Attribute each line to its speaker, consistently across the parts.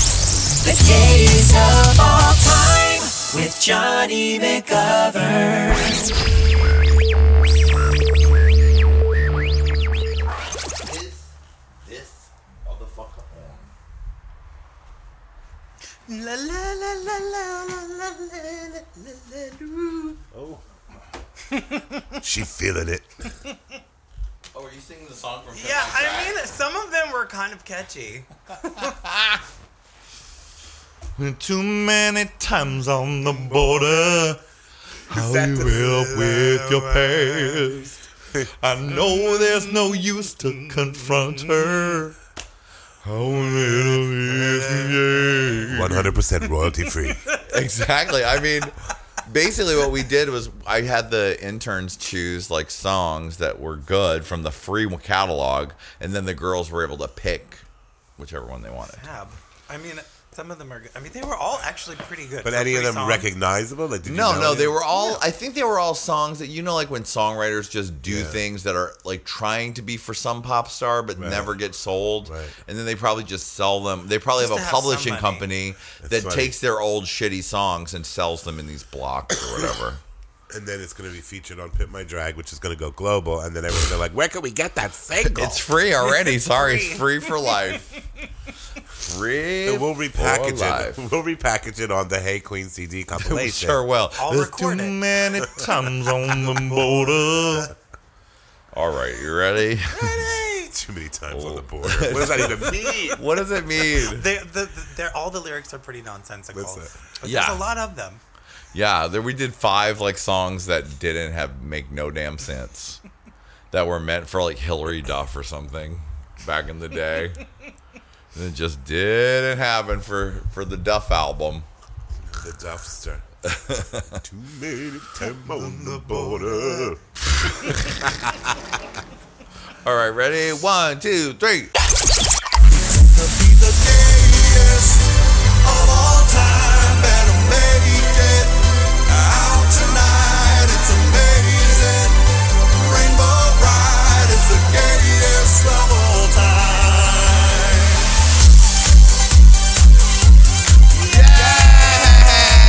Speaker 1: The days of all time with Johnny McGovern.
Speaker 2: Is this motherfucker on?
Speaker 3: La la la la la la la la la la la.
Speaker 2: Oh.
Speaker 4: She feeling it.
Speaker 2: Oh, are you singing the song from
Speaker 3: Yeah, I mean, some of them were kind of catchy.
Speaker 4: Too many times on the border. How you will with your past. I know there's no use to confront her. How little is One hundred percent royalty free.
Speaker 2: Exactly. I mean, basically, what we did was I had the interns choose like songs that were good from the free catalog, and then the girls were able to pick whichever one they wanted.
Speaker 3: Fab. I mean, some of them are. Good. I mean, they were all actually pretty good.
Speaker 5: But
Speaker 3: for
Speaker 5: any of
Speaker 3: free
Speaker 5: them
Speaker 3: songs.
Speaker 5: recognizable? Like, did you
Speaker 2: No,
Speaker 5: know
Speaker 2: no,
Speaker 5: it?
Speaker 2: they were all. I think they were all songs that you know, like when songwriters just do things that are like trying to be for some pop star but
Speaker 5: Right.
Speaker 2: never get sold,
Speaker 5: Right.
Speaker 2: and then they probably just sell them. They probably
Speaker 3: Just to
Speaker 2: have a
Speaker 3: have
Speaker 2: publishing
Speaker 3: some money.
Speaker 2: company that
Speaker 5: That's funny.
Speaker 2: takes their old shitty songs and sells them in these blocks or whatever.
Speaker 5: And then it's going to be featured on Pit My Drag, which is going to go global. And then everyone's gonna be like, where can we get that single?
Speaker 2: it's free already. Soree, Sorry, it's free for life. Free.
Speaker 5: And we'll repackage it.
Speaker 2: for life.
Speaker 5: We'll repackage it on the Hey Queen CD
Speaker 2: We
Speaker 5: compilation.
Speaker 2: sure will.
Speaker 3: I'll
Speaker 2: There's
Speaker 3: record
Speaker 2: too
Speaker 3: it.
Speaker 2: many
Speaker 4: Times on the border.
Speaker 2: All right, you ready?
Speaker 5: Too many times
Speaker 2: Oh.
Speaker 5: on the border. What does that even mean?
Speaker 2: what does it mean?
Speaker 3: They, the, the, they're all the lyrics are pretty nonsensical.
Speaker 5: Listen.
Speaker 3: But
Speaker 2: Yeah.
Speaker 3: There's a lot of them.
Speaker 2: Yeah, there we did five like songs that didn't have make no damn sense. that were meant for like Hillary Duff or something back in the day. and it just didn't happen for for the Duff album.
Speaker 5: The dumpster. Too many times on the border.
Speaker 2: All right, ready? One, two, three.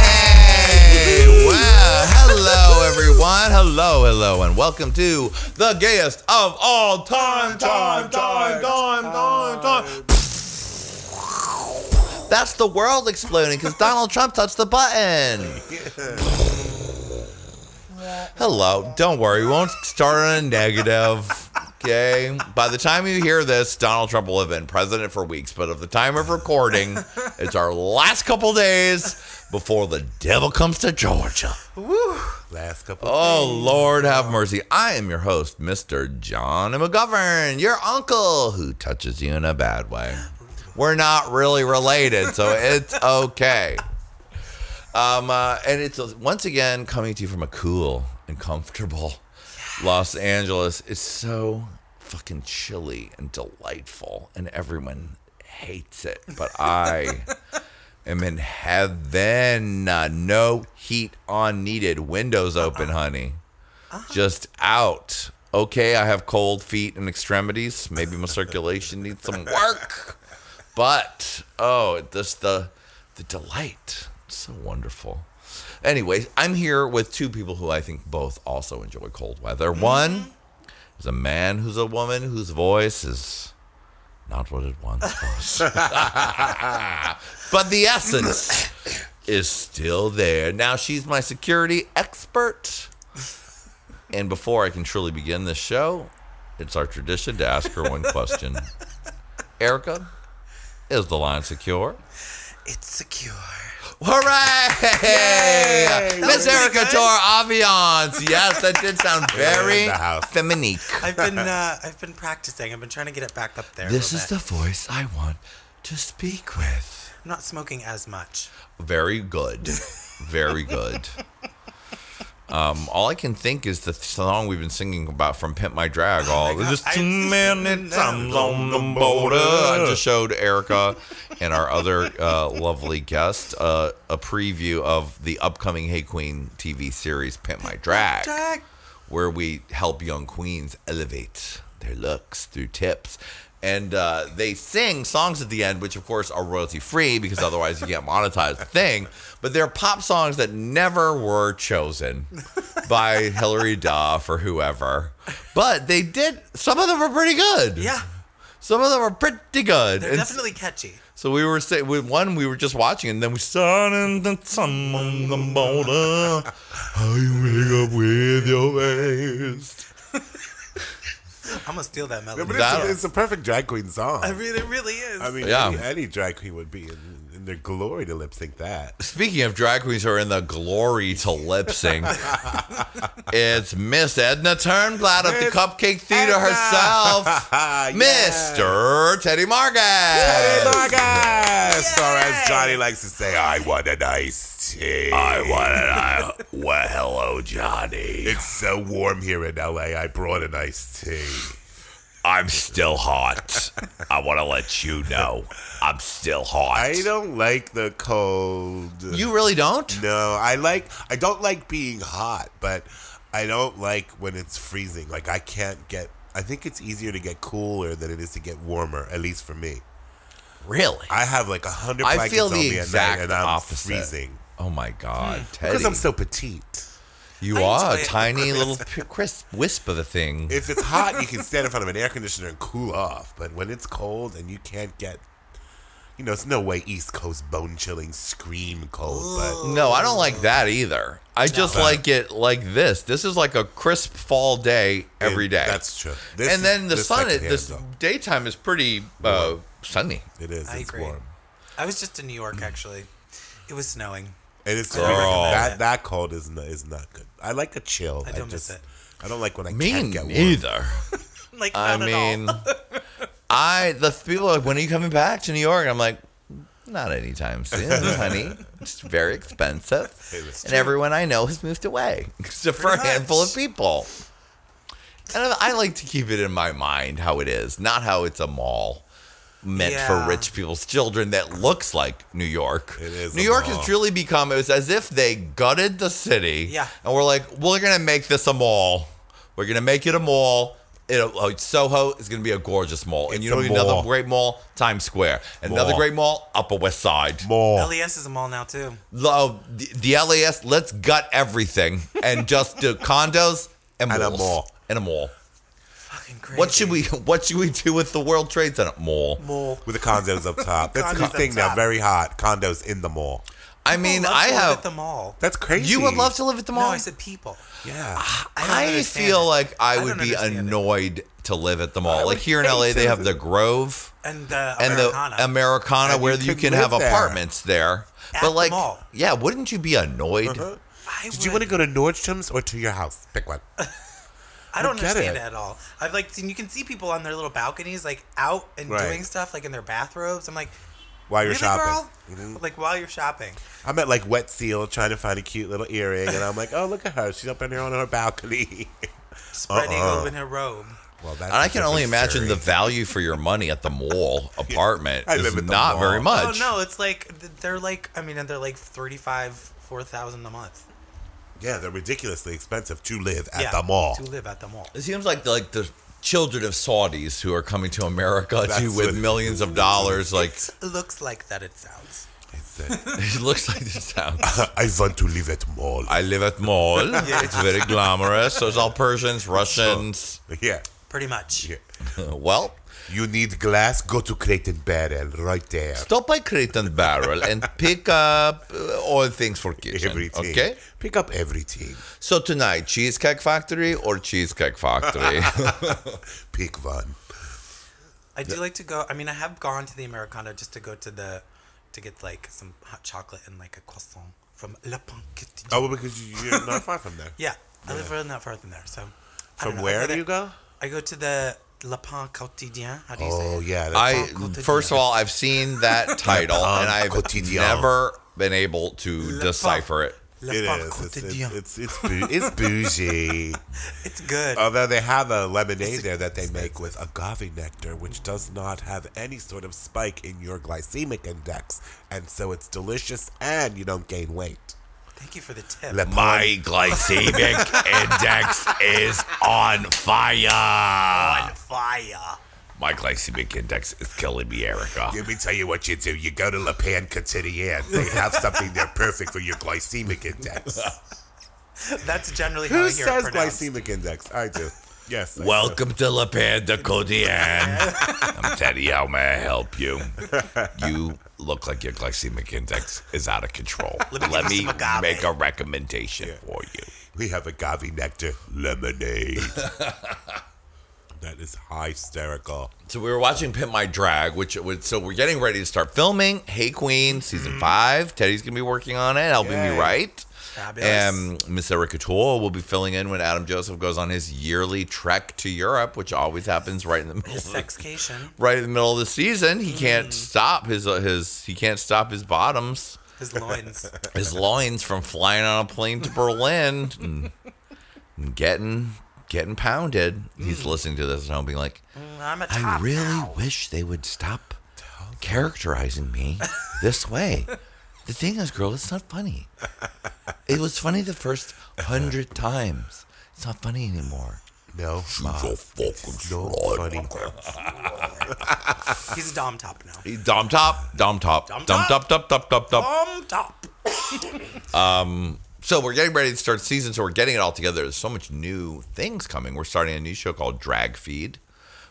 Speaker 2: Hey, wow. Hello, everyone. Hello, hello, and welcome to the gayest of all time, time, time, time, time, time. That's the world exploding because Donald Trump touched the button. Hello. Don't worry. We won't start on a negative. Okay. By the time you hear this, Donald Trump will have been president for weeks. But at the time of recording, it's our last couple days before the devil comes to Georgia.
Speaker 5: Last couple.
Speaker 2: Oh, Lord have mercy. I am your host, Mr. John McGovern, your uncle who touches you in a bad way. We're not really related, so it's okay. Um, uh, and it's uh, once again coming to you from a cool and comfortable Los Angeles. It's so fucking chilly and delightful, and everyone hates it, but I am in heaven. Uh, no heat on needed. Windows open, honey. Just out. Okay, I have cold feet and extremities. Maybe my circulation needs some work. But oh, just the the delight. So wonderful. Anyways, I'm here with two people who I think both also enjoy cold weather. One is a man who's a woman whose voice is not what it once was. but the essence is still there. Now she's my security expert. And before I can truly begin this show, it's our tradition to ask her one question. Erica, is the line secure?
Speaker 3: It's secure.
Speaker 2: Hooray!
Speaker 3: Yay!
Speaker 2: Miss
Speaker 3: That was
Speaker 2: Erica
Speaker 3: pretty
Speaker 2: to our ambiance. Yes, that did sound very
Speaker 5: in the house.
Speaker 2: feminine.
Speaker 3: I've been uh, I've been practicing. I've been trying to get it back up there. a
Speaker 2: This
Speaker 3: little
Speaker 2: is
Speaker 3: bit.
Speaker 2: the voice I want to speak with.
Speaker 3: I'm not smoking as much.
Speaker 2: Very good. Very good. Um, all I can think is the song we've been singing about from Pimp My Drag. all
Speaker 3: God,
Speaker 2: there's
Speaker 3: I-
Speaker 2: too many times on the border.
Speaker 5: border.
Speaker 2: I just showed Erica and our other uh, lovely guest uh, a preview of the upcoming Hey Queen TV series Pimp My Drag
Speaker 3: Jack.
Speaker 2: where we help young queens elevate their looks through tips, and uh, they sing songs at the end, which of course are royalty free because otherwise you can't monetize the thing. But they're pop songs that never were chosen by Hillary Duff or whoever. But they did. Some of them were pretty good.
Speaker 3: Yeah,
Speaker 2: Some of them were pretty good.
Speaker 3: they're
Speaker 2: And
Speaker 3: definitely catchy.
Speaker 2: so we were saying, with one, we were just watching, and then we saw.
Speaker 4: Sun and the sun on the border. How you wake up with your waist.
Speaker 3: I'm gonna steal that
Speaker 5: But
Speaker 3: melody.
Speaker 5: it's,
Speaker 2: That-
Speaker 5: a, it's a perfect drag queen song.
Speaker 3: I mean, it really is.
Speaker 5: I mean,
Speaker 2: Yeah.
Speaker 5: any, any drag queen would be in, in their glory to lip sync that.
Speaker 2: Speaking of drag queens who are in the glory to lip sync, it's Miss Edna Turnblad of the
Speaker 5: Miss
Speaker 2: Cupcake Theater
Speaker 5: Edna.
Speaker 2: herself,
Speaker 5: Ah, yes.
Speaker 2: Mr. Teddy Marcus.
Speaker 5: Hey, Marcus! Or as Johnny likes to say, I want an iced tea. I want an I. Well, hello, Johnny. It's so warm here in LA. I brought an iced tea.
Speaker 2: I'm still hot. I want to let you know I'm still hot.
Speaker 5: I don't like the cold.
Speaker 2: you really don't?
Speaker 5: No, I like. I don't like being hot, but I don't like when it's freezing. Like I can't get. I think it's easier to get cooler than it is to get warmer. At least for me,
Speaker 2: Really?
Speaker 5: I have like a hundred
Speaker 2: I
Speaker 5: blankets
Speaker 2: feel
Speaker 5: on
Speaker 2: the
Speaker 5: me at night,
Speaker 2: exact
Speaker 5: and I'm
Speaker 2: opposite.
Speaker 5: freezing
Speaker 2: Oh my God, Teddy!
Speaker 5: because I'm so petite.
Speaker 2: you
Speaker 3: I
Speaker 2: are a
Speaker 3: enjoy it.
Speaker 2: tiny little p- crisp wisp of a thing.
Speaker 5: If it's hot, you can stand in front of an air conditioner and cool off. But when it's cold and you can't get, you know, it's no way East Coast bone chilling scream cold. But
Speaker 2: No, I don't like that either. I just like it like this. This is like a crisp fall day every
Speaker 5: It-
Speaker 2: day.
Speaker 5: that's true. This
Speaker 2: and then
Speaker 5: is-
Speaker 2: the
Speaker 5: this
Speaker 2: sun,
Speaker 5: I
Speaker 2: is,
Speaker 5: can
Speaker 2: this
Speaker 5: handle.
Speaker 2: daytime is pretty uh, sunny.
Speaker 5: it is.
Speaker 3: I
Speaker 5: It's
Speaker 3: agree.
Speaker 5: warm.
Speaker 3: I was just in New York actually. It was snowing.
Speaker 5: And it's
Speaker 2: Girl.
Speaker 5: freezing. that that cold is not, is not good. I like a chill.
Speaker 3: I don't miss
Speaker 5: just-
Speaker 3: it.
Speaker 5: I don't like when I
Speaker 2: Me
Speaker 5: can't get warm.
Speaker 2: neither.
Speaker 3: Like
Speaker 2: I
Speaker 3: not
Speaker 2: mean,
Speaker 3: at all.
Speaker 2: I the people are like, when are you coming back to New York? I'm like, not anytime soon, honey. It's very expensive, and everyone I know has moved away, except for a
Speaker 3: Pretty
Speaker 2: handful of
Speaker 3: much.
Speaker 2: people. And I I like to keep it in my mind how it is, not how it's a mall meant
Speaker 3: Yeah.
Speaker 2: for rich people's children that looks like New York.
Speaker 5: It is
Speaker 2: New
Speaker 5: a
Speaker 2: York
Speaker 5: mall.
Speaker 2: has truly become. It was as if they gutted the city.
Speaker 3: Yeah.
Speaker 2: and we're like, we're gonna make this a mall. We're gonna make it a mall. It'll, uh, Soho is gonna be a gorgeous mall, and
Speaker 5: It's
Speaker 2: you know
Speaker 5: a
Speaker 2: another
Speaker 5: mall.
Speaker 2: great mall, Times Square, another
Speaker 5: Mall.
Speaker 2: great mall, Upper West Side.
Speaker 5: More.
Speaker 3: LES E is a mall now too.
Speaker 2: Lo- the, the LAS. Let's gut everything and just do condos and
Speaker 5: And a
Speaker 2: malls.
Speaker 5: mall.
Speaker 2: and a mall.
Speaker 3: Fucking crazy.
Speaker 2: What should we? What should we do with the World Trade Center mall?
Speaker 3: Mall.
Speaker 5: With the condos up top. That's
Speaker 3: Condos
Speaker 5: the
Speaker 3: up
Speaker 5: thing now.
Speaker 3: top.
Speaker 5: Very hot. Condos in the mall.
Speaker 2: I
Speaker 3: People
Speaker 2: mean,
Speaker 3: love to
Speaker 2: I
Speaker 3: live
Speaker 2: have.
Speaker 3: at the mall.
Speaker 5: That's crazy.
Speaker 2: you would love to Ah, live at the
Speaker 3: No,
Speaker 2: mall.
Speaker 3: I said people.
Speaker 5: Yeah.
Speaker 3: I don't
Speaker 2: I,
Speaker 3: understand
Speaker 2: feel
Speaker 3: it.
Speaker 2: like I,
Speaker 3: I
Speaker 2: would
Speaker 3: don't
Speaker 2: be
Speaker 3: understand it.
Speaker 2: annoyed to live at the mall.
Speaker 5: I
Speaker 2: Like
Speaker 5: would
Speaker 2: here in
Speaker 5: hate
Speaker 2: LA, they
Speaker 5: to.
Speaker 2: have the Grove
Speaker 3: And the
Speaker 2: and
Speaker 3: Americana.
Speaker 2: the Americana
Speaker 5: And
Speaker 2: where
Speaker 5: you
Speaker 2: you
Speaker 5: could
Speaker 2: can have
Speaker 5: live there.
Speaker 2: apartments there.
Speaker 3: At
Speaker 2: but
Speaker 3: the
Speaker 2: like,
Speaker 3: mall. Uh-huh.
Speaker 2: yeah, wouldn't you be annoyed?
Speaker 3: I
Speaker 5: Uh-huh. Did you want to go to Nordstrom's or to your house? Pick one.
Speaker 3: I don't
Speaker 5: Look at
Speaker 3: understand
Speaker 5: it.
Speaker 3: it. at all. I've like seen you can see people on their little balconies like out and
Speaker 5: Right.
Speaker 3: doing stuff like in their bathrobes. I'm like,
Speaker 5: While you're
Speaker 3: really,
Speaker 5: shopping.
Speaker 3: girl? Mm-hmm. Like while you're shopping,
Speaker 5: I'm at like Wet Seal trying to find a cute little earring, and I'm like, oh, look at her. She's up in here on her balcony.
Speaker 3: spreading
Speaker 5: Uh-uh.
Speaker 3: open her robe.
Speaker 5: well, that's
Speaker 2: And I
Speaker 5: a
Speaker 2: can only
Speaker 5: different
Speaker 2: imagine
Speaker 5: story.
Speaker 2: the value for your money at the mall apartment
Speaker 5: I
Speaker 2: is
Speaker 5: live at the
Speaker 2: not
Speaker 5: mall.
Speaker 2: very
Speaker 3: Oh
Speaker 2: much.
Speaker 3: no, it's like th- they're like I mean, and they're like thirty five, four thousand a month.
Speaker 5: Yeah, they're ridiculously expensive to live at
Speaker 3: yeah,
Speaker 5: the mall.
Speaker 3: to live at the mall.
Speaker 2: It seems like the, like the children of Saudis who are coming to America
Speaker 5: That's
Speaker 2: to, with
Speaker 5: what-
Speaker 2: millions of dollars. Like
Speaker 3: It looks like that. It sounds.
Speaker 5: I said,
Speaker 2: it looks like this sounds.
Speaker 5: I want to live at mall.
Speaker 2: I live at mall. It's very glamorous. So it's all Persians, Russians.
Speaker 5: yeah.
Speaker 3: Pretty much.
Speaker 5: Yeah.
Speaker 2: Well,
Speaker 5: You need glass? Go to Crate and Barrel right there.
Speaker 2: stop by Crate and Barrel and pick up uh, all things for kitchen.
Speaker 5: Everything.
Speaker 2: Okay.
Speaker 5: Pick up everything.
Speaker 2: So tonight, Cheesecake Factory or Cheesecake Factory?
Speaker 5: Pick one.
Speaker 3: I do like to go. I mean, I have gone to the Americana just to go to the, to get like some hot chocolate and like a croissant from La Pancatine.
Speaker 5: Oh, well, because you- you're not far from there.
Speaker 3: Yeah, I live really not far from there. So. I don't
Speaker 5: From
Speaker 3: know, I
Speaker 5: where
Speaker 3: go
Speaker 5: do you
Speaker 3: there-
Speaker 5: go?
Speaker 3: I go to the Le Pain Quotidien. How do you say
Speaker 5: Oh,
Speaker 3: it?
Speaker 5: yeah. that's-
Speaker 2: I first of all, I've seen that title and I've
Speaker 5: Quotidien.
Speaker 2: never been able to decipher it.
Speaker 3: Le
Speaker 5: it
Speaker 3: Pain
Speaker 5: is. It's,
Speaker 3: Quotidien.
Speaker 5: it's, it's,
Speaker 3: It's,
Speaker 5: it's, bou- it's bougie.
Speaker 3: good.
Speaker 5: Although they have a lemonade there that they make with agave nectar, which does not have any sort of spike in your glycemic index. And so it's delicious and you don't gain weight.
Speaker 3: Thank you for the tip.
Speaker 5: Le Bon-
Speaker 2: My glycemic index is on fire.
Speaker 3: Fire.
Speaker 2: My glycemic index is killing me, Erica.
Speaker 5: Let me tell you what you do. You go to La Pan Quotidienne. They have something there perfect for your glycemic index.
Speaker 3: That's generally how
Speaker 5: Who
Speaker 3: I hear
Speaker 5: says
Speaker 3: it pronounced.
Speaker 5: glycemic index? I do. Yes. I do.
Speaker 2: Welcome to La Panda Codian. I'm Teddy. How may I help you? You look like your glycemic index is out of control. Let me,
Speaker 3: give you some agave.
Speaker 2: make a recommendation for you.
Speaker 5: We have agave nectar lemonade. that is hysterical.
Speaker 2: So we were watching Pimp My Drag, which it was so we're getting ready to start filming. Hey Queen, season
Speaker 3: Mm-hmm.
Speaker 2: five. Teddy's gonna be working on it, helping
Speaker 5: Yay.
Speaker 2: me write.
Speaker 3: Fabulous.
Speaker 2: And Miss Erica Tool will be filling in when Adam Joseph goes on his yearly trek to Europe, which always happens right in the middle. Of the,
Speaker 3: Sexcation.
Speaker 2: right in the middle of the season, he can't stop his uh, his he can't stop his bottoms,
Speaker 3: His loins.
Speaker 2: his loins from flying on a plane to Berlin and, and getting getting pounded. He's listening to this at home, being like,
Speaker 3: Mm, I'm a
Speaker 2: I
Speaker 3: top
Speaker 2: really
Speaker 3: now.
Speaker 2: wish they would stop characterizing me this way. The thing is, girl, it's not funny. It was funny the first hundred times. It's not funny anymore.
Speaker 5: No. Ma, it's not funny.
Speaker 3: He's a dom top now.
Speaker 2: Dom top, dom top, dom
Speaker 3: top.
Speaker 2: top, top, top, top, top.
Speaker 3: Dom top.
Speaker 2: So we're getting ready to start season, so we're getting it all together. There's so much new things coming. We're starting a new show called Drag Feed,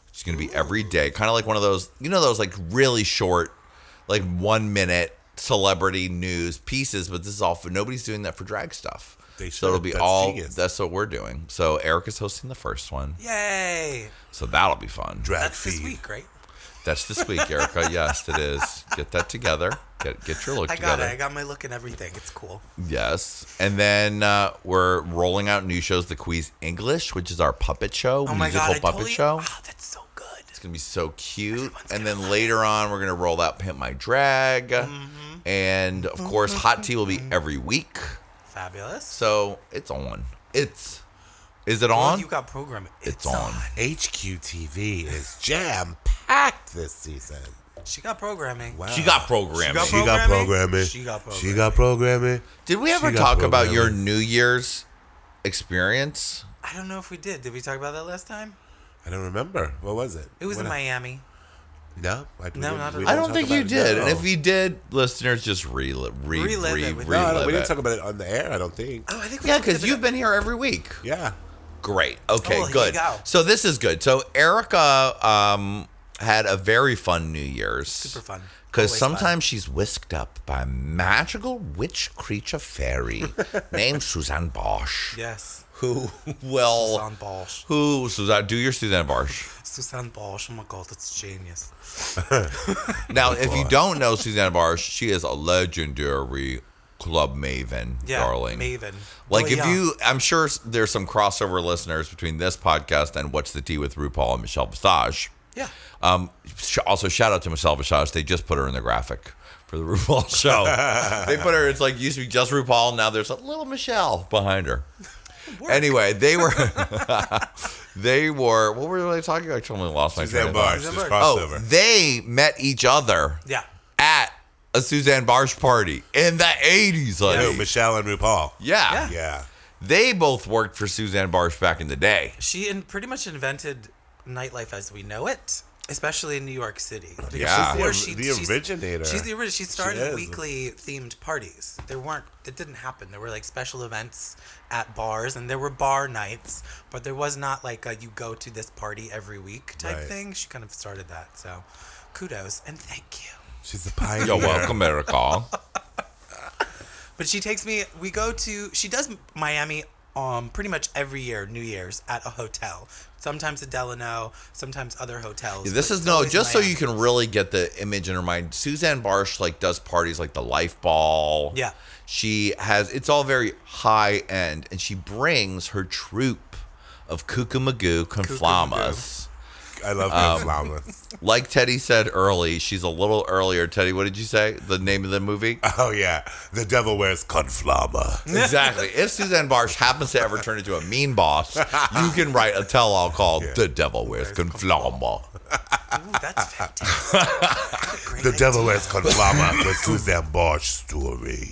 Speaker 2: which is going to be every day, kind of like one of those, you know, those like really short, like one minute celebrity news pieces. But this is all for nobody's doing that for drag stuff.
Speaker 5: They
Speaker 2: so it'll
Speaker 5: should.
Speaker 2: be
Speaker 5: That's
Speaker 2: all
Speaker 5: genius.
Speaker 2: that's what we're doing. So Erica's hosting the first one,
Speaker 3: Yay.
Speaker 2: so that'll be fun.
Speaker 5: Drag
Speaker 3: That's this
Speaker 5: feed.
Speaker 3: week, right?
Speaker 2: That's this week, Erica. yes, it is. Get that together. Get get your look
Speaker 3: I got
Speaker 2: together.
Speaker 3: it. I got my look and everything. It's cool.
Speaker 2: Yes. And then uh, we're rolling out new shows, The Queens English, which is our puppet show,
Speaker 3: Oh my
Speaker 2: musical
Speaker 3: god. I
Speaker 2: puppet
Speaker 3: totally,
Speaker 2: show.
Speaker 3: Oh, that's so good.
Speaker 2: It's going to be so cute.
Speaker 3: Everyone's
Speaker 2: And
Speaker 3: gonna
Speaker 2: then later on, we're going to roll out Pimp My Drag.
Speaker 3: Mm-hmm.
Speaker 2: And of course, Hot Tea will be every week.
Speaker 3: Fabulous.
Speaker 2: So it's on. It's. Is it
Speaker 3: Well,
Speaker 2: on?
Speaker 3: you got programming.
Speaker 2: It's on.
Speaker 5: HQTV is jam packed this season.
Speaker 3: She got programming.
Speaker 5: Wow.
Speaker 2: She got programming.
Speaker 3: She got
Speaker 5: She got
Speaker 3: programming.
Speaker 5: programming.
Speaker 3: She got
Speaker 5: She got programming.
Speaker 2: Did we ever
Speaker 5: got
Speaker 2: talk about your
Speaker 5: programming.
Speaker 2: New Year's experience?
Speaker 3: I don't know if we did. Did we talk about that last time?
Speaker 5: I don't remember. What was it?
Speaker 3: It was
Speaker 5: What
Speaker 3: in
Speaker 5: I-
Speaker 3: Miami.
Speaker 5: No, I, we
Speaker 3: No,
Speaker 5: didn't-
Speaker 3: not
Speaker 5: we
Speaker 3: at
Speaker 5: didn't
Speaker 3: all.
Speaker 2: I
Speaker 5: talk
Speaker 2: don't think you
Speaker 5: about it.
Speaker 2: did. And
Speaker 5: No.
Speaker 2: if you did, listeners, just relive, re-
Speaker 3: Relive
Speaker 2: re-
Speaker 3: it with-
Speaker 5: no, I don't-
Speaker 2: relive
Speaker 5: we didn't
Speaker 2: it.
Speaker 5: talk about it on the air. I don't think.
Speaker 3: Oh, I think we
Speaker 2: Yeah,
Speaker 3: talked
Speaker 2: because
Speaker 3: about
Speaker 2: you've
Speaker 3: it.
Speaker 2: been here every week.
Speaker 5: Yeah,
Speaker 2: Great. Okay,
Speaker 3: Oh, here
Speaker 2: good.
Speaker 3: you go.
Speaker 2: So this is good. So Erica um, had a very fun New Year's.
Speaker 3: super fun.
Speaker 2: Because
Speaker 3: Always
Speaker 2: sometimes she's whisked up by a magical witch creature fairy named Suzanne Bosch.
Speaker 3: fun. Yes.
Speaker 2: Who will
Speaker 3: Susan Bosch.
Speaker 2: who Suzanne? Do your Suzanne Bosch.
Speaker 3: Susan Bosch. Oh my god, that's genius. Oh,
Speaker 2: Now, if you don't know Suzanne Bosch, she is a legendary club maven,
Speaker 3: Yeah.
Speaker 2: darling.
Speaker 3: Maven.
Speaker 2: Like
Speaker 3: Oh,
Speaker 2: if
Speaker 3: yeah.
Speaker 2: you, I'm sure s- there's some crossover listeners between this podcast and What's the Tea with RuPaul and Michelle Visage.
Speaker 3: Yeah.
Speaker 2: Um, sh- also, shout out to Michelle Visage. They just put her in the graphic for the RuPaul show. they put her. It's like used to be just RuPaul. Now there's a little Michelle behind her. Anyway, they were, they were. What were they talking about? I totally lost my train
Speaker 5: Suzanne
Speaker 2: of thought.
Speaker 5: Barsh. This
Speaker 3: Suzanne Barsh.
Speaker 2: Oh,
Speaker 5: crossover.
Speaker 2: they met each other
Speaker 3: Yeah.
Speaker 2: at a Suzanne Barsh party in the 80s. Like,
Speaker 5: Who, Michelle and RuPaul.
Speaker 2: yeah.
Speaker 3: Yeah.
Speaker 5: Yeah.
Speaker 2: They both worked for Suzanne Barsh back in the day.
Speaker 3: She in, pretty much invented nightlife as we know it, especially in New York City. Because
Speaker 2: Yeah.
Speaker 3: before
Speaker 5: She's the- the originator.
Speaker 3: She's the originator. She started
Speaker 5: is.
Speaker 3: weekly themed parties. There weren't. It didn't happen. There were like special events at bars, and there were bar nights, but there was not like a you go to this party every week type
Speaker 5: Right.
Speaker 3: thing. She kind of started that. So, kudos and thank you.
Speaker 5: She's a pioneer.
Speaker 2: You're welcome, Erica.
Speaker 3: But she takes me. We go to. She does Miami. Um, pretty much every year, New Year's at a hotel. Sometimes at Delano, sometimes other hotels.
Speaker 2: This
Speaker 3: but
Speaker 2: is
Speaker 3: it's
Speaker 2: no,
Speaker 3: always
Speaker 2: just so
Speaker 3: Miami.
Speaker 2: you can really get the image in her mind. Suzanne Barsh like does parties like the Life Ball.
Speaker 3: Yeah.
Speaker 2: she has. It's all very high end, and she brings her troupe of cuckoo conflamas.
Speaker 5: I love Conflamas.
Speaker 2: Like Teddy said early, she's a little earlier. Teddy, what did you say? The name of the movie?
Speaker 5: oh yeah, the devil wears Conflama.
Speaker 2: exactly. If Suzanne Barsh happens to ever turn into a mean boss, you can write a tell-all called "The Devil Wears Conflama."
Speaker 3: Ooh, that's fantastic.
Speaker 5: The devil wears Conflama. The Suzanne Bosch story.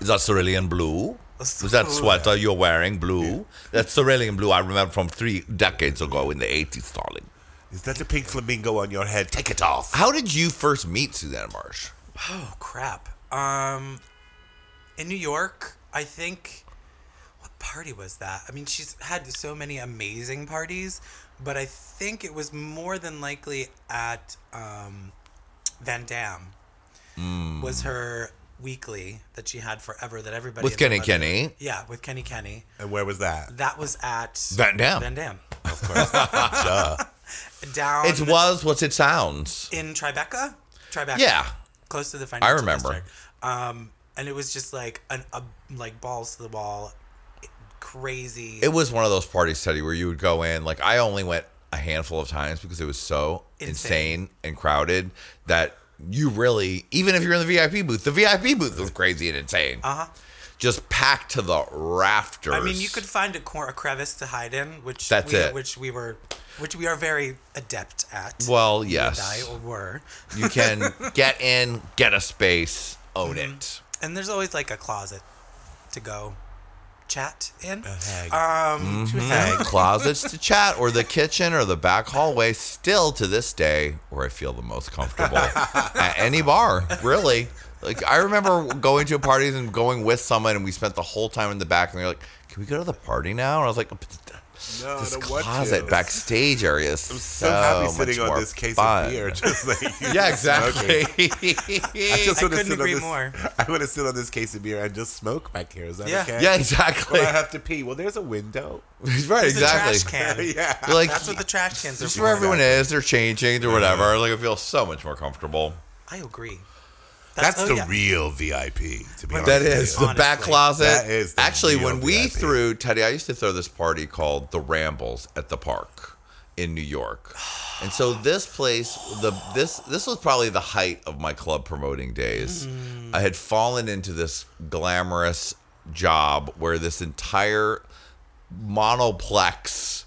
Speaker 2: Is that cerulean blue?
Speaker 3: That's
Speaker 2: Was that sweater you're wearing blue? That's cerulean blue. I remember from three decades ago in the 80s, darling.
Speaker 5: Is that the pink flamingo on your head? Take it off.
Speaker 2: How did you first meet Susanna Marsh?
Speaker 3: Oh crap. Um, in New York, I think. What party was that? I mean, she's had so many amazing parties, but I think it was more than likely at um, Van Dam.
Speaker 2: Hmm.
Speaker 3: Was her weekly that she had forever that everybody
Speaker 2: With
Speaker 3: in
Speaker 2: Kenny
Speaker 3: the leather-
Speaker 2: Kenny.
Speaker 3: Yeah, with Kenny Kenny.
Speaker 5: And where was that?
Speaker 3: That was at
Speaker 2: Van Dam.
Speaker 3: Van Dam.
Speaker 5: Of course. Duh.
Speaker 3: Down
Speaker 2: It was what it sounds.
Speaker 3: in Tribeca. Tribeca.
Speaker 2: Yeah.
Speaker 3: close to the financial
Speaker 2: remember.
Speaker 3: district. Um, and it was just like an a, like balls to the wall, crazy.
Speaker 2: It was one of those party study where you would go in. Like I only went a handful of times because it was so insane,
Speaker 3: Insane.
Speaker 2: and crowded that you really, even if you're in the VIP booth, the VIP booth was crazy and insane.
Speaker 3: uh huh.
Speaker 2: Just packed to the rafters.
Speaker 3: I mean, you could find a, cor- a crevice to hide in, which
Speaker 2: That's
Speaker 3: we,
Speaker 2: it.
Speaker 3: which we were, which we are very adept at.
Speaker 2: Well,
Speaker 3: You
Speaker 2: yes.
Speaker 3: and I or were.
Speaker 2: you can get in, get a space, own
Speaker 3: Mm-hmm.
Speaker 2: it.
Speaker 3: And there's always like a closet to go chat in.
Speaker 5: hang.
Speaker 3: Um, to a hang.
Speaker 2: And closets to chat, or the kitchen, or the back hallway. Still to this day, where I feel the most comfortable at any bar, really. Like I remember going to parties and going with someone, and we spent the whole time in the back, and they're like, "Can we go to the party now?" And I was like,
Speaker 5: No, I
Speaker 2: "This
Speaker 5: don't want
Speaker 2: closet
Speaker 5: to.
Speaker 2: backstage area is
Speaker 5: I'm so, happy sitting
Speaker 2: much
Speaker 5: on
Speaker 2: more
Speaker 5: this case
Speaker 2: fun."
Speaker 5: of beer. Just like
Speaker 2: Yeah,
Speaker 5: smoking.
Speaker 2: exactly.
Speaker 5: I just
Speaker 3: I
Speaker 5: want to
Speaker 3: couldn't
Speaker 5: sit on
Speaker 3: agree
Speaker 5: this.
Speaker 3: more.
Speaker 5: I want to sit on this case of beer and just smoke back here. Is that
Speaker 3: Yeah.
Speaker 5: okay?
Speaker 2: yeah, exactly.
Speaker 5: Well, I have to pee. Well, there's a window.
Speaker 2: right,
Speaker 3: There's
Speaker 2: exactly.
Speaker 3: a trash can.
Speaker 5: yeah.
Speaker 2: You're like,
Speaker 3: That's what the trash cans are
Speaker 2: This is
Speaker 3: for.
Speaker 2: where everyone is. They're changing or whatever. Like I feel so much more comfortable.
Speaker 3: I agree.
Speaker 5: That's
Speaker 3: oh,
Speaker 5: the
Speaker 3: yeah.
Speaker 5: real VIP, to be honest.
Speaker 2: That
Speaker 5: with
Speaker 2: is
Speaker 5: you.
Speaker 2: the back
Speaker 3: Honestly.
Speaker 2: closet.
Speaker 5: That is the
Speaker 2: actually
Speaker 5: real
Speaker 2: when we
Speaker 5: VIP.
Speaker 2: threw Teddy. I used to throw this party called the Rambles at the park in New York, and so this place, the this this was probably the height of my club promoting days.
Speaker 5: Hmm.
Speaker 2: I had fallen into this glamorous job where this entire monoplex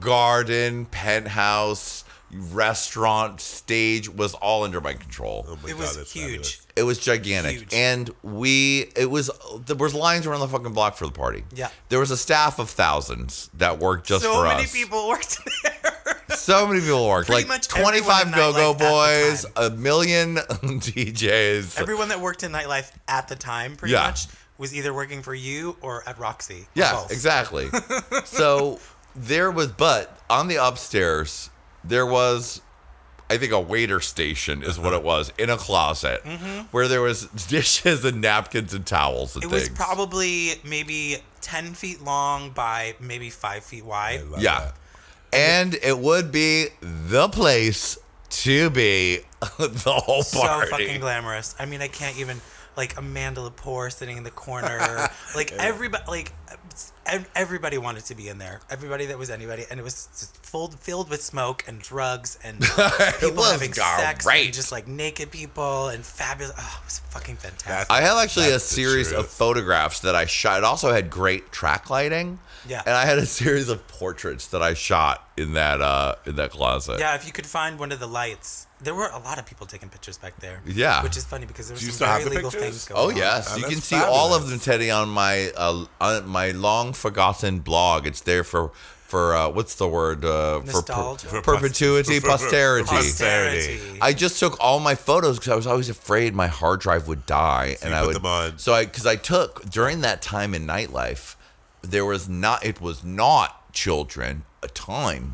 Speaker 2: garden penthouse restaurant stage was all under my control
Speaker 5: Oh my
Speaker 3: It
Speaker 5: God,
Speaker 3: was
Speaker 5: that's
Speaker 3: huge.
Speaker 5: fabulous.
Speaker 2: it was gigantic,
Speaker 3: Huge.
Speaker 2: and we it was there was lines around the fucking block for the party.
Speaker 3: Yeah.
Speaker 2: there was a staff of thousands that worked just
Speaker 3: So
Speaker 2: for
Speaker 3: many
Speaker 2: us.
Speaker 3: people worked there.
Speaker 2: So many people worked,
Speaker 3: Pretty
Speaker 2: like
Speaker 3: much everyone
Speaker 2: twenty
Speaker 3: in
Speaker 2: five Go Go
Speaker 3: nightlife at
Speaker 2: Boys,
Speaker 3: the
Speaker 2: a million DJs.
Speaker 3: Everyone that worked in nightlife at the time, pretty
Speaker 2: Yeah.
Speaker 3: much, was either working for you or at Roxy. or
Speaker 2: yeah,
Speaker 3: both.
Speaker 2: exactly. so there was, but on the upstairs there was. I think a waiter station is
Speaker 3: Uh-huh.
Speaker 2: what it was in a closet where there was dishes and napkins and towels and
Speaker 3: Mm-hmm. It was
Speaker 2: things.
Speaker 3: probably maybe 10 feet long by maybe 5 feet wide.
Speaker 5: I love
Speaker 2: Yeah.
Speaker 5: that.
Speaker 2: And it would be the place to be the whole
Speaker 3: So
Speaker 2: party.
Speaker 3: fucking glamorous. I mean, I can't even. Like Amanda Lepore sitting in the corner. like everybody, like ev- everybody wanted to be in there. Everybody that was anybody, and it was just full, filled with smoke and drugs and people
Speaker 2: was
Speaker 3: having sex, and
Speaker 2: great.
Speaker 3: just like naked people and fabulous. Oh, it was fucking fantastic.
Speaker 2: I have actually
Speaker 5: That's
Speaker 2: a
Speaker 5: the
Speaker 2: series of
Speaker 5: truth.
Speaker 2: photographs that I shot. It also had great track lighting.
Speaker 3: Yeah.
Speaker 2: And I had a series of portraits that I shot in that uh in that closet.
Speaker 3: Yeah, if you could find one of the lights, there were a lot of people taking pictures back there.
Speaker 2: Yeah.
Speaker 3: which is funny because there
Speaker 5: Do you
Speaker 3: was
Speaker 5: still
Speaker 3: some
Speaker 5: have
Speaker 3: very
Speaker 5: the
Speaker 3: legal
Speaker 5: pictures?
Speaker 3: things going
Speaker 2: Oh
Speaker 3: on.
Speaker 2: yes,
Speaker 5: Oh,
Speaker 2: you
Speaker 5: that's
Speaker 2: can see all of them,
Speaker 5: fabulous.
Speaker 2: Teddy, on my uh, on my long forgotten blog. It's there for for uh, what's the word uh, for, per-
Speaker 3: Nostalgia.
Speaker 5: For pos-
Speaker 2: perpetuity,
Speaker 5: for- for-
Speaker 2: posterity.
Speaker 5: Posterity.
Speaker 3: Posterity.
Speaker 2: I just took all my photos because I was always afraid my hard drive would die, and
Speaker 5: you
Speaker 2: I
Speaker 5: put
Speaker 2: would.
Speaker 5: them on.
Speaker 2: So I because I took during that time in nightlife, there was not it was not children a time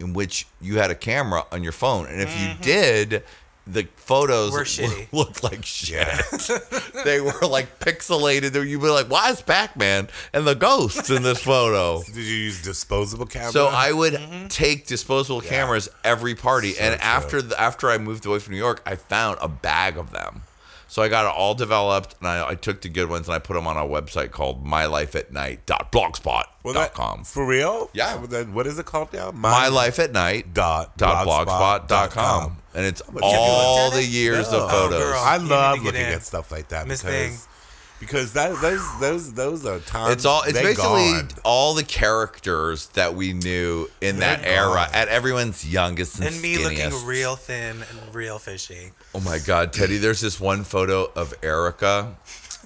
Speaker 2: in which you had a camera on your phone, and if you did. The photos
Speaker 3: Mm-hmm. Were
Speaker 2: lo-
Speaker 3: shitty.
Speaker 2: looked like shit.
Speaker 5: Yeah.
Speaker 2: they were like pixelated. They- You'd be like, "Why is Pac-Man and the ghosts in this photo?"
Speaker 5: Did you use disposable camera?
Speaker 2: So I would take disposable cameras every party,
Speaker 5: Mm-hmm. So
Speaker 2: and
Speaker 5: true.
Speaker 2: after the, after I moved away from New York, I found a bag of them. So I got it all developed, and I, I took the good ones and I put them on a website called
Speaker 5: Well, that-
Speaker 2: mylifeatnight.blogspot.com.
Speaker 5: for real?
Speaker 2: Yeah.
Speaker 5: Well, then what is it called now?
Speaker 2: My life at night
Speaker 5: Dot
Speaker 2: dot
Speaker 5: blogspot dot
Speaker 2: blogspot.com,
Speaker 5: com.
Speaker 2: and it's
Speaker 5: gonna check it out.
Speaker 2: all
Speaker 3: Did
Speaker 2: the
Speaker 3: it?
Speaker 2: years
Speaker 5: Oh,
Speaker 2: of photos.
Speaker 3: girl.
Speaker 5: I
Speaker 3: You need
Speaker 5: love
Speaker 3: to get
Speaker 5: looking
Speaker 3: in.
Speaker 5: at stuff like that
Speaker 3: Miss Thing.
Speaker 5: because because that those those those are times.
Speaker 2: It's all. It's
Speaker 5: they
Speaker 2: basically
Speaker 5: gone.
Speaker 2: all the characters that we knew in that
Speaker 5: They're
Speaker 2: era
Speaker 5: gone.
Speaker 2: at everyone's youngest and,
Speaker 3: And me looking
Speaker 2: skinniest.
Speaker 3: real thin and real fishy.
Speaker 2: Oh my God, Teddy! uh, There's this one photo of Erica,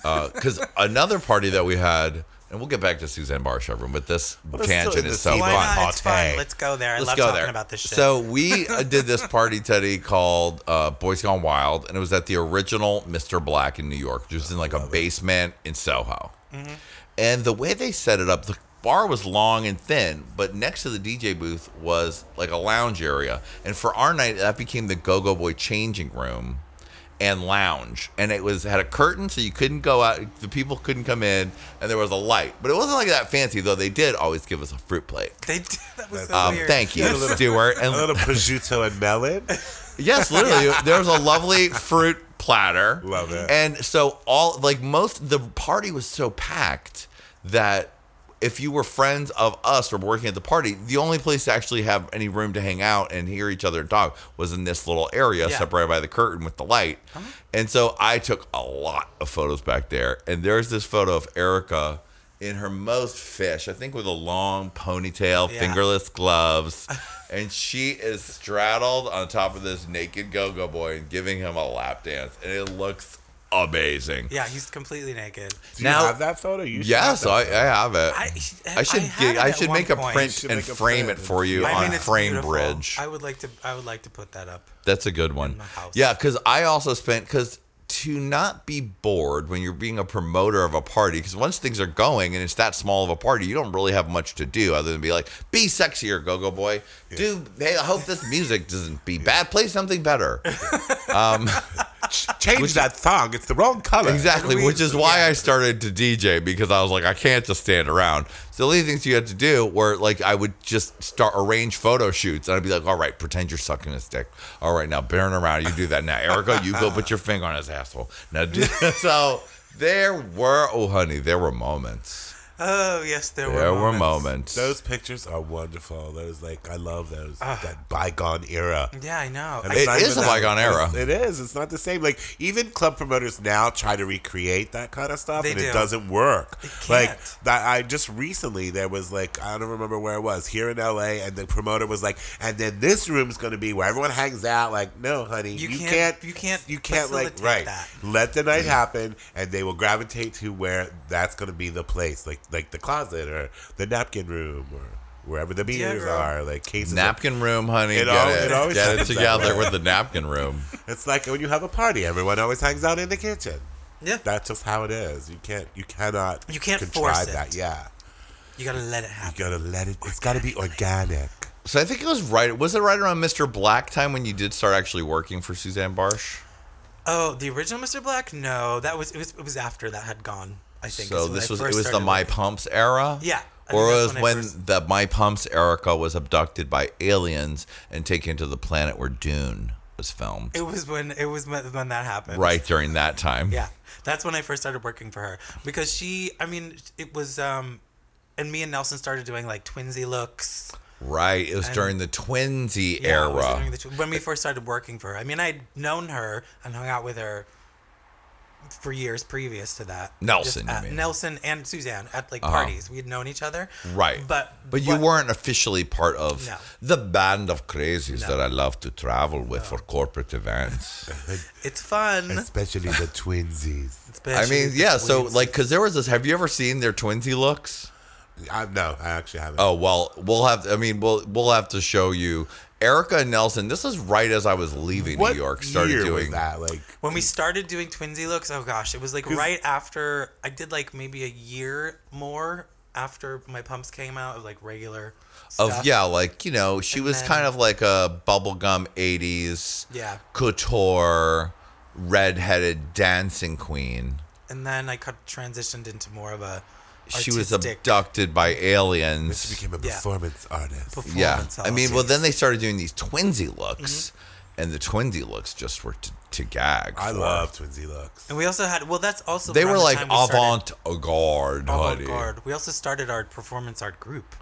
Speaker 2: because another party that we had and we'll get back to Suzanne Barsh everyone, but this
Speaker 5: let's
Speaker 2: tangent
Speaker 5: do
Speaker 2: is
Speaker 5: this.
Speaker 2: so
Speaker 5: Why
Speaker 2: fun.
Speaker 5: not?
Speaker 3: It's fun.
Speaker 5: Party.
Speaker 3: Let's go there. I
Speaker 2: Let's
Speaker 3: love
Speaker 2: go
Speaker 3: talking
Speaker 2: there.
Speaker 3: about this shit.
Speaker 2: So we uh, did this party Teddy called uh, Boys Gone Wild, and it was at the original Mr. Black in New York, which was in like a basement in Soho.
Speaker 3: Mm-hmm.
Speaker 2: And the way they set it up, the bar was long and thin, but next to the DJ booth was like a lounge area. And for our night, that became the Go Go Boy changing room and lounge. And it was had a curtain so you couldn't go out, the people couldn't come in, and there was a light. But it wasn't like that fancy, though they did always give us a fruit plate.
Speaker 3: they did, that was so
Speaker 2: Um,
Speaker 3: weird.
Speaker 2: thank you, Stuart. And
Speaker 5: A little prosciutto and melon.
Speaker 2: Yes, literally. there was a lovely fruit platter.
Speaker 5: Love it.
Speaker 2: And so all like most the party was so packed that if you were friends of us or working at the party, the only place to actually have any room to hang out and hear each other and talk was in this little area
Speaker 3: Yeah. Uh-huh.
Speaker 2: separated by the curtain with the light. And so I took a lot of photos back there. And there's this photo of Erica in her most fish, I think with a long ponytail,
Speaker 3: Yeah.
Speaker 2: fingerless gloves. And she is straddled on top of this naked go go boy and giving him a lap dance. And it looks amazing.
Speaker 3: Yeah, he's completely naked.
Speaker 5: Do
Speaker 2: Now-
Speaker 5: you have that photo? You should
Speaker 2: Yes, I, I
Speaker 5: have that
Speaker 2: have it.
Speaker 3: I,
Speaker 2: I, should
Speaker 3: had
Speaker 2: get,
Speaker 3: it
Speaker 2: I
Speaker 3: at
Speaker 2: should
Speaker 3: one
Speaker 2: make a
Speaker 3: point.
Speaker 2: print
Speaker 5: should
Speaker 2: and
Speaker 5: make a
Speaker 2: frame
Speaker 5: print
Speaker 2: it
Speaker 5: and
Speaker 2: for you
Speaker 5: frame
Speaker 2: on
Speaker 5: it.
Speaker 3: it's beautiful.
Speaker 2: Framebridge.
Speaker 3: I would like to. I would like to put that up.
Speaker 2: That's a good one.
Speaker 3: my house.
Speaker 2: Yeah, because I also spent because to not be bored when you're being a promoter of a party because once things are going and it's that small of a party you don't really have much to do other than be like be sexier go go boy do hey i hope this music doesn't be bad play something better
Speaker 5: photo. Change that thong. It's the wrong color.
Speaker 2: exactly which is why i started to dj because i was like i can't just stand around so the only things you had to do were like i would just start arrange photo shoots and i'd be like all right pretend you're sucking his dick all right now bearing around you do that now erica you go put your finger on his asshole now do so there were oh honey there were moments
Speaker 3: Oh yes, there,
Speaker 2: there
Speaker 3: were,
Speaker 2: were moments
Speaker 5: Those pictures are wonderful. Those like I love those
Speaker 3: Ah.
Speaker 5: that bygone era.
Speaker 3: Yeah, I know.
Speaker 5: And
Speaker 3: I-
Speaker 5: it's
Speaker 2: It
Speaker 5: not
Speaker 2: is
Speaker 5: even
Speaker 2: a
Speaker 5: that-
Speaker 2: bygone era.
Speaker 5: It is. It's not the same. Like even club promoters now try to recreate that kind of stuff,
Speaker 3: They
Speaker 5: and
Speaker 3: do.
Speaker 5: it doesn't work.
Speaker 3: can't.
Speaker 5: Like that. I just recently there was like I don't remember where it was here in L.A. and the promoter was like, and then this room's going to be where everyone hangs out. Like no, honey,
Speaker 3: You
Speaker 5: you,
Speaker 3: can't-
Speaker 5: can't,
Speaker 3: you can't
Speaker 5: You can't like
Speaker 3: facilitate
Speaker 5: right.
Speaker 3: that. Mm.
Speaker 5: Let the night happen, and they will gravitate to where that's going to be the place, like like the closet or the napkin room or wherever the
Speaker 3: Yeah,
Speaker 5: beers
Speaker 3: girl.
Speaker 5: are, like cases. of
Speaker 2: napkin room honey
Speaker 5: It
Speaker 2: get,
Speaker 5: al-
Speaker 2: it,
Speaker 5: it always
Speaker 2: get it
Speaker 5: happens that
Speaker 2: together
Speaker 5: way.
Speaker 2: with the napkin room
Speaker 5: It's like when you have a party, everyone always hangs out in the kitchen.
Speaker 3: yeah,
Speaker 5: That's just how it is. You can't, you cannot,
Speaker 3: You can't
Speaker 5: contrive
Speaker 3: force it.
Speaker 5: that. Yeah,
Speaker 3: you gotta let it
Speaker 5: you
Speaker 3: happen.
Speaker 5: gotta let it. It's gotta be organic.
Speaker 2: So I think it was right. Was it right around Mr. Black time when you did start actually working for Suzanne Barsh?
Speaker 3: Oh, the original Mr. Black? No, that was it. Was it was after that had gone? I think. is
Speaker 2: So
Speaker 3: when
Speaker 2: this
Speaker 3: I
Speaker 2: was it
Speaker 3: first
Speaker 2: was the
Speaker 3: started
Speaker 2: My
Speaker 3: working.
Speaker 2: Pumps era.
Speaker 3: Yeah,
Speaker 2: Or it
Speaker 3: I think that's
Speaker 2: was
Speaker 3: when I
Speaker 2: when
Speaker 3: first-
Speaker 2: the My Pumps Erica was abducted by aliens and taken to the planet where Dune was filmed.
Speaker 3: It was when it was when when that happened.
Speaker 2: right during that time.
Speaker 3: Yeah, that's when I first started working for her because she. I mean, it was. um and me and Nelson started doing like twinsy looks.
Speaker 2: Right. It was during the twinsy
Speaker 3: Yeah, it was
Speaker 2: era.
Speaker 3: during the tw- when we first started working for her. I mean, I'd known her and hung out with her for years previous to that.
Speaker 2: Nelson, you
Speaker 3: at-
Speaker 2: mean. Uh-huh.
Speaker 3: Nelson and Suzanne at like parties. We'd known each other.
Speaker 2: right.
Speaker 3: But
Speaker 2: but you weren't officially part of
Speaker 3: No.
Speaker 2: the band of crazies
Speaker 3: No.
Speaker 2: that I love to travel with for corporate events.
Speaker 3: It's fun.
Speaker 5: Especially the twinsies.
Speaker 2: I mean,
Speaker 3: especially
Speaker 2: yeah.
Speaker 3: with
Speaker 2: So
Speaker 3: twins.
Speaker 2: like, because there was this. Have you ever seen their twinsy looks?
Speaker 5: I, no, I actually haven't.
Speaker 2: Oh well, we'll have. I mean, we'll we'll have to show you Erica and Nelson. This is right as I was leaving
Speaker 5: What
Speaker 2: New York. Started
Speaker 5: year
Speaker 2: doing
Speaker 5: was that? Like
Speaker 3: when we started doing twinsy looks, oh gosh, it was like right after I did like maybe a year more after my pumps came out of like regular
Speaker 2: of
Speaker 3: stuff.
Speaker 2: yeah, like you know, she
Speaker 3: And
Speaker 2: was
Speaker 3: then-
Speaker 2: kind of like a bubblegum '80s
Speaker 3: Yeah.
Speaker 2: couture redheaded dancing queen.
Speaker 3: And then I cut transitioned into more of a
Speaker 2: She was
Speaker 3: artistic-
Speaker 2: abducted by
Speaker 5: she
Speaker 2: aliens.
Speaker 5: became a
Speaker 3: yeah.
Speaker 5: performance artist.
Speaker 3: Perf-
Speaker 2: Yeah,
Speaker 3: performance
Speaker 2: I mean, well,
Speaker 3: artist.
Speaker 2: then they started doing these twinsy looks,
Speaker 3: Mm-hmm.
Speaker 2: and the twinsy looks just were to, to gag.
Speaker 5: I
Speaker 2: for.
Speaker 5: love twinsy looks.
Speaker 3: And we also had well, that's also
Speaker 2: They
Speaker 3: around
Speaker 2: were
Speaker 3: the
Speaker 2: like
Speaker 3: time we started
Speaker 2: avant garde, honey.
Speaker 3: avant-garde. We also started our performance art group.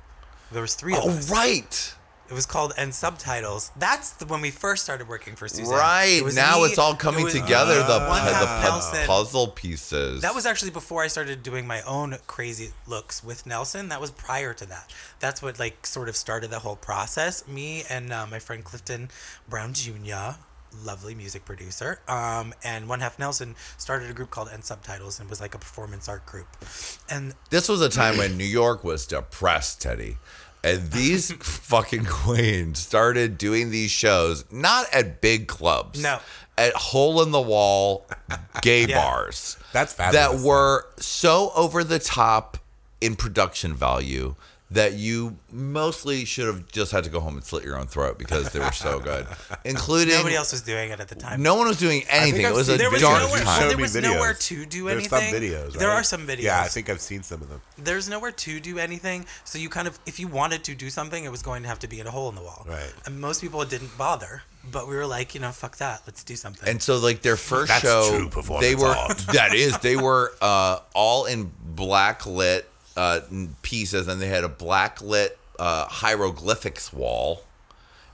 Speaker 3: There was three of
Speaker 2: Oh,
Speaker 3: us.
Speaker 2: right.
Speaker 3: It was called and subtitles. That's the, when we first started working for Suzanne.
Speaker 2: Right
Speaker 3: It was
Speaker 2: now,
Speaker 3: me,
Speaker 2: it's all
Speaker 3: it
Speaker 2: coming
Speaker 3: was
Speaker 2: together.
Speaker 3: me,
Speaker 2: the
Speaker 3: one
Speaker 2: pu- the
Speaker 3: half
Speaker 2: pu-
Speaker 3: Nelson.
Speaker 2: puzzle pieces.
Speaker 3: That was actually before I started doing my own crazy looks with Nelson. That was prior to that. That's what like sort of started the whole process. Me and uh, my friend Clifton Brown Jr. lovely music producer. Um, and One Half Nelson started a group called End Subtitles and was like a performance art group. And
Speaker 2: This was a time when New York was depressed, Teddy. And these fucking queens started doing these shows, not at big clubs.
Speaker 3: No.
Speaker 2: At hole in the wall gay
Speaker 3: Yeah.
Speaker 2: bars.
Speaker 5: That's
Speaker 2: That
Speaker 5: fabulous.
Speaker 2: were so over the top in production value that you mostly should have just had to go home and slit your own throat because they were so good. Including
Speaker 3: nobody else was doing it at the time.
Speaker 2: no one was doing anything. It
Speaker 5: I've
Speaker 2: was
Speaker 5: seen-
Speaker 2: a
Speaker 3: There was,
Speaker 2: dark
Speaker 3: nowhere,
Speaker 5: showed
Speaker 2: time.
Speaker 3: there
Speaker 5: me
Speaker 3: was
Speaker 5: videos.
Speaker 3: nowhere to do
Speaker 5: There's
Speaker 3: anything.
Speaker 5: some videos.
Speaker 3: There
Speaker 5: right?
Speaker 3: are some videos.
Speaker 5: Yeah, I think I've seen some of them.
Speaker 3: there's nowhere to do anything. So you kind of, if you wanted to do something, it was going to have to be in a hole in the wall.
Speaker 5: Right.
Speaker 3: And most people didn't bother, but we were like, you know, fuck that, let's do something.
Speaker 2: And so, like their first
Speaker 5: That's
Speaker 2: show,
Speaker 5: true performance
Speaker 2: they were
Speaker 5: art.
Speaker 2: that is they were uh, all in black lit uh, n- pieces, and they had a black lit uh, hieroglyphics wall,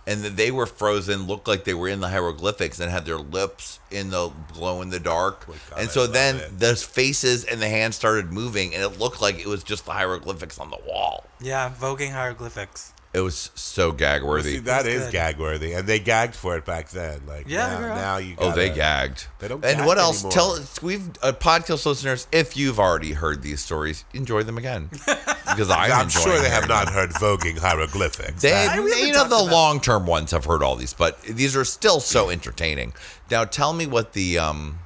Speaker 2: and then they were frozen, looked like they were in the hieroglyphics, and had their lips in the glow in the dark.
Speaker 5: God,
Speaker 2: and
Speaker 5: I
Speaker 2: so
Speaker 5: love
Speaker 2: then
Speaker 5: it.
Speaker 2: those faces and the hands started moving, and it looked like it was just the hieroglyphics on the wall.
Speaker 3: yeah, voguing hieroglyphics.
Speaker 2: It was so gag
Speaker 5: See,
Speaker 2: worthy.
Speaker 5: that is
Speaker 3: good.
Speaker 5: gag worthy, and they gagged for it back then. Like
Speaker 3: Yeah,
Speaker 5: now,
Speaker 3: girl.
Speaker 5: now you.
Speaker 2: Oh, they
Speaker 5: gotta-
Speaker 2: gagged.
Speaker 5: They don't
Speaker 2: and
Speaker 5: gag
Speaker 2: what else?
Speaker 5: anymore.
Speaker 2: Tell we've uh, podcast listeners if you've already heard these stories, enjoy them again because I'm,
Speaker 5: I'm
Speaker 2: enjoying
Speaker 5: sure they have
Speaker 2: hearing
Speaker 5: not
Speaker 2: them.
Speaker 5: heard voguing hieroglyphics.
Speaker 2: They,
Speaker 3: we haven't
Speaker 2: you know,
Speaker 3: talked
Speaker 2: the
Speaker 3: about-
Speaker 2: long term ones have heard all these, but these are still so entertaining. Now, tell me what the um,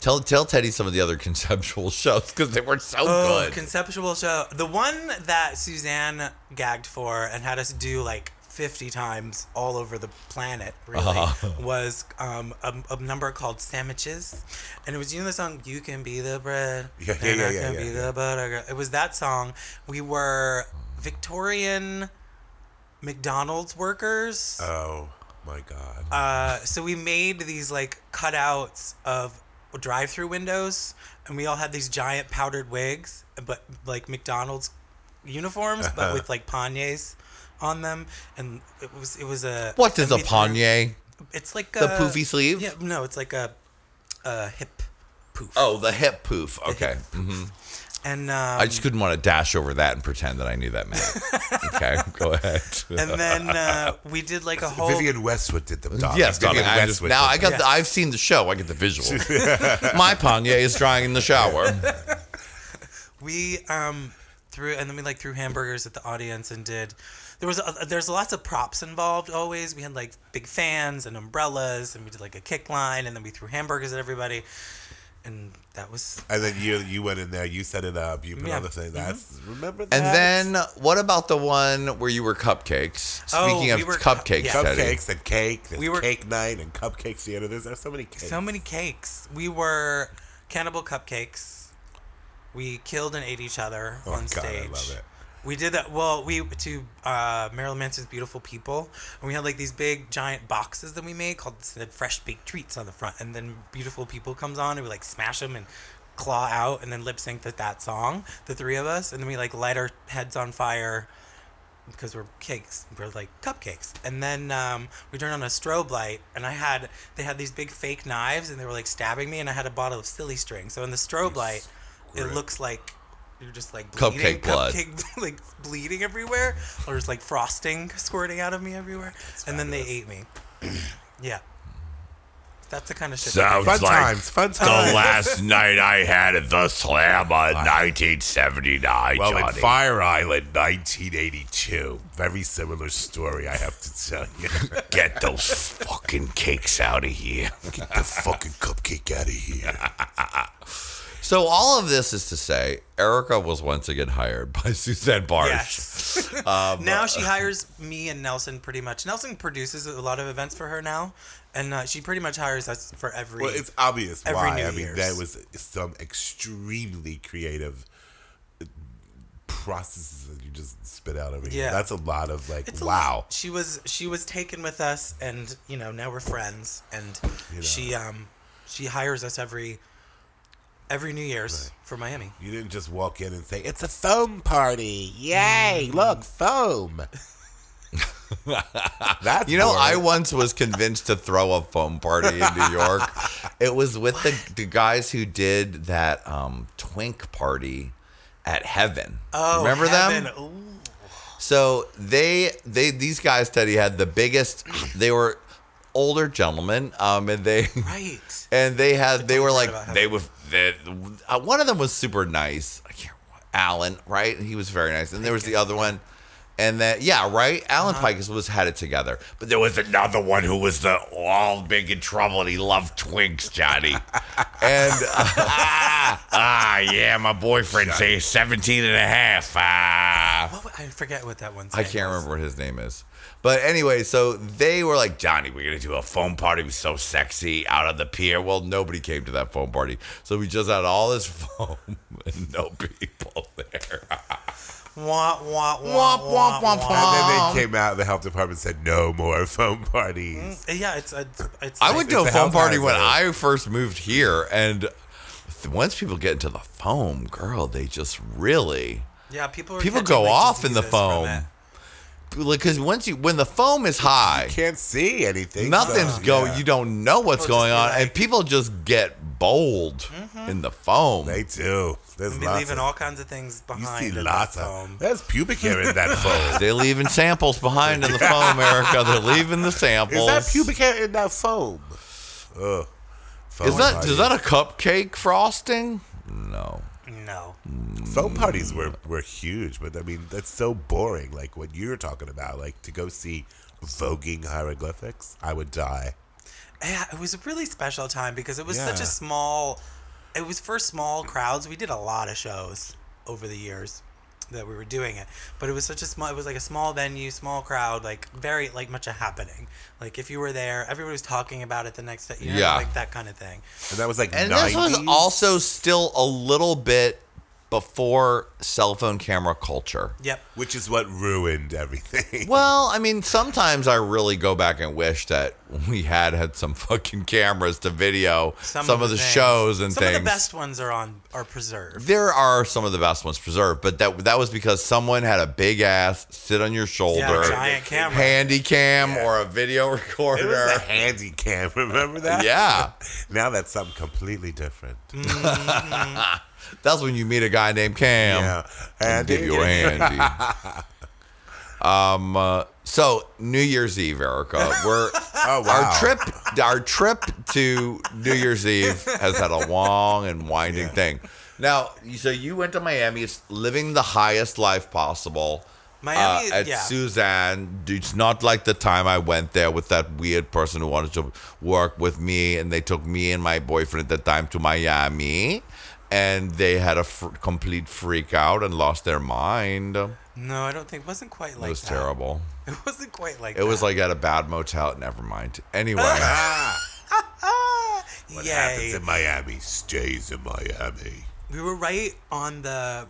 Speaker 2: tell tell Teddy some of the other conceptual shows because they were so
Speaker 3: Oh,
Speaker 2: good.
Speaker 3: conceptual show. The one that Suzanne gagged for and had us do like 50 times all over the planet, really,
Speaker 5: Uh-huh.
Speaker 3: was um, a, a number called Sandwiches. And it was, you know, the song, You Can Be the Bread.
Speaker 5: Yeah, yeah,
Speaker 3: and
Speaker 5: yeah,
Speaker 3: I
Speaker 5: yeah,
Speaker 3: Can
Speaker 5: yeah,
Speaker 3: Be
Speaker 5: yeah.
Speaker 3: the Butter. Girl." It was that song. We were Victorian McDonald's workers.
Speaker 5: oh my god.
Speaker 3: Uh, so we made these like cutouts of drive-through windows, and we all had these giant powdered wigs, but like McDonald's uniforms, but
Speaker 2: Uh-huh.
Speaker 3: with like panniers on them, and it was it was a
Speaker 2: what is a
Speaker 3: we-
Speaker 2: pannier?
Speaker 3: It's like
Speaker 2: The
Speaker 3: a,
Speaker 2: poofy sleeve?
Speaker 3: Yeah, no, it's like a a hip poof.
Speaker 2: Oh, the hip poof. Okay,
Speaker 3: and um,
Speaker 2: I just couldn't want to dash over that and pretend that I knew that meant. it. okay, go ahead.
Speaker 3: and then uh, we did like a whole
Speaker 5: Vivian Westwood did them. Dog.
Speaker 2: Yes,
Speaker 5: Vivian
Speaker 2: darling, I just- now I
Speaker 5: did
Speaker 2: got.
Speaker 3: Yeah.
Speaker 2: The, I've seen the show. I get the visual. My pannier is drying in the shower.
Speaker 3: we um threw and then we like threw hamburgers at the audience and did there was a, there's lots of props involved always we had like big fans and umbrellas and we did like a kick line and then we threw hamburgers at everybody and that was
Speaker 5: And then you you went in there, you set it up, you put
Speaker 3: Yeah. Mm-hmm.
Speaker 5: on the thing. That's remember that.
Speaker 2: And then what about the one where you were cupcakes?
Speaker 3: Oh,
Speaker 2: Speaking
Speaker 3: we
Speaker 2: of
Speaker 3: were cu-
Speaker 2: cupcakes,
Speaker 3: yeah.
Speaker 2: Teddy.
Speaker 5: cupcakes and cake. There's
Speaker 3: We were-
Speaker 5: cake night and cupcake theater. There's, there's so many cakes.
Speaker 3: so many cakes we were cannibal cupcakes we killed and ate each other
Speaker 5: Oh,
Speaker 3: on
Speaker 5: God, I
Speaker 3: stage
Speaker 5: love it.
Speaker 3: we did that. Well, we to uh, Marilyn Manson's "Beautiful People," and we had like these big giant boxes that we made called said "Fresh Baked Treats" on the front, and then "Beautiful People" comes on, and we like smash them and claw out, and then lip sync that that song, the three of us, and then we like light our heads on fire because we're cakes, we're like cupcakes, and then um, we turned on a strobe light, and I had they had these big fake knives, and they were like stabbing me, and I had a bottle of silly string, so in the strobe light, it looks like. You're just like bleeding,
Speaker 2: Cupcake blood.
Speaker 3: cupcake like bleeding everywhere, or just like frosting squirting out of me everywhere, and then they ate me. yeah, that's the kind of shit. that
Speaker 2: Sounds
Speaker 3: they
Speaker 5: fun
Speaker 2: like
Speaker 5: times. Fun times.
Speaker 2: last night I had at the Slam on 1979,
Speaker 5: Well, in Fire Island, 1982, very similar story, I have to tell you.
Speaker 2: Get those fucking cakes out of here.
Speaker 5: Get the fucking cupcake out of here.
Speaker 2: So all of this is to say, Erica was once again hired by Suzanne Barsh.
Speaker 3: Yes.
Speaker 2: Um, uh,
Speaker 3: now she hires me and Nelson pretty much. Nelson produces a lot of events for her now, and uh, she pretty much hires us for every.
Speaker 5: Well, it's obvious
Speaker 3: Every
Speaker 5: why.
Speaker 3: New
Speaker 5: I mean,
Speaker 3: Year's.
Speaker 5: there was some extremely creative processes that you just spit out of me.
Speaker 3: Yeah.
Speaker 5: That's a lot of like,
Speaker 3: It's a-
Speaker 5: wow.
Speaker 3: she was she was taken with us, and you know now we're friends, and she um she hires us every every New Year's for Miami.
Speaker 5: you didn't just walk in and say, it's a foam party.
Speaker 3: Mm.
Speaker 5: Yay, look, foam. That's
Speaker 2: You know,
Speaker 5: boring.
Speaker 2: I once was convinced to throw a foam party in New York. It was with the, the guys who did that um, twink party at Heaven.
Speaker 3: Oh,
Speaker 2: remember
Speaker 3: heaven.
Speaker 2: them?
Speaker 3: Ooh.
Speaker 2: So they they these guys Teddy had the biggest. They were older gentlemen, um, and they
Speaker 3: Right.
Speaker 2: and they had they were like
Speaker 3: about
Speaker 2: they were they, uh, one of them was super nice. I can't remember- Alan, right? He was very nice, and there was the other one, and that yeah, right. Alan Pikus was had it together, but there was another one who was the all big in trouble, and he loved twinks, Johnny. and uh,
Speaker 5: Ah, yeah, my boyfriend says 17 and a half. Ah.
Speaker 3: What, wa- I forget what that one's.
Speaker 2: I can't remember what his name is. But anyway, so they were like, Johnny, we're gonna do a foam party. It was so sexy out on the pier. Well, nobody came to that foam party, so we just had all this foam and no people there.
Speaker 3: Womp womp womp
Speaker 2: Womp, womp, womp,
Speaker 5: And then they came out, the health department said, no more phone parties.
Speaker 3: Yeah, it's a. It's
Speaker 2: I
Speaker 3: like-
Speaker 2: went to a
Speaker 5: the
Speaker 2: foam
Speaker 5: house
Speaker 2: party
Speaker 5: party.
Speaker 2: when I first moved here, and th- once people get into the foam, girl, they just really
Speaker 3: Yeah, people. Are
Speaker 2: people
Speaker 3: catching,
Speaker 2: go
Speaker 3: like,
Speaker 2: off in the
Speaker 3: diseases from
Speaker 2: foam
Speaker 3: it.
Speaker 2: because once you when the foam is high,
Speaker 5: Can't see anything.
Speaker 2: nothing's
Speaker 5: so,
Speaker 2: going.
Speaker 5: yeah.
Speaker 2: You don't know what's
Speaker 3: People
Speaker 2: going
Speaker 3: just be
Speaker 2: on,
Speaker 3: like-
Speaker 2: and people just get bold in the foam.
Speaker 5: They do. There's
Speaker 3: Be
Speaker 5: lots
Speaker 3: leaving
Speaker 5: of.
Speaker 3: all kinds of things
Speaker 5: you
Speaker 3: behind.
Speaker 5: see
Speaker 3: in that
Speaker 5: lots
Speaker 3: foam.
Speaker 5: of. There's pubic hair in that phone.
Speaker 2: They're leaving samples behind in the foam, Erica. They're leaving the samples.
Speaker 5: Is that pubic hair in that foam? Ugh. Foam
Speaker 2: Is that
Speaker 5: parties.
Speaker 2: is that a cupcake frosting? No.
Speaker 3: No.
Speaker 2: Mm.
Speaker 5: Phone parties were, were huge, but I mean that's so boring. Like what you're talking about, like to go see voguing hieroglyphics, I would die.
Speaker 3: Yeah, it was a really special time because it was such
Speaker 5: Yeah.
Speaker 3: a small. It was for small crowds. We did a lot of shows over the years that we were doing it, but it was such a small. It was like a small venue, small crowd, like very like much a happening. Like if you were there, everybody was talking about it the next day. You know,
Speaker 2: Yeah.
Speaker 3: like that kind of thing.
Speaker 5: And that was like
Speaker 2: And
Speaker 5: 90s.
Speaker 2: this was also still a little bit before cell phone camera culture.
Speaker 3: Yep.
Speaker 5: which is what ruined everything.
Speaker 2: Well, I mean, sometimes I really go back and wish that we had had some fucking cameras to video some, of the
Speaker 3: things.
Speaker 2: shows and
Speaker 3: some
Speaker 2: things.
Speaker 3: of the best ones are on are preserved.
Speaker 2: There are some of the best ones preserved, but that that was because someone had a big ass sit on your shoulder,
Speaker 3: giant camera.
Speaker 2: handy cam, or a video
Speaker 5: It was a
Speaker 2: recorder.
Speaker 5: handy cam, remember that?
Speaker 2: yeah, Mm.
Speaker 5: Now that's something completely different.
Speaker 2: that's when you meet a guy named Cam.
Speaker 5: Yeah.
Speaker 2: and give you a handy. um, uh, so New Year's Eve, Erica, we're
Speaker 5: Oh, wow.
Speaker 2: our trip. Our trip to New Year's Eve has had a long and winding thing. Now, so you went to Miami, it's living the highest life possible.
Speaker 3: Miami,
Speaker 2: uh, at
Speaker 3: yeah.
Speaker 2: Suzanne, it's not like the time I went there with that weird person who wanted to work with me, and they took me and my boyfriend at the time to Miami, and they had a fr- complete freak out and lost their mind. It
Speaker 3: no, I don't think. It wasn't quite like
Speaker 2: was
Speaker 3: that.
Speaker 2: terrible.
Speaker 3: It wasn't quite like.
Speaker 2: It was
Speaker 3: that.
Speaker 2: like at a bad motel. Never mind. Anyway.
Speaker 3: Ah,
Speaker 5: What
Speaker 3: yay.
Speaker 5: happens in Miami stays in Miami.
Speaker 3: We were right on the,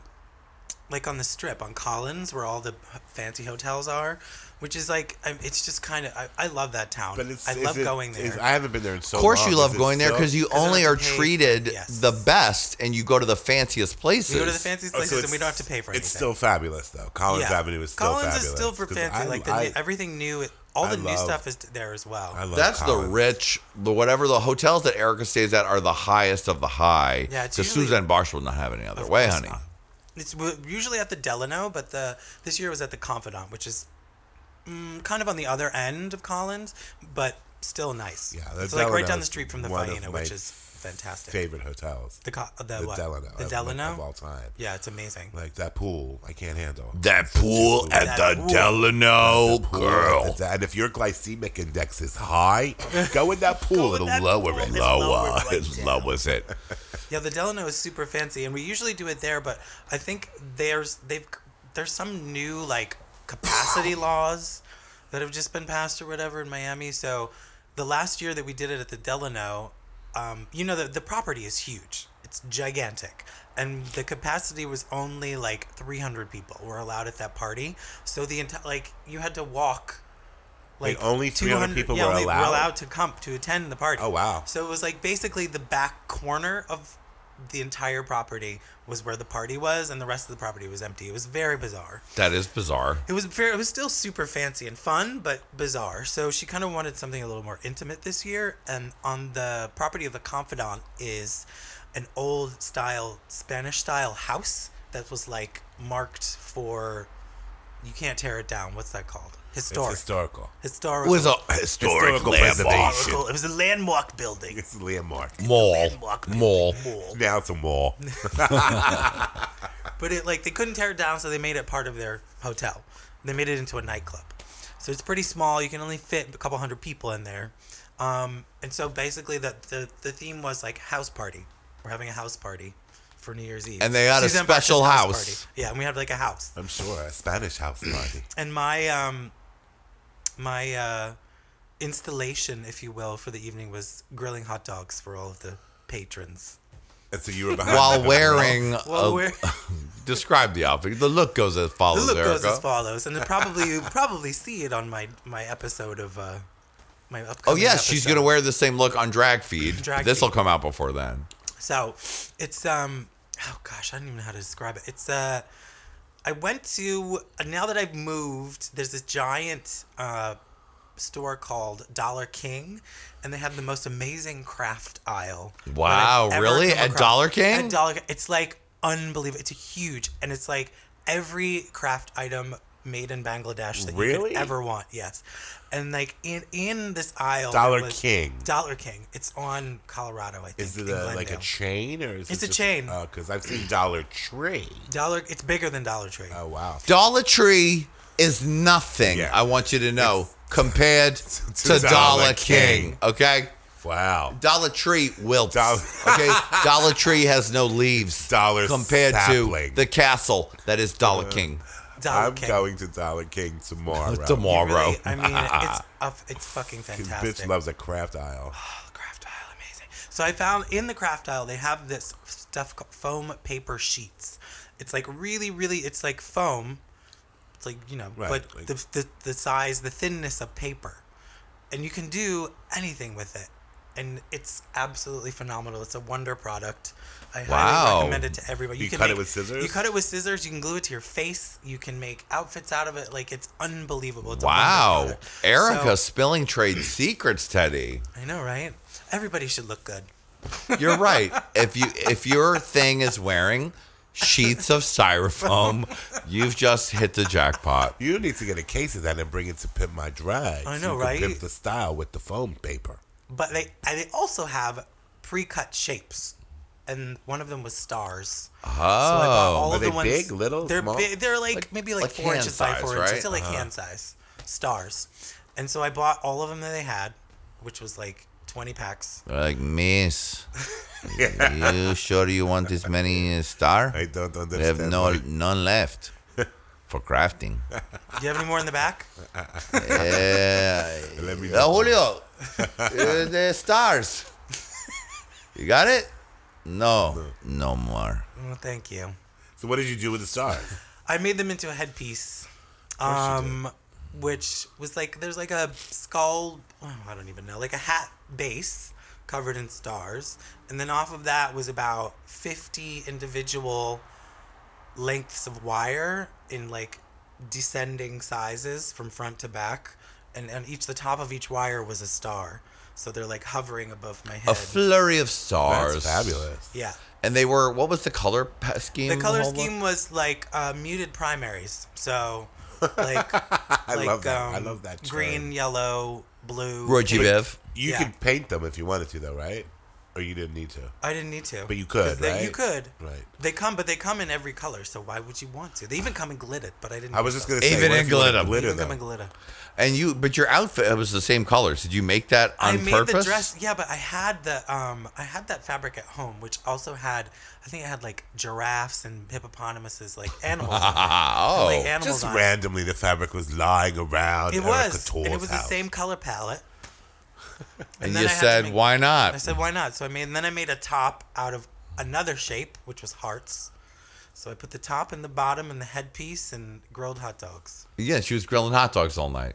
Speaker 3: like on the strip on Collins, where all the h- fancy hotels are, which is like I- it's just kind of I, I love that town.
Speaker 5: But it's,
Speaker 3: I
Speaker 5: is
Speaker 3: love
Speaker 5: it-
Speaker 3: going there.
Speaker 5: is- I haven't been there in so
Speaker 2: Of
Speaker 5: long.
Speaker 2: course,
Speaker 3: Oh,
Speaker 2: you love going there because you
Speaker 3: I
Speaker 2: only
Speaker 3: don't
Speaker 2: are
Speaker 3: have to pay-
Speaker 2: treated
Speaker 3: Yes.
Speaker 2: the best, and you go to the fanciest places.
Speaker 3: we go to the fanciest places and we don't have to pay for anything.
Speaker 5: Oh, It's still fabulous, though. Collins
Speaker 3: Yeah.
Speaker 5: Avenue is still
Speaker 3: Collins
Speaker 5: fabulous.
Speaker 3: is still for
Speaker 5: 'cause
Speaker 3: fancy.
Speaker 5: I-
Speaker 3: like the,
Speaker 5: I-
Speaker 3: new- everything new, it- all
Speaker 5: I
Speaker 3: the new
Speaker 5: love-
Speaker 3: stuff is there as well.
Speaker 5: I love
Speaker 2: That's the
Speaker 5: Collins.
Speaker 2: rich, the whatever the hotels that Erica stays at are the highest of the high.
Speaker 3: Yeah, it's
Speaker 2: the
Speaker 3: usually-
Speaker 2: Suzanne Barsh will not have any other
Speaker 3: Of
Speaker 2: way,
Speaker 3: course
Speaker 2: honey.
Speaker 3: not. It's w- usually at the Delano, but the this year was at the Confidant, which is mm, kind of on the other end of Collins, but still nice.
Speaker 5: Yeah, the
Speaker 3: it's like right
Speaker 5: Delano
Speaker 3: down the
Speaker 5: is
Speaker 3: street from the
Speaker 5: one of
Speaker 3: Faena,
Speaker 5: my
Speaker 3: which is fantastic.
Speaker 5: Favorite hotels.
Speaker 3: The co- uh, the,
Speaker 5: The
Speaker 3: what?
Speaker 5: Delano.
Speaker 3: The
Speaker 5: of-
Speaker 3: Delano.
Speaker 5: Of all time.
Speaker 3: Yeah, it's amazing.
Speaker 5: Like that pool, I can't handle.
Speaker 2: That pool
Speaker 5: at
Speaker 3: That the pool.
Speaker 2: Delano,
Speaker 5: Pool, it's- And if your glycemic index is high, go in that pool.
Speaker 3: in
Speaker 5: It'll
Speaker 3: that
Speaker 5: lower
Speaker 3: pool.
Speaker 5: it.
Speaker 3: It's lowered right
Speaker 5: it
Speaker 3: down.
Speaker 5: lowers it.
Speaker 3: Yeah, the Delano is super fancy, and we usually do it there. But I think there's they've there's some new like capacity laws that have just been passed or whatever in Miami. So the last year that we did it at the Delano, um, you know the the property is huge. It's gigantic. And the capacity was only like 300 people were allowed at that party. So the entire, like, you had to walk
Speaker 5: Wait, only 300 people were
Speaker 3: only
Speaker 5: allowed?
Speaker 3: to come to attend the party.
Speaker 5: Oh, wow.
Speaker 3: So it was like basically the back corner of the entire property was where the party was, and the rest of the property was empty. It was very bizarre.
Speaker 2: That is bizarre.
Speaker 3: It was very, it was still super fancy and fun, but bizarre. So she kind of wanted something a little more intimate this year, and on the property of the Confidant is an old style Spanish style house that was like marked for you can't tear it down. What's that called? Historic.
Speaker 5: It's historical.
Speaker 3: historical.
Speaker 2: With a historic,
Speaker 5: Historical
Speaker 2: landmark.
Speaker 5: preservation.
Speaker 3: historical. It was a landmark building.
Speaker 5: It's a landmark.
Speaker 2: Mall.
Speaker 3: Landmark building.
Speaker 2: Mall.
Speaker 3: Mall.
Speaker 5: Now it's a mall.
Speaker 3: But it like they couldn't tear it down, so they made it part of their hotel. They made it into a nightclub. So it's pretty small. You can only fit a couple hundred people in there. Um, and so basically, the, the the theme was like house party. We're having a house party for New Year's Eve.
Speaker 2: And they had a
Speaker 3: Suzanne Bosch's
Speaker 2: special house.
Speaker 3: party. Yeah, and we had like a house.
Speaker 5: I'm sure a Spanish house party.
Speaker 3: And my um, my uh, installation, if you will, for the evening was grilling hot dogs for all of the patrons.
Speaker 5: And so you were behind
Speaker 2: While
Speaker 5: them as
Speaker 2: wearing.
Speaker 3: Well,
Speaker 2: a-
Speaker 3: we're.
Speaker 2: describe the outfit. The look goes as
Speaker 3: The
Speaker 2: follows,
Speaker 3: look goes as
Speaker 2: Erica.
Speaker 3: follows, and it probably you probably see it on my my episode of uh, my
Speaker 2: Oh,
Speaker 3: upcoming.
Speaker 2: yes, she's
Speaker 3: episode.
Speaker 2: going to wear the same look on Drag Feed.
Speaker 3: Drag
Speaker 2: this will
Speaker 3: Feed.
Speaker 2: come out before then.
Speaker 3: So, it's um, oh gosh, I don't even know how to describe it. It's uh, I went to now that I've moved. There's this giant uh, store called Dollar King, and they have the most amazing craft aisle. that
Speaker 2: Wow,
Speaker 3: I've ever
Speaker 2: really?
Speaker 3: come
Speaker 2: At
Speaker 3: across.
Speaker 2: Dollar King?
Speaker 3: At Dollar, it's like unbelievable. It's a huge, and it's like every craft item made in Bangladesh that you
Speaker 5: Really?
Speaker 3: could ever want. Yes, and like in in this aisle, there
Speaker 5: Dollar
Speaker 3: was-
Speaker 5: King.
Speaker 3: Dollar King. It's on Colorado, I think.
Speaker 5: Is it
Speaker 3: in
Speaker 5: a, like a
Speaker 3: Glendale.
Speaker 5: chain or is
Speaker 3: It's
Speaker 5: it
Speaker 3: a
Speaker 5: just-
Speaker 3: chain.
Speaker 5: Oh, because I've seen Dollar Tree.
Speaker 3: Dollar. It's bigger than Dollar Tree.
Speaker 5: Oh wow.
Speaker 2: Dollar Tree is nothing,
Speaker 5: Yeah.
Speaker 2: I want you to know, compared to,
Speaker 5: Dollar
Speaker 2: Dollar King.
Speaker 5: King.
Speaker 2: Okay?
Speaker 5: Wow.
Speaker 2: Dollar Tree wilts.
Speaker 5: Dollar-
Speaker 2: okay? Dollar Tree has no leaves
Speaker 5: Dollar
Speaker 2: compared
Speaker 5: sapling.
Speaker 2: to the castle that is Dollar King.
Speaker 3: Dollar
Speaker 5: I'm
Speaker 3: King.
Speaker 5: going to Dollar King tomorrow.
Speaker 2: Tomorrow.
Speaker 3: Really, I mean, it's up, it's fucking
Speaker 5: This
Speaker 3: fantastic.
Speaker 5: bitch loves a craft aisle.
Speaker 3: Oh, craft aisle, amazing. So I found in the craft aisle they have this stuff called foam paper sheets. It's like really, really, it's like foam. It's like you know,
Speaker 5: Right,
Speaker 3: but
Speaker 5: like-
Speaker 3: the, the the size, the thinness of paper, and you can do anything with it. And it's absolutely phenomenal. It's a wonder product. I
Speaker 2: Wow.
Speaker 3: highly recommend it to everybody.
Speaker 5: You cut it
Speaker 3: make-
Speaker 5: with scissors?
Speaker 3: You cut it with scissors. You can glue it to your face. You can make outfits out of it. Like it's unbelievable. It's a wonder
Speaker 2: Wow.
Speaker 3: product.
Speaker 2: Erica
Speaker 3: So-
Speaker 2: spilling trade secrets, Teddy.
Speaker 3: I know, right? Everybody should look good.
Speaker 2: You're right. If you if your thing is wearing sheets of styrofoam, you've just hit the jackpot.
Speaker 5: You need to get a case of that and bring it to Pimp My Drag.
Speaker 3: I
Speaker 5: so
Speaker 3: know,
Speaker 5: you can
Speaker 3: right?
Speaker 5: Pimp the style with the foam paper.
Speaker 3: but they and they also have pre-cut shapes, and one of them was stars. Oh, so I bought all
Speaker 5: Are
Speaker 3: of the
Speaker 5: they
Speaker 3: ones-
Speaker 5: big, little,
Speaker 3: They're
Speaker 5: small?
Speaker 3: big. They're like,
Speaker 2: Like-
Speaker 3: maybe like,
Speaker 2: like
Speaker 3: four
Speaker 2: hand
Speaker 3: inches by
Speaker 2: size,
Speaker 3: four
Speaker 2: right?
Speaker 3: inches. They're like hand size stars, and so I bought all of them that they had, which was like twenty packs.
Speaker 2: They're like, Miss, you sure you want this many uh, star?
Speaker 5: I don't
Speaker 2: We have
Speaker 5: understand.
Speaker 2: no
Speaker 5: why-
Speaker 2: none left for crafting.
Speaker 3: Do you have any more in the back?
Speaker 2: Yeah.
Speaker 5: Let me
Speaker 2: Uh, Julio, uh, the stars. You got it? No, no more.
Speaker 3: Well, Oh, thank you.
Speaker 5: So what did you do with the stars?
Speaker 3: I made them into a headpiece, um, which was like there's like a skull. oh, I don't even know, like a hat base covered in stars, and then off of that was about fifty individual lengths of wire in like descending sizes from front to back, and and each the top of each wire was a star, so they're like hovering above my head.
Speaker 2: A flurry of
Speaker 5: That's
Speaker 2: stars.
Speaker 5: fabulous.
Speaker 3: yeah.
Speaker 2: And they were, what was the color pa- scheme?
Speaker 3: The color
Speaker 2: Hold on.
Speaker 3: scheme was like uh, muted primaries, so like I
Speaker 5: love that. I love that term.
Speaker 3: green, yellow, blue.
Speaker 2: Roy G. Biv.
Speaker 5: You
Speaker 3: Yeah.
Speaker 5: could paint them if you wanted to, though, right? Or you didn't need to.
Speaker 3: I didn't need to,
Speaker 5: But you could,
Speaker 3: 'Cause they-
Speaker 5: right?
Speaker 3: You could.
Speaker 5: Right.
Speaker 3: They come, but they come in every color. So why would you want to? They even come in glitter, but I didn't.
Speaker 5: I was just gonna
Speaker 3: to
Speaker 5: say
Speaker 2: Even
Speaker 5: what
Speaker 2: in
Speaker 5: if you wanted
Speaker 2: glitter.
Speaker 3: They
Speaker 5: glitter
Speaker 3: even come in
Speaker 5: though?
Speaker 3: glitter.
Speaker 2: And you, but your outfit was the same colors. Did you make that on
Speaker 3: I made
Speaker 2: purpose?
Speaker 3: the dress. Yeah, but I had the um, I had that fabric at home, which also had, I think I had like giraffes and hippopotamuses, like animals. on it.
Speaker 2: Ah, oh.
Speaker 3: like animals
Speaker 5: Just
Speaker 3: on it.
Speaker 5: randomly, the fabric was lying around.
Speaker 3: It
Speaker 5: Erica
Speaker 3: was, and it
Speaker 5: Torr's
Speaker 3: was the
Speaker 5: house.
Speaker 3: same color palette.
Speaker 2: and
Speaker 3: then
Speaker 2: you
Speaker 3: I had to
Speaker 2: said,
Speaker 3: make-
Speaker 2: why
Speaker 3: I
Speaker 2: not?
Speaker 3: said, why not? So I made, and then I made a top out of another shape, which was hearts. So I put the top and the bottom and the headpiece and grilled hot dogs.
Speaker 2: yeah, she was grilling hot dogs all night.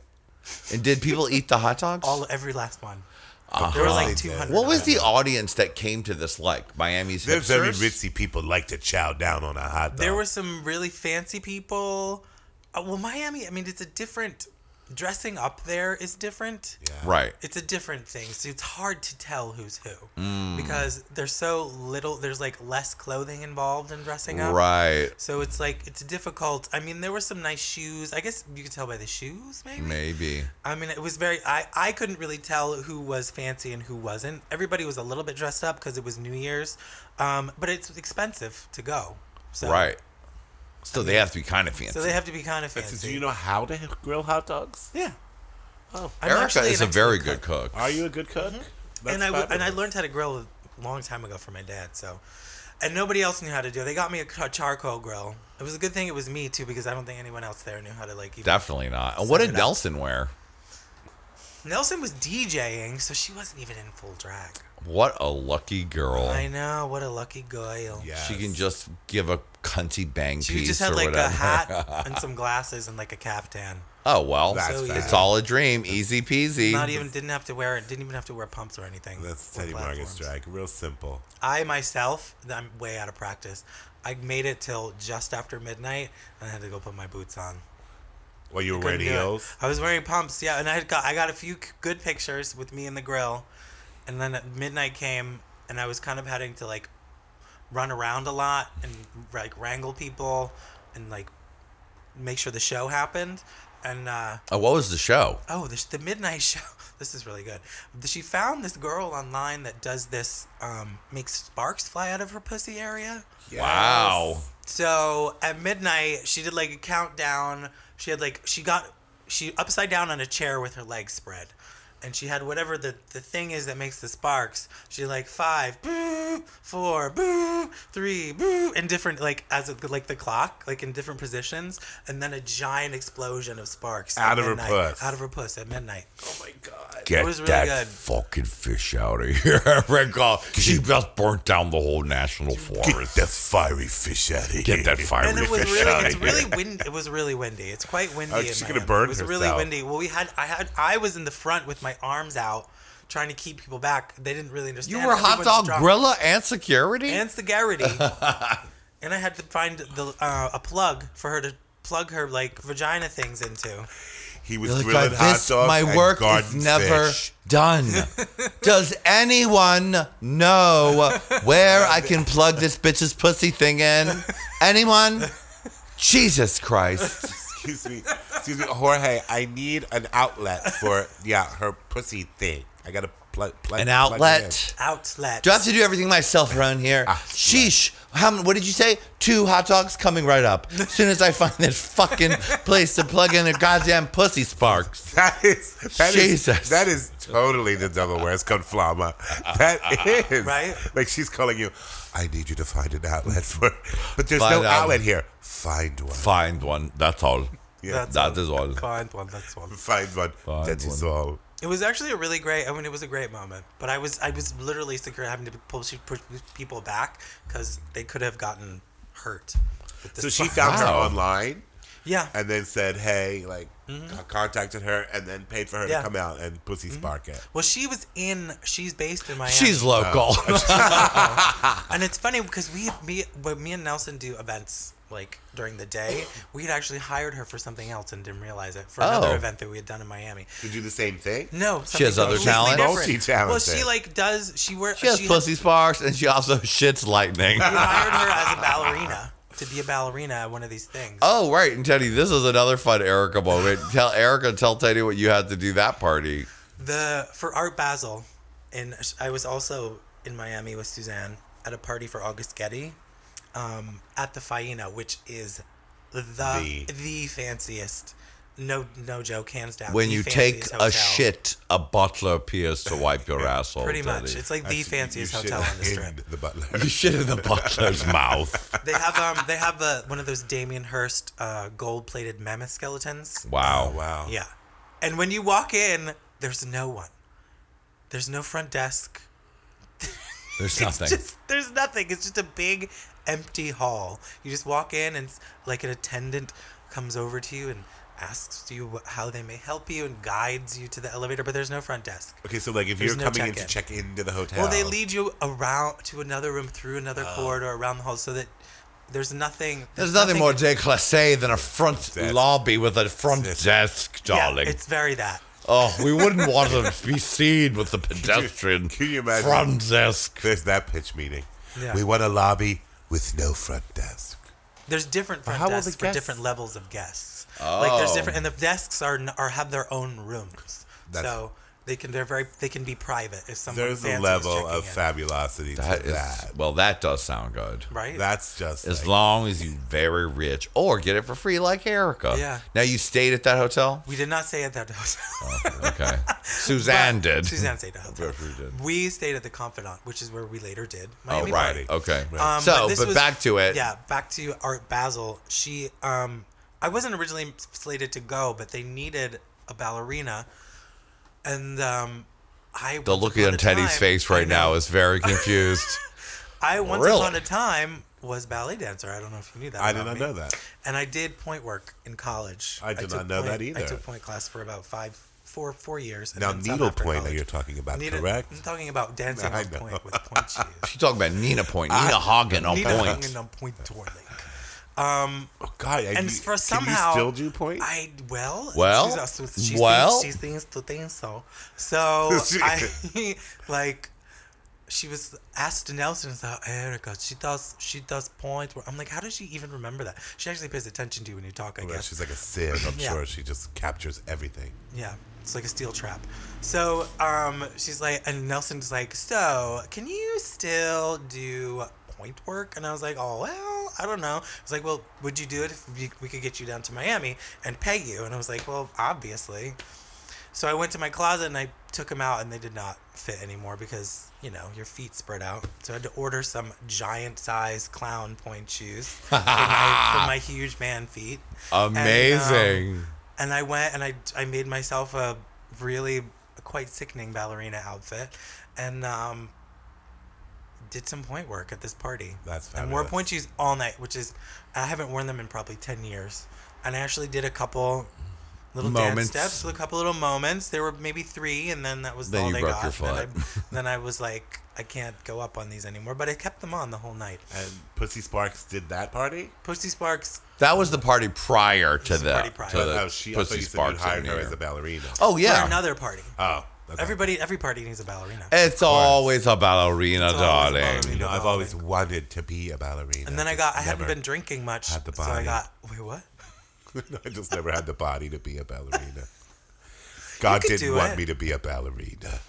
Speaker 2: And did people eat the hot dogs?
Speaker 3: All every last one. There was
Speaker 5: They
Speaker 3: like
Speaker 5: did.
Speaker 3: two hundred.
Speaker 2: Uh-huh. what was the audience that came to this like? Miami's
Speaker 5: They're very
Speaker 2: hipsters?
Speaker 5: ritzy people like to chow down on a hot dog.
Speaker 3: There were some really fancy people. Uh, well, Miami. I mean, it's a different dressing up there is different.
Speaker 2: Right.
Speaker 3: It's a different thing, so it's hard to tell who's who
Speaker 2: Mm.
Speaker 3: because there's so little. There's like less clothing involved in dressing up.
Speaker 2: Right.
Speaker 3: So it's like it's difficult. I mean, there were some nice shoes. I guess you could tell by the shoes, maybe.
Speaker 2: Maybe.
Speaker 3: I mean, it was very. I I couldn't really tell who was fancy and who wasn't. Everybody was a little bit dressed up because it was New Year's, um, but it's expensive to go. So,
Speaker 2: Right. So they have to be kind of fancy.
Speaker 3: So they have to be kind of
Speaker 5: That's-
Speaker 3: fancy.
Speaker 5: do you know how to grill hot dogs?
Speaker 3: Yeah.
Speaker 5: Oh.
Speaker 3: I'm
Speaker 2: Erica
Speaker 3: actually
Speaker 2: is
Speaker 3: an
Speaker 2: a very
Speaker 3: excellent
Speaker 2: good cook.
Speaker 5: Are you a good cook? That's
Speaker 3: Mm-hmm. and I w- and I
Speaker 5: fabulous.
Speaker 3: learned how to grill a long time ago from my dad. So, and nobody else knew how to do. it. They got me a ca- charcoal grill. It was a good thing it was me too because I don't think anyone else there knew how to like. Even-
Speaker 2: Definitely not. And what
Speaker 3: Set
Speaker 2: did
Speaker 3: it up.
Speaker 2: Nelson wear?
Speaker 3: Nelson was DJing, so she wasn't even in full drag.
Speaker 2: What a lucky girl.
Speaker 5: Oh.
Speaker 3: I know. What a lucky girl.
Speaker 5: Yes.
Speaker 2: She can just give a cunty bang
Speaker 3: She
Speaker 2: piece
Speaker 3: just had
Speaker 2: or
Speaker 3: like
Speaker 2: whatever.
Speaker 3: a hat and some glasses and like a caftan.
Speaker 2: Oh well,
Speaker 5: That's
Speaker 3: So, yeah.
Speaker 5: fab.
Speaker 2: it's all a dream. Easy peasy.
Speaker 3: Not even didn't have to wear it. Didn't even have to wear pumps or anything.
Speaker 5: That's
Speaker 3: or
Speaker 5: Teddy Morgan's
Speaker 3: platforms.
Speaker 5: drag. Real simple.
Speaker 3: I myself, I'm way out of practice. I made it till just after midnight, and I had to go put my boots on.
Speaker 5: Well, you were
Speaker 3: Couldn't
Speaker 5: wearing
Speaker 3: do it.
Speaker 5: heels.
Speaker 3: I was wearing pumps, yeah, and I had got I got a few c- good pictures with me in the grill, and then at midnight came, and I was kind of having to like run around a lot and like wrangle people and like make sure the show happened, and uh,
Speaker 2: Oh, what was the show?
Speaker 3: Oh, the, the midnight show. This is really good. She found this girl online that does this, um, makes sparks fly out of her pussy area.
Speaker 2: Wow.
Speaker 3: So at midnight, she did like a countdown. She had like she got she upside down on a chair with her legs spread, and she had whatever the the thing is that makes the sparks. She like five, boo, four, boo, three, boo, in different like as it, like the clock, like in different positions, and then a giant explosion of sparks at
Speaker 5: Out of her
Speaker 3: midnight-
Speaker 5: puss.
Speaker 3: out of her puss at midnight.
Speaker 2: Get
Speaker 3: was really
Speaker 2: that
Speaker 3: good.
Speaker 2: fucking fish out of here, Erica. She just burnt down the whole national forest.
Speaker 5: That fiery fish out of here.
Speaker 2: Get that fiery
Speaker 3: and it was
Speaker 2: fish
Speaker 3: really
Speaker 2: out
Speaker 3: it's
Speaker 2: of here.
Speaker 3: really windy it was really windy it's quite windy
Speaker 5: Oh,
Speaker 3: in
Speaker 5: she's gonna
Speaker 3: Miami.
Speaker 5: burn
Speaker 3: it was really
Speaker 5: herself.
Speaker 3: windy well we had i had i was in the front with my arms out trying to keep people back they didn't really
Speaker 2: You
Speaker 3: understand
Speaker 2: were hot
Speaker 3: Everyone's
Speaker 2: dog
Speaker 3: drunk.
Speaker 2: grilla and security?
Speaker 3: and Garrity. and i had to find the uh, a plug for her to plug her like vagina things into
Speaker 5: He was
Speaker 2: You're like,
Speaker 5: grilling
Speaker 2: "God,
Speaker 5: hot
Speaker 2: this,
Speaker 5: dogs
Speaker 2: my
Speaker 5: and
Speaker 2: work is
Speaker 5: garden
Speaker 2: never
Speaker 5: fish.
Speaker 2: done. Does anyone know where I can plug this bitch's pussy thing in? Anyone? Jesus Christ.
Speaker 5: Excuse me, excuse me, Jorge. I need an outlet for yeah her pussy thing. I gotta plug plug
Speaker 2: An
Speaker 5: plug it
Speaker 2: outlet.
Speaker 3: outlet
Speaker 2: Do I have to do everything myself around here?
Speaker 3: Ah,
Speaker 2: Sheesh. How, m- what did you say? Two hot dogs coming right up. As soon as I find this fucking place to plug in their goddamn pussy sparks.
Speaker 5: in. That is that is-
Speaker 2: Jesus.
Speaker 5: that is totally the Delaware conflama. That is
Speaker 3: Right?
Speaker 5: Like she's calling you. I need you to find an outlet for, but there's
Speaker 2: Find
Speaker 5: no
Speaker 2: out.
Speaker 5: outlet here. Find one.
Speaker 2: Find one. That's all.
Speaker 5: Yeah.
Speaker 2: That is all.
Speaker 3: Find one, that's one.
Speaker 5: Find one.
Speaker 2: Find
Speaker 5: That is
Speaker 2: one.
Speaker 5: all.
Speaker 3: It was actually a really great. I mean, it was a great moment. But I was, I was literally secure having to pull she- push people back because they could have gotten hurt. with this
Speaker 5: So she
Speaker 3: fire.
Speaker 5: found her
Speaker 2: Wow.
Speaker 5: online
Speaker 3: Yeah.
Speaker 5: and then said, "Hey," like co- contacted her and then paid for her
Speaker 3: Mm-hmm. Yeah. Mm-hmm.
Speaker 5: to come out and pussy spark it.
Speaker 3: Well, she was in. She's based in Miami.
Speaker 2: She's local.
Speaker 3: and it's funny because we, me, when me and Nelson do events like during the day, we had actually hired her for something else and didn't realize it for
Speaker 2: Oh.
Speaker 3: another event that we had done in Miami.
Speaker 5: To do the same thing.
Speaker 3: No,
Speaker 2: She has
Speaker 3: something
Speaker 2: other
Speaker 3: completely
Speaker 2: talent?
Speaker 3: different.
Speaker 5: Multi-talented.
Speaker 3: Well, she like does. She wears.
Speaker 2: She has pussy sparks and she also shits lightning.
Speaker 3: We hired her as a ballerina to be a ballerina at one of these things.
Speaker 2: Oh, right. And Teddy, this is another fun Erica moment. tell Erica, tell Teddy what you had to do that party.
Speaker 3: The for Art Basel, and I was also in Miami with Suzanne at a party for August Getty, um, at the Faina, which is the the,
Speaker 5: The-
Speaker 3: fanciest, no no joke, hands down.
Speaker 2: When
Speaker 3: the
Speaker 2: you take
Speaker 3: fanciest
Speaker 2: a
Speaker 3: hotel.
Speaker 2: shit, a butler appears to wipe your asshole.
Speaker 3: pretty
Speaker 2: Teddy.
Speaker 3: much, it's like the fanciest
Speaker 5: You should
Speaker 3: hotel on the
Speaker 5: in
Speaker 3: strip.
Speaker 5: The butler.
Speaker 2: you shit in the butler's mouth.
Speaker 3: They have um they have uh, one of those Damien Hirst uh, gold plated mammoth skeletons.
Speaker 2: Wow.
Speaker 5: wow.
Speaker 3: Yeah. And when you walk in, there's no one. There's no front desk.
Speaker 2: There's nothing.
Speaker 3: Just there's nothing. It's just a big empty hall. You just walk in and like an attendant comes over to you and asks you wh- how they may help you and guides you to the elevator, but there's no front desk.
Speaker 5: Okay, so like if
Speaker 3: There's
Speaker 5: you're
Speaker 3: no
Speaker 5: coming in to
Speaker 3: check-in.
Speaker 5: check into the hotel,
Speaker 3: Well, they lead you around to another room through another corridor around the hall so that There's nothing.
Speaker 2: Oh. There's nothing more déclassé than a front
Speaker 5: Desk.
Speaker 2: lobby with a front desk,
Speaker 3: Yeah,
Speaker 2: darling.
Speaker 3: it's very that.
Speaker 2: oh, we wouldn't want to be seen with the pedestrian
Speaker 5: can you imagine?
Speaker 2: front desk.
Speaker 5: There's that pitch meeting.
Speaker 3: Yeah.
Speaker 5: We want a lobby with no front desk.
Speaker 3: There's different front
Speaker 5: how will
Speaker 3: desks
Speaker 5: the
Speaker 3: for
Speaker 5: guests-
Speaker 3: different levels of guests. Like there's
Speaker 2: Oh.
Speaker 3: different, and the desks are n- are have their own rooms,
Speaker 5: That's-
Speaker 3: so they can they're very they can be private if someone
Speaker 5: There's a
Speaker 3: fancy is
Speaker 5: level
Speaker 3: checking
Speaker 5: of
Speaker 3: in.
Speaker 5: fabulosity
Speaker 2: That
Speaker 5: to
Speaker 2: is,
Speaker 5: that.
Speaker 2: well, that does sound good.
Speaker 3: right?
Speaker 5: That's just
Speaker 2: As
Speaker 5: like-
Speaker 2: long as you're very rich or get it for free, like Erica.
Speaker 3: Yeah.
Speaker 2: Now, you stayed at that hotel?
Speaker 3: we did not stay at that hotel.
Speaker 2: Oh. Okay. Suzanne
Speaker 3: But-
Speaker 2: did.
Speaker 3: Suzanne stayed at the hotel.
Speaker 5: Jeffrey did.
Speaker 3: We stayed at the Confidant, which is where we later did.
Speaker 2: Oh,
Speaker 3: Miami
Speaker 2: right.
Speaker 5: Party.
Speaker 2: Okay.
Speaker 5: Right.
Speaker 3: Um,
Speaker 2: so,
Speaker 3: this
Speaker 2: but
Speaker 3: was-
Speaker 2: back to it.
Speaker 3: Yeah, back to Art Basel. She, um, I wasn't originally slated to go, but they needed a ballerina, and um, I.
Speaker 2: The
Speaker 3: once
Speaker 2: look
Speaker 3: upon
Speaker 2: on
Speaker 3: a
Speaker 2: Teddy's
Speaker 3: time-
Speaker 2: face
Speaker 3: I
Speaker 2: right now
Speaker 3: know.
Speaker 2: is very confused.
Speaker 3: I once
Speaker 2: Really?
Speaker 3: upon a time was ballet dancer. I don't know if you knew that.
Speaker 5: I did
Speaker 3: about
Speaker 5: not
Speaker 3: me.
Speaker 5: know that.
Speaker 3: And I did point work in college.
Speaker 5: I did
Speaker 3: took
Speaker 5: not know that
Speaker 3: point- I
Speaker 5: either.
Speaker 3: took point class for about five, four, four years. and
Speaker 5: Now,
Speaker 3: then stopped after
Speaker 5: needlepoint that
Speaker 3: college.
Speaker 5: you're talking about,
Speaker 3: Needle-
Speaker 5: correct?
Speaker 3: I'm talking about dancing
Speaker 5: I
Speaker 3: on
Speaker 5: know.
Speaker 3: point with point shoes.
Speaker 2: She's talking about Nina Point. Nina Hagen oh, on
Speaker 3: Needle
Speaker 2: point.
Speaker 3: hanging on point twirling.
Speaker 5: Oh, God. And,
Speaker 3: and
Speaker 5: you,
Speaker 3: for somehow
Speaker 5: Can you still do point?
Speaker 3: I well,
Speaker 2: Well,
Speaker 3: she's also- she
Speaker 2: well.
Speaker 3: thinks, she thinks to think so. So I like she was asked to Nelson and said, Erica, she does she does point. Where, I'm like, how does she even remember that? She actually pays attention to you when you talk. I
Speaker 5: Well,
Speaker 3: guess
Speaker 5: She's like a sieve. I'm
Speaker 3: Yeah.
Speaker 5: sure she just captures everything.
Speaker 3: yeah, it's like a steel trap. So um, she's like, and Nelson's like, so can you still do point work? And I was like, oh well, I don't know. I was like, well, would you do it if we, we could get you down to Miami and pay you? And I was like, well, obviously. So I went to my closet and I took them out, and they did not fit anymore because you know your feet spread out. So I had to order some giant size clown point shoes for, my, for my huge man feet. And, um,
Speaker 2: Amazing.
Speaker 3: and I went and I, I made myself a really quite sickening ballerina outfit and um, did some point work at this party.
Speaker 5: That's
Speaker 3: And wore
Speaker 5: fabulous.
Speaker 3: point shoes all night, which is, I haven't worn them in probably 10 years. And I actually did a couple little
Speaker 2: Moments.
Speaker 3: dance steps, a couple little moments. There were maybe three, and then that was
Speaker 2: Then
Speaker 3: all
Speaker 2: you
Speaker 3: they
Speaker 2: broke
Speaker 3: got.
Speaker 2: your
Speaker 3: And then, I, then I was like, I can't go up on these anymore, but I kept them on the whole night.
Speaker 5: And Pussy Sparks did that party?
Speaker 3: Pussy Sparks,
Speaker 2: That was the party prior to
Speaker 3: was the
Speaker 2: the,
Speaker 3: party prior.
Speaker 2: to
Speaker 5: But
Speaker 2: the
Speaker 5: no, she, I thought
Speaker 2: Pussy
Speaker 5: you said you
Speaker 2: Sparks.
Speaker 5: hired
Speaker 2: in
Speaker 5: her
Speaker 2: here.
Speaker 5: as a ballerina.
Speaker 2: oh,
Speaker 3: for
Speaker 2: yeah.
Speaker 3: another party.
Speaker 5: Oh, okay.
Speaker 3: Everybody, every party needs a ballerina.
Speaker 2: it's always a ballerina,
Speaker 3: It's always a
Speaker 2: darling.
Speaker 5: You
Speaker 3: ballerina.
Speaker 5: know, I've always wanted to be a ballerina.
Speaker 3: And then I
Speaker 5: just
Speaker 3: got, I hadn't
Speaker 5: never-
Speaker 3: been drinking much.
Speaker 5: had the
Speaker 3: So I
Speaker 5: body.
Speaker 3: got, wait, what?
Speaker 5: I just never had the body to be a ballerina. God
Speaker 3: could
Speaker 5: didn't
Speaker 3: do
Speaker 5: want
Speaker 3: it.
Speaker 5: me to be a ballerina.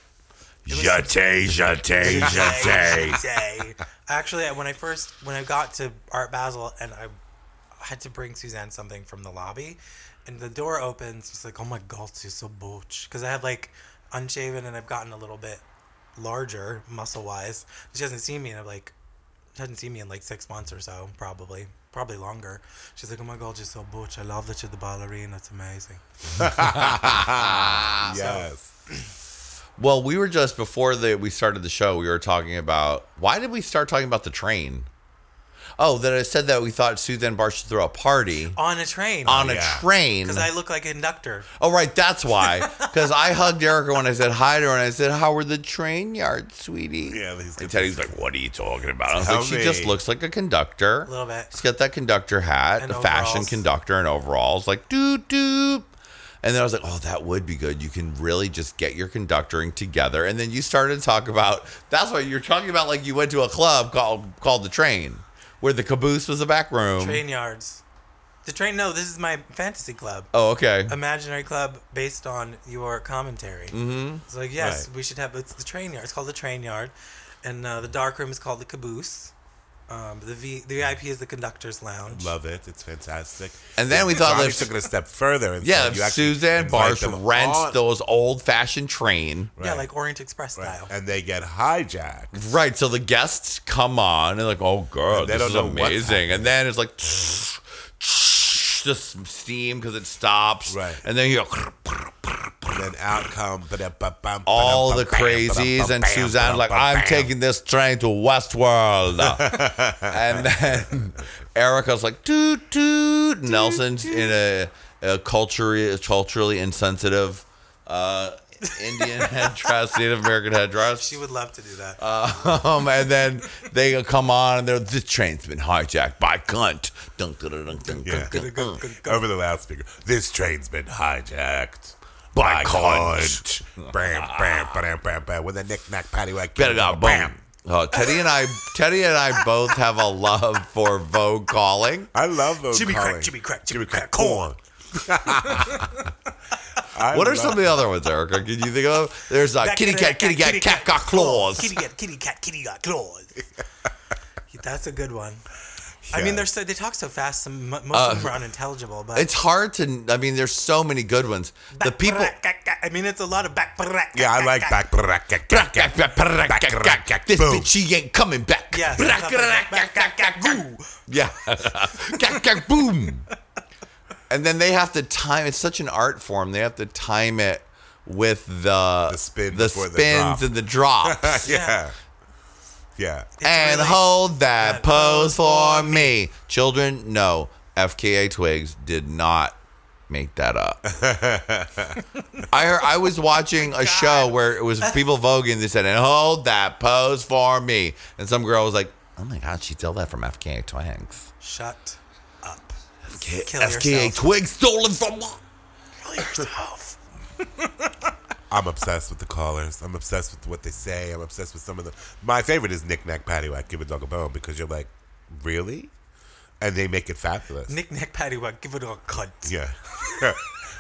Speaker 2: Jete, jete, jete.
Speaker 3: Day. Actually, when I first, when I got to Art Basel and I had to bring Suzanne something from the lobby and the door opens, she's like, oh my God, she's so butch. Because I had like unshaven and I've gotten a little bit larger muscle wise. She hasn't seen me and I'm like, she hasn't seen me in like six months or so, probably. Probably longer. She's like, oh my God, you're so butch. I love that you're the ballerina. It's amazing.
Speaker 5: yes.
Speaker 2: Well, we were just before the we started the show. We were talking about why did we start talking about the train? Oh, that I said that we thought Suzanne Barr should throw a party
Speaker 3: On a train.
Speaker 2: on
Speaker 5: yeah.
Speaker 2: a train.
Speaker 3: Because Oh, I look like a conductor.
Speaker 2: oh, right, that's why. Because I hugged Erica when I said hi to her, and I said, "How were the train yard, sweetie?"
Speaker 5: Yeah, he's
Speaker 2: and
Speaker 5: good.
Speaker 2: Teddy's like, "What are you talking about?" I was
Speaker 5: Tell
Speaker 2: like, "She just
Speaker 5: me."
Speaker 2: looks like a conductor.
Speaker 3: A little bit.
Speaker 2: She's got that conductor hat,
Speaker 3: And
Speaker 2: the fashion
Speaker 3: overalls.
Speaker 2: conductor, and overalls. Like, doot doot." And then I was like, "Oh, that would be good. You can really just get your conductoring together." And then you started to talk about. That's what you're talking about. Like you went to a club called called the Train, where the caboose was the back room.
Speaker 3: Train yards. The train. No, this is my fantasy club.
Speaker 2: Oh, okay.
Speaker 3: Imaginary club based on your commentary. Mm-hmm. It's like yes,
Speaker 5: Right.
Speaker 3: we should have. It's the train yard. It's called the train yard, and uh, the dark room is called the caboose. Um, the V the VIP is the conductor's lounge.
Speaker 5: Love it. It's fantastic.
Speaker 2: And then we thought
Speaker 5: Johnny
Speaker 2: that-
Speaker 5: took it a step further. And
Speaker 2: Yeah,
Speaker 5: said
Speaker 2: if
Speaker 5: you actually
Speaker 2: Suzanne
Speaker 5: invite
Speaker 2: Barsh
Speaker 5: them
Speaker 2: rents
Speaker 5: on-
Speaker 2: those old fashioned train.
Speaker 3: Yeah,
Speaker 5: Right.
Speaker 3: like Orient Express
Speaker 5: Right.
Speaker 3: style.
Speaker 5: And they get hijacked.
Speaker 2: Right. So the guests come on and like, oh girl,
Speaker 5: And they
Speaker 2: this
Speaker 5: don't
Speaker 2: is
Speaker 5: know what's
Speaker 2: amazing. And then it's like just steam because it stops.
Speaker 5: Right.
Speaker 2: And then you
Speaker 5: Then out come ba-da-ba-bum,
Speaker 2: all the
Speaker 5: ba-dum-ba-bam,
Speaker 2: crazies and
Speaker 5: ba-dum-ba-bam,
Speaker 2: Suzanne's like, I'm
Speaker 5: ba-dum-ba-bam."
Speaker 2: taking this train to Westworld. and then Erica's like, toot toot. Nelson's in a, a culturally culturally insensitive uh, Indian headdress, Native American headdress.
Speaker 3: She would love to do that.
Speaker 2: Um, and then they come on and they're, the train's been hijacked by cunt. Dun, dun, dun, dun, dun,
Speaker 5: Yeah.
Speaker 2: dun, dun.
Speaker 5: Over the loudspeaker. This train's been hijacked.
Speaker 2: By
Speaker 5: I
Speaker 2: cunt.
Speaker 5: can't. Bam, bam, bam, bam, bam. With a knick-knack paddywhack.
Speaker 2: Better got boom. Oh, Teddy and I, Teddy and I both have a love for Vogue calling.
Speaker 5: I love those
Speaker 3: Jimmy
Speaker 5: calling.
Speaker 3: crack, Jimmy crack, Jimmy,
Speaker 5: Jimmy
Speaker 3: crack,
Speaker 5: crack
Speaker 3: corn.
Speaker 5: corn. I
Speaker 2: What are
Speaker 5: love-
Speaker 2: some of the other ones, Erica? Can you think of? There's uh,
Speaker 3: Back
Speaker 2: kitty
Speaker 3: to
Speaker 2: cat,
Speaker 3: that
Speaker 2: kitty cat, cat got claws.
Speaker 3: Kitty cat, kitty cat, kitty got claws. That's a good one. I mean,
Speaker 5: Yeah.
Speaker 3: they're so they talk so fast. Some, mo- most of them are unintelligible, but
Speaker 2: Uh, It's hard to. I mean, there's so many good ones. The people.
Speaker 3: I mean, it's a lot of back.
Speaker 5: Yeah, I like back.
Speaker 2: This bitch, she ain't coming back.
Speaker 3: Yes.
Speaker 2: Yeah. Gack, gack, boom. And then they have to time. It's such an art form. They have to time it with the
Speaker 5: The spin
Speaker 2: the
Speaker 5: before the
Speaker 2: spins
Speaker 5: drop.
Speaker 2: and the drops.
Speaker 5: Yeah. Yeah.
Speaker 2: and
Speaker 3: really-
Speaker 2: hold that,
Speaker 3: that
Speaker 2: pose
Speaker 3: pose
Speaker 2: for me. Children, no. FKA Twigs did not make that up. I heard, I was watching a show where it was people voguing. They said, "And hold that pose for me." And some girl was like, "Oh my god, she stole that from FKA Twigs."
Speaker 3: Shut up.
Speaker 2: K-
Speaker 3: Kill
Speaker 2: FKA
Speaker 3: yourself.
Speaker 2: Twigs stolen from
Speaker 3: Kill yourself.
Speaker 5: I'm obsessed with the callers. I'm obsessed with what they say. I'm obsessed with some of the. My favorite is Knick Knack Paddywhack, Give a Dog a Bone, because you're like, really? And they make it fabulous.
Speaker 3: Nick Nick Paddywhack, give it a cunt.
Speaker 5: yeah.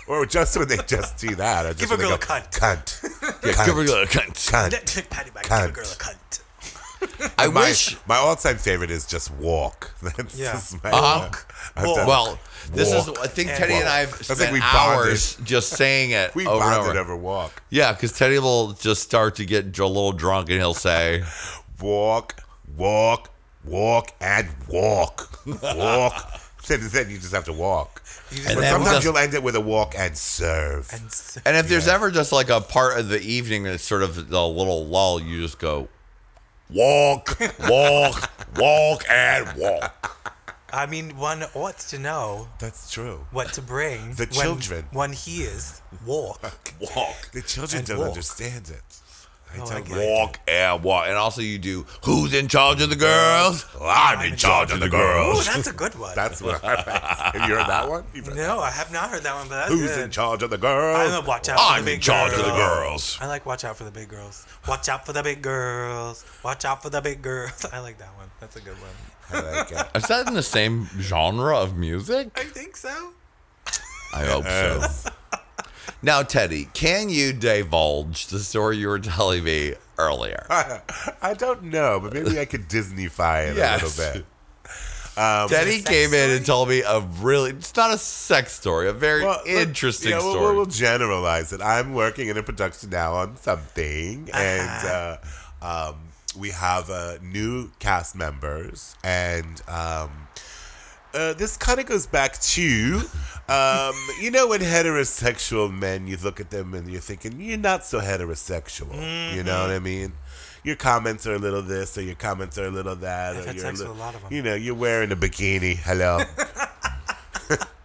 Speaker 5: or just when they just do that. Or just
Speaker 3: Give
Speaker 5: when
Speaker 3: a
Speaker 5: they
Speaker 3: girl a
Speaker 5: Cunt. Cunt.
Speaker 2: cunt.
Speaker 5: Cunt.
Speaker 3: Nick Nick Paddywhack, give a
Speaker 5: Cunt.
Speaker 3: girl a cunt.
Speaker 2: I
Speaker 5: My,
Speaker 2: wish.
Speaker 5: my all-time favorite is just walk. That's
Speaker 3: Yeah.
Speaker 5: just my uh,
Speaker 2: Uh-huh.
Speaker 5: I've
Speaker 3: Walk.
Speaker 5: done-
Speaker 2: Well, this is.
Speaker 5: Walk.
Speaker 2: I think Teddy and I have
Speaker 5: That's
Speaker 2: spent
Speaker 5: like we bonded.
Speaker 2: hours just saying it
Speaker 5: we
Speaker 2: over and
Speaker 5: bonded
Speaker 2: over.
Speaker 5: over walk,
Speaker 2: Yeah, because Teddy will just start to get a little drunk and he'll say,
Speaker 5: walk, walk, walk, and walk, walk. then, then you just have to walk. But
Speaker 3: You just
Speaker 2: then
Speaker 5: sometimes
Speaker 2: we'll just-
Speaker 5: you'll end it with a walk and serve.
Speaker 3: and s-
Speaker 2: and if there's ever just like a part of the evening that's sort of a little lull, you just go,
Speaker 5: walk, walk, walk, and walk.
Speaker 3: I mean, one ought to know
Speaker 5: That's true.
Speaker 3: what to bring.
Speaker 5: The
Speaker 3: when
Speaker 5: children.
Speaker 3: One hears walk.
Speaker 2: walk,
Speaker 5: The children
Speaker 3: And
Speaker 5: don't
Speaker 3: walk.
Speaker 5: understand it. I
Speaker 3: Oh,
Speaker 5: don't
Speaker 3: I
Speaker 5: like
Speaker 3: get
Speaker 5: it.
Speaker 2: walk, and walk. And also you do, who's in charge of the girls? I'm in charge of the
Speaker 3: Oh,
Speaker 2: girls.
Speaker 3: that's a good one.
Speaker 5: That's what I Have you heard that one? You've heard
Speaker 3: no, I have not heard that one, but that's
Speaker 5: Who's
Speaker 3: good.
Speaker 5: in charge of the
Speaker 3: I'm
Speaker 5: girls?
Speaker 3: gonna watch out. for
Speaker 2: I'm
Speaker 3: the big
Speaker 2: in charge of the girls.
Speaker 3: girls. I like watch out for the big girls. Watch out for the big girls. Watch out for the big girls. I like that one. That's a good one.
Speaker 5: I like it.
Speaker 2: Is that in the same genre of
Speaker 3: I
Speaker 2: music?
Speaker 3: think so.
Speaker 2: I hope so. Now, Teddy, can you divulge the story you were telling me earlier?
Speaker 5: I don't know, but maybe I could Disneyfy it
Speaker 2: Yes.
Speaker 5: a little bit. Um,
Speaker 2: Teddy came in and told me a really, it's not a sex story, a very
Speaker 5: Well, look,
Speaker 2: interesting
Speaker 5: yeah, we'll-
Speaker 2: story.
Speaker 5: We'll, we'll generalize it. I'm working in a production now on something,
Speaker 3: Uh-huh.
Speaker 5: and uh, um, we have uh, new cast members, and um, uh, this kind of goes back to. Um, you know, when heterosexual men, you look at them and you're thinking, you're not so heterosexual. You know what
Speaker 3: Mm-hmm.
Speaker 5: I mean? Your comments are a little this, or your comments are a little that.
Speaker 3: I've
Speaker 5: or
Speaker 3: had
Speaker 5: you're
Speaker 3: sex
Speaker 5: li-
Speaker 3: with a lot of 'em.
Speaker 5: You know, you're wearing a bikini. Hello.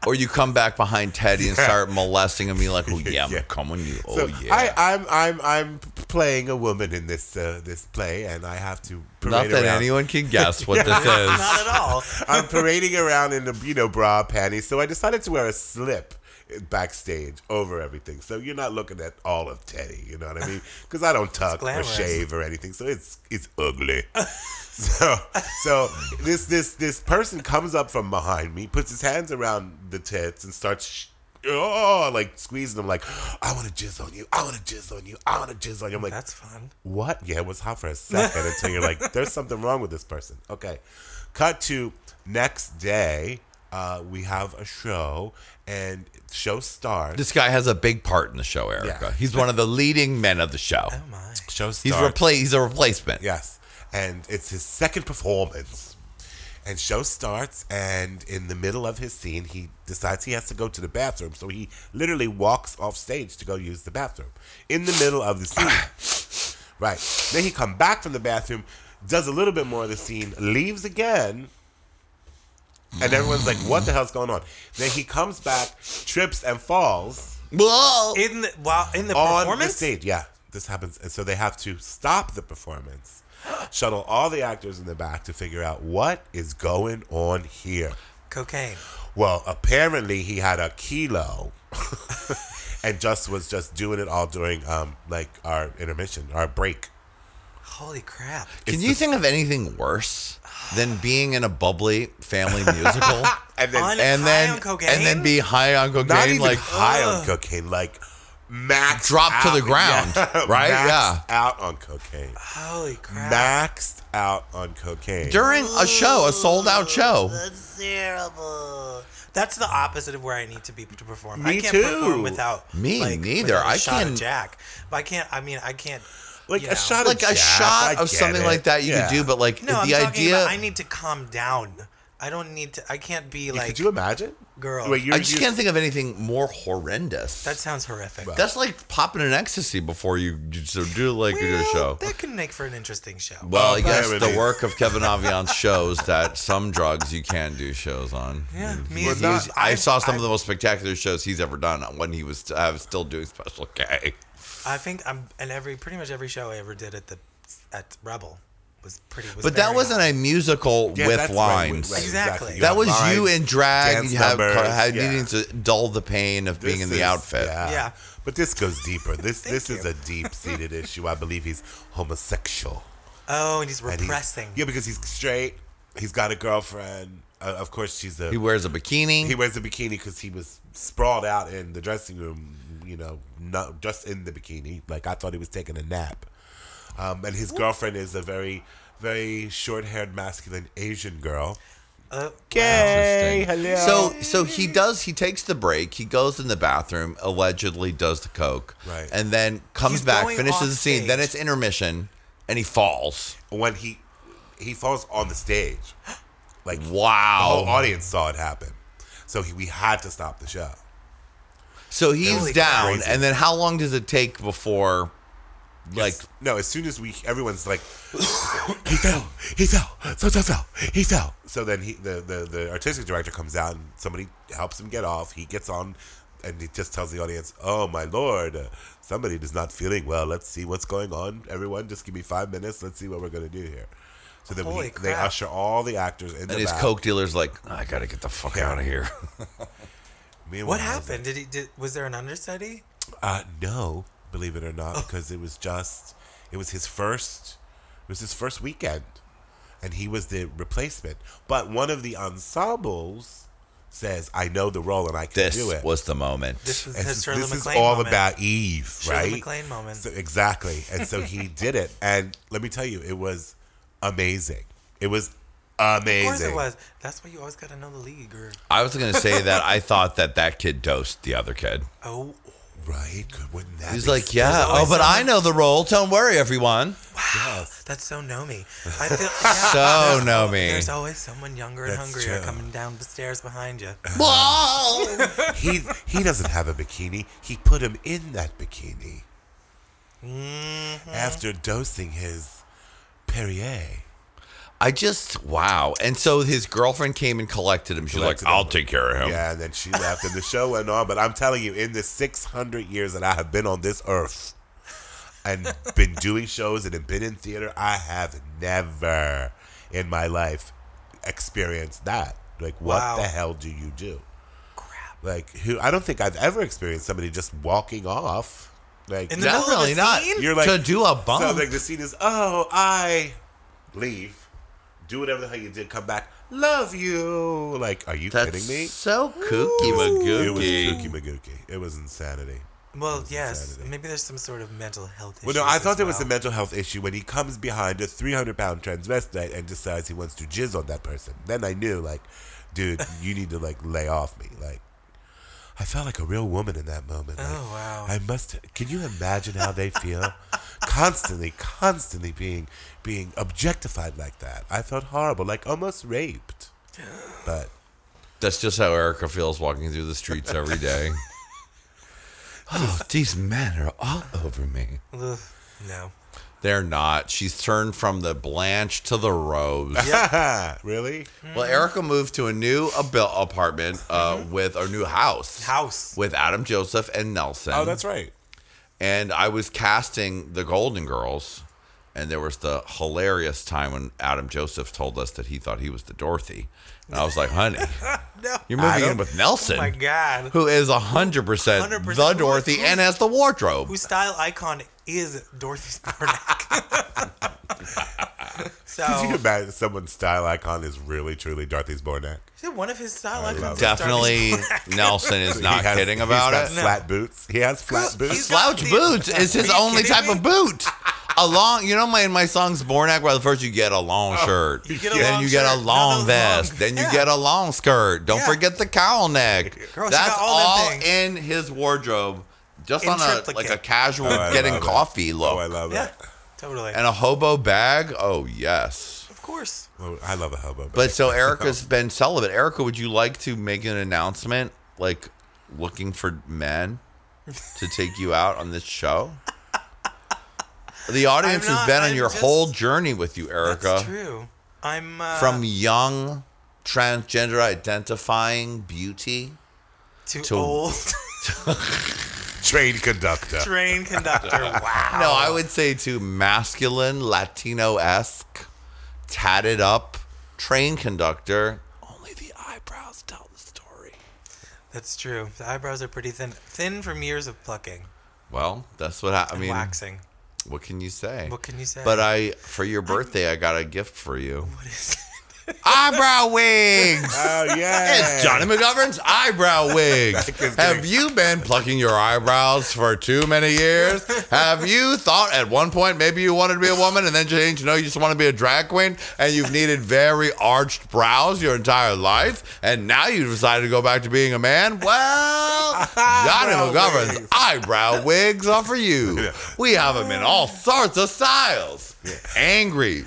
Speaker 2: or you come back behind Teddy and start molesting him. You're like, oh, yeah,
Speaker 5: Yeah.
Speaker 2: I'm coming you. Oh,
Speaker 5: So
Speaker 2: yeah.
Speaker 5: I, I'm I'm I'm playing a woman in this uh, this play, and I have to
Speaker 2: not
Speaker 5: parade
Speaker 2: that
Speaker 5: around.
Speaker 2: anyone can guess what this is.
Speaker 3: Not at all.
Speaker 5: I'm parading around in a you know bra panties, so I decided to wear a slip backstage over everything. So you're not looking at all of Teddy, you know what I mean? Because I don't tuck or
Speaker 3: glamorous.
Speaker 5: shave or anything, so it's it's ugly. so so this this this person comes up from behind me, puts his hands around the tits, and starts. Sh- Oh, like squeezing them, like I want to jizz on you. I want to jizz on you. I want to jizz on you. I'm like,
Speaker 3: That's fun.
Speaker 5: what? Yeah, it was hot for a second until you're like, there's something wrong with this person. Okay. Cut to next day. Uh, we have a show, and the show starts.
Speaker 2: This guy has a big part in the show, Erica.
Speaker 5: Yeah.
Speaker 2: He's one of the leading men of the show.
Speaker 3: Oh my.
Speaker 5: show
Speaker 2: He's
Speaker 5: starts.
Speaker 2: repla- He's a replacement.
Speaker 5: Yes. And it's his second performance. And show starts, and in the middle of his scene, he decides he has to go to the bathroom. So he literally walks off stage to go use the bathroom in the middle of the scene. right. Then he come back from the bathroom, does a little bit more of the scene, leaves again, and everyone's like, "What the hell's going on?" Then he comes back, trips and falls,
Speaker 2: Whoa.
Speaker 3: in the while in the
Speaker 5: on the
Speaker 3: performance.
Speaker 5: stage. Yeah, this happens, and so they have to stop the performance, shuttle all the actors in the back to figure out what is going on here.
Speaker 3: Cocaine.
Speaker 5: Well, apparently he had a kilo, and just was just doing it all during um like our intermission, our break.
Speaker 3: Holy crap!
Speaker 2: Can you think of anything worse than being in a bubbly family musical
Speaker 5: And then
Speaker 3: On-
Speaker 2: and
Speaker 3: High
Speaker 2: then
Speaker 3: on cocaine?
Speaker 2: and then be high on cocaine?
Speaker 5: not even
Speaker 2: like
Speaker 5: high on cocaine, like max
Speaker 2: Drop to the ground, right?
Speaker 5: Maxed out on cocaine,
Speaker 3: Holy crap!
Speaker 5: maxed out on cocaine.
Speaker 2: during a show, a sold out show.
Speaker 3: That's terrible. That's the opposite of where I need to be to perform.
Speaker 5: Me
Speaker 3: I can't
Speaker 5: too.
Speaker 3: perform without
Speaker 2: Me
Speaker 3: like,
Speaker 2: neither.
Speaker 3: without a
Speaker 2: I
Speaker 3: shot of
Speaker 2: can-
Speaker 3: Jack. But I can't. I mean, I can't.
Speaker 5: like
Speaker 3: you
Speaker 5: a
Speaker 3: know.
Speaker 5: shot,
Speaker 2: Like
Speaker 5: of
Speaker 2: a
Speaker 5: Jack, I
Speaker 2: shot
Speaker 5: get
Speaker 2: of something
Speaker 5: it.
Speaker 2: like that you
Speaker 5: Yeah.
Speaker 2: could do, but like
Speaker 3: No, I'm
Speaker 2: the
Speaker 3: talking
Speaker 2: idea.
Speaker 3: about. I need to calm down. I don't need to. I can't be like.
Speaker 5: Could you imagine?
Speaker 3: Girl.
Speaker 5: Wait, you're,
Speaker 2: I just
Speaker 5: you're-
Speaker 2: can't think of anything more horrendous.
Speaker 3: that sounds horrific.
Speaker 2: That's like popping an ecstasy before you you sort of do like you do a
Speaker 3: Well,
Speaker 2: show.
Speaker 3: That can make for an interesting show. Um,
Speaker 2: Well,
Speaker 5: Oh,
Speaker 2: yes,
Speaker 5: there it
Speaker 2: the
Speaker 5: is.
Speaker 2: work of Kevin Aviance shows that some drugs you can do shows on.
Speaker 3: Yeah,
Speaker 2: And
Speaker 3: me
Speaker 2: he's-
Speaker 3: and you.
Speaker 2: he's- I
Speaker 3: I've-
Speaker 2: saw some of
Speaker 3: I've-
Speaker 2: the most spectacular shows he's ever done when he was I was still doing Special K.
Speaker 3: I think I'm and every pretty much every show I ever did at the at Rebel was pretty. Was
Speaker 2: But that
Speaker 3: very
Speaker 2: wasn't
Speaker 3: high.
Speaker 2: a musical
Speaker 5: Yeah,
Speaker 2: with
Speaker 5: that's right,
Speaker 2: lines.
Speaker 5: right,
Speaker 3: Exactly.
Speaker 5: You
Speaker 2: That
Speaker 5: have
Speaker 2: was you
Speaker 5: lines,
Speaker 2: in drag.
Speaker 5: dance
Speaker 2: You have,
Speaker 5: numbers,
Speaker 2: had
Speaker 5: yeah.
Speaker 2: needing to dull the pain of being
Speaker 5: This
Speaker 2: in the
Speaker 5: is-
Speaker 2: outfit.
Speaker 3: Yeah.
Speaker 5: But this goes deeper. This
Speaker 3: Thank
Speaker 5: this is
Speaker 3: you.
Speaker 5: a deep seated issue. I believe he's homosexual.
Speaker 3: Oh, and he's
Speaker 5: And he's-
Speaker 3: repressing.
Speaker 5: yeah, because he's straight. He's got a girlfriend. Uh, of course, she's a.
Speaker 2: He wears a bikini.
Speaker 5: He wears a bikini because he was sprawled out in the dressing room, you know, not just in the bikini. Like I thought he was taking a nap. Um, and his girlfriend is a very, very short-haired, masculine Asian girl.
Speaker 3: Uh,
Speaker 5: Gay.
Speaker 2: Interesting.
Speaker 5: Hello.
Speaker 2: So so he does he takes the break, he goes in the bathroom, allegedly does the coke.
Speaker 5: Right.
Speaker 2: And then comes
Speaker 3: He's
Speaker 2: back,
Speaker 3: going
Speaker 2: finishes
Speaker 3: off
Speaker 2: the scene, then
Speaker 3: stage.
Speaker 2: it's intermission and he falls.
Speaker 5: when he he falls on the stage, like the
Speaker 2: Wow.
Speaker 5: whole audience saw it happen. So he, we had to stop the show.
Speaker 2: So he's
Speaker 3: Holy
Speaker 2: down
Speaker 5: crazy.
Speaker 2: and then how long does it take before like
Speaker 5: No, as soon as we, everyone's like, he fell, he fell, so so fell, he fell. So then he, the, the the artistic director comes out and somebody helps him get off. He gets on, and he just tells the audience, "Oh my lord, uh, somebody is not feeling well. Let's see what's going on. Everyone, just give me five minutes. Let's see what we're gonna do here." So then
Speaker 3: Holy
Speaker 5: we, they
Speaker 3: crap.
Speaker 5: usher all the actors in
Speaker 2: and
Speaker 5: the
Speaker 2: his
Speaker 5: back.
Speaker 2: coke dealer's like, I gotta get the fuck out of here.
Speaker 5: Meanwhile,
Speaker 3: what
Speaker 5: I was like,
Speaker 3: happened? Did he? Did, was there an understudy?
Speaker 5: Uh, no, believe it or not,
Speaker 3: Oh.
Speaker 5: because it was just it was his first it was his first weekend, and he was the replacement. But one of the ensembles says, "I know the role and I can
Speaker 2: This
Speaker 5: do it."
Speaker 2: was the moment.
Speaker 3: This was
Speaker 5: And
Speaker 3: his
Speaker 5: so
Speaker 3: Shirley
Speaker 5: this is
Speaker 3: MacLaine
Speaker 5: all
Speaker 3: moment.
Speaker 5: about Eve,
Speaker 3: Shirley
Speaker 5: right?
Speaker 3: MacLaine moment.
Speaker 5: So, exactly, and so he did it, and let me tell you, it was amazing. It was
Speaker 3: Of
Speaker 5: amazing.
Speaker 3: course it was. That's why you always got to know the league. Or
Speaker 2: I was gonna say that I thought that that kid dosed the other kid.
Speaker 3: oh,
Speaker 5: right? Wouldn't that?
Speaker 2: He's
Speaker 5: be
Speaker 2: like, yeah, oh,
Speaker 3: always
Speaker 2: but I
Speaker 3: someone-
Speaker 2: know the role. Don't worry, everyone.
Speaker 5: yes.
Speaker 3: that's so gnomy. I feel yeah,
Speaker 2: So
Speaker 3: there's-
Speaker 2: gnomy.
Speaker 3: There's always someone younger and
Speaker 5: That's
Speaker 3: hungrier
Speaker 5: true.
Speaker 3: coming down the stairs behind you.
Speaker 2: Whoa!
Speaker 5: he he doesn't have a bikini. He put him in that bikini
Speaker 3: Mm-hmm.
Speaker 5: after dosing his Perrier.
Speaker 2: I just wow. And so his girlfriend came and collected him. She's
Speaker 5: Collected
Speaker 2: like, "I'll
Speaker 5: him.
Speaker 2: take care of him."
Speaker 5: Yeah, and then she left, and the show went on. But I'm telling you, in the 600 years that I have been on this earth and been doing shows and have been in theater, I have never in my life experienced that. Like, what
Speaker 3: Wow.
Speaker 5: the hell do you do? Like, who? I don't think I've ever experienced somebody just walking off. Like,
Speaker 3: In the middle of a
Speaker 2: Definitely not.
Speaker 3: scene?
Speaker 5: You're like-
Speaker 2: to do a
Speaker 5: So
Speaker 2: bump.
Speaker 5: like the scene is, oh, I leave, do whatever the hell you did, come back, love you. Like, are you
Speaker 2: That's
Speaker 5: kidding me?
Speaker 2: so kooky,
Speaker 5: It was kooky
Speaker 2: magooky.
Speaker 5: magooky. It was insanity.
Speaker 3: Well, yes,
Speaker 5: insanity.
Speaker 3: maybe there's some sort of mental health issue.
Speaker 5: Well, no, I thought there was a mental health issue when he comes behind a 300 pound transvestite and decides he wants to jizz on that person. Then I knew, like, dude, you need to, like, lay off me. Like, I felt like a real woman in that moment. Like,
Speaker 3: Oh, wow.
Speaker 5: I must. Can you imagine how they feel? constantly, constantly being being objectified like that. I felt horrible, like almost raped. But
Speaker 2: That's just how Erica feels walking through the streets every day. oh, these men are all over me.
Speaker 3: Ugh, no.
Speaker 2: They're not. She's turned from the Blanche to the Rose.
Speaker 5: really?
Speaker 3: Mm-hmm.
Speaker 2: Well, Erica moved to a new abil- apartment uh,
Speaker 5: Mm-hmm.
Speaker 2: with a new house.
Speaker 3: House.
Speaker 2: With Adam Joseph and Nelson.
Speaker 5: Oh, that's right.
Speaker 2: And I was casting the Golden Girls, and there was the hilarious time when Adam Joseph told us that he thought he was the Dorothy. And I was like, honey, you're moving in
Speaker 5: Adam?
Speaker 2: with Nelson,
Speaker 3: Oh my God.
Speaker 2: who is 100%,
Speaker 3: 100%
Speaker 2: the
Speaker 3: who-
Speaker 2: Dorothy
Speaker 3: who's-
Speaker 2: and has the wardrobe.
Speaker 3: Whose style icon is Dorothy Stark? so,
Speaker 5: Could you imagine someone's style icon is really truly Dorothy's Bornak?
Speaker 3: Yeah, one of his style icons. is
Speaker 2: Definitely,
Speaker 3: Dorothy Stark.
Speaker 2: Nelson is not
Speaker 5: He has-
Speaker 2: kidding about
Speaker 5: he's
Speaker 2: it.
Speaker 5: got Flat boots. He has flat
Speaker 3: He's
Speaker 5: boots.
Speaker 3: got
Speaker 2: slouch
Speaker 3: the-
Speaker 2: boots is his
Speaker 3: Are you
Speaker 2: only
Speaker 3: kidding
Speaker 2: type
Speaker 3: me?
Speaker 2: of boot. A long, you know, my in my songs "Born Act," well, first you get a long shirt,
Speaker 3: Oh, you get a
Speaker 2: then
Speaker 3: long
Speaker 2: you get
Speaker 3: shirt,
Speaker 2: a long
Speaker 3: another long-
Speaker 2: vest, then you
Speaker 3: Yeah.
Speaker 2: get a long skirt. Don't
Speaker 3: Yeah.
Speaker 2: forget the cowl neck.
Speaker 3: Girl, she
Speaker 2: That's
Speaker 3: got all them
Speaker 2: all,
Speaker 3: things.
Speaker 2: in his wardrobe, just
Speaker 3: In
Speaker 2: on a like
Speaker 3: triplicate.
Speaker 2: a casual
Speaker 5: Oh, I
Speaker 2: getting
Speaker 5: love it.
Speaker 2: coffee look,
Speaker 5: Oh, I love
Speaker 3: Yeah,
Speaker 5: that.
Speaker 3: totally.
Speaker 2: and a hobo bag. Oh yes.
Speaker 3: of course.
Speaker 5: Oh, I love a hobo.
Speaker 2: But so Erica's been celibate. Erica, would you like to make an announcement, like looking for men to take you out on this show? The audience
Speaker 3: I'm
Speaker 2: has
Speaker 3: not-
Speaker 2: been on
Speaker 3: I'm
Speaker 2: your
Speaker 3: just-
Speaker 2: whole journey with you, Erica,
Speaker 3: That's true. I'm uh,
Speaker 2: from young transgender identifying beauty.
Speaker 3: to,
Speaker 2: to-
Speaker 3: old
Speaker 5: train conductor.
Speaker 3: train conductor. Wow.
Speaker 2: No, I would say to masculine, Latino esque, tatted up train conductor. Only the eyebrows tell the story.
Speaker 3: That's true. The eyebrows are pretty thin, thin from years of plucking,
Speaker 2: Well, that's what I, I mean.
Speaker 3: waxing.
Speaker 2: What can you say?
Speaker 3: What can you say?
Speaker 2: But I, for your birthday, I got a gift for you.
Speaker 3: What is
Speaker 2: Eyebrow wigs.
Speaker 5: Oh yeah.
Speaker 2: It's Johnny McGovern's eyebrow wigs.
Speaker 5: Like his
Speaker 2: Have
Speaker 5: drink.
Speaker 2: you been plucking your eyebrows for too many years? Have you thought at one point maybe you wanted to be a woman and then changed? No, you just want to be a drag queen, and you've needed very arched brows your entire life, and now you decided to go back to being a man. Well, Johnny
Speaker 5: Eyebrow
Speaker 2: McGovern's
Speaker 5: wigs.
Speaker 2: eyebrow wigs are for you. We have them in all sorts of styles: angry,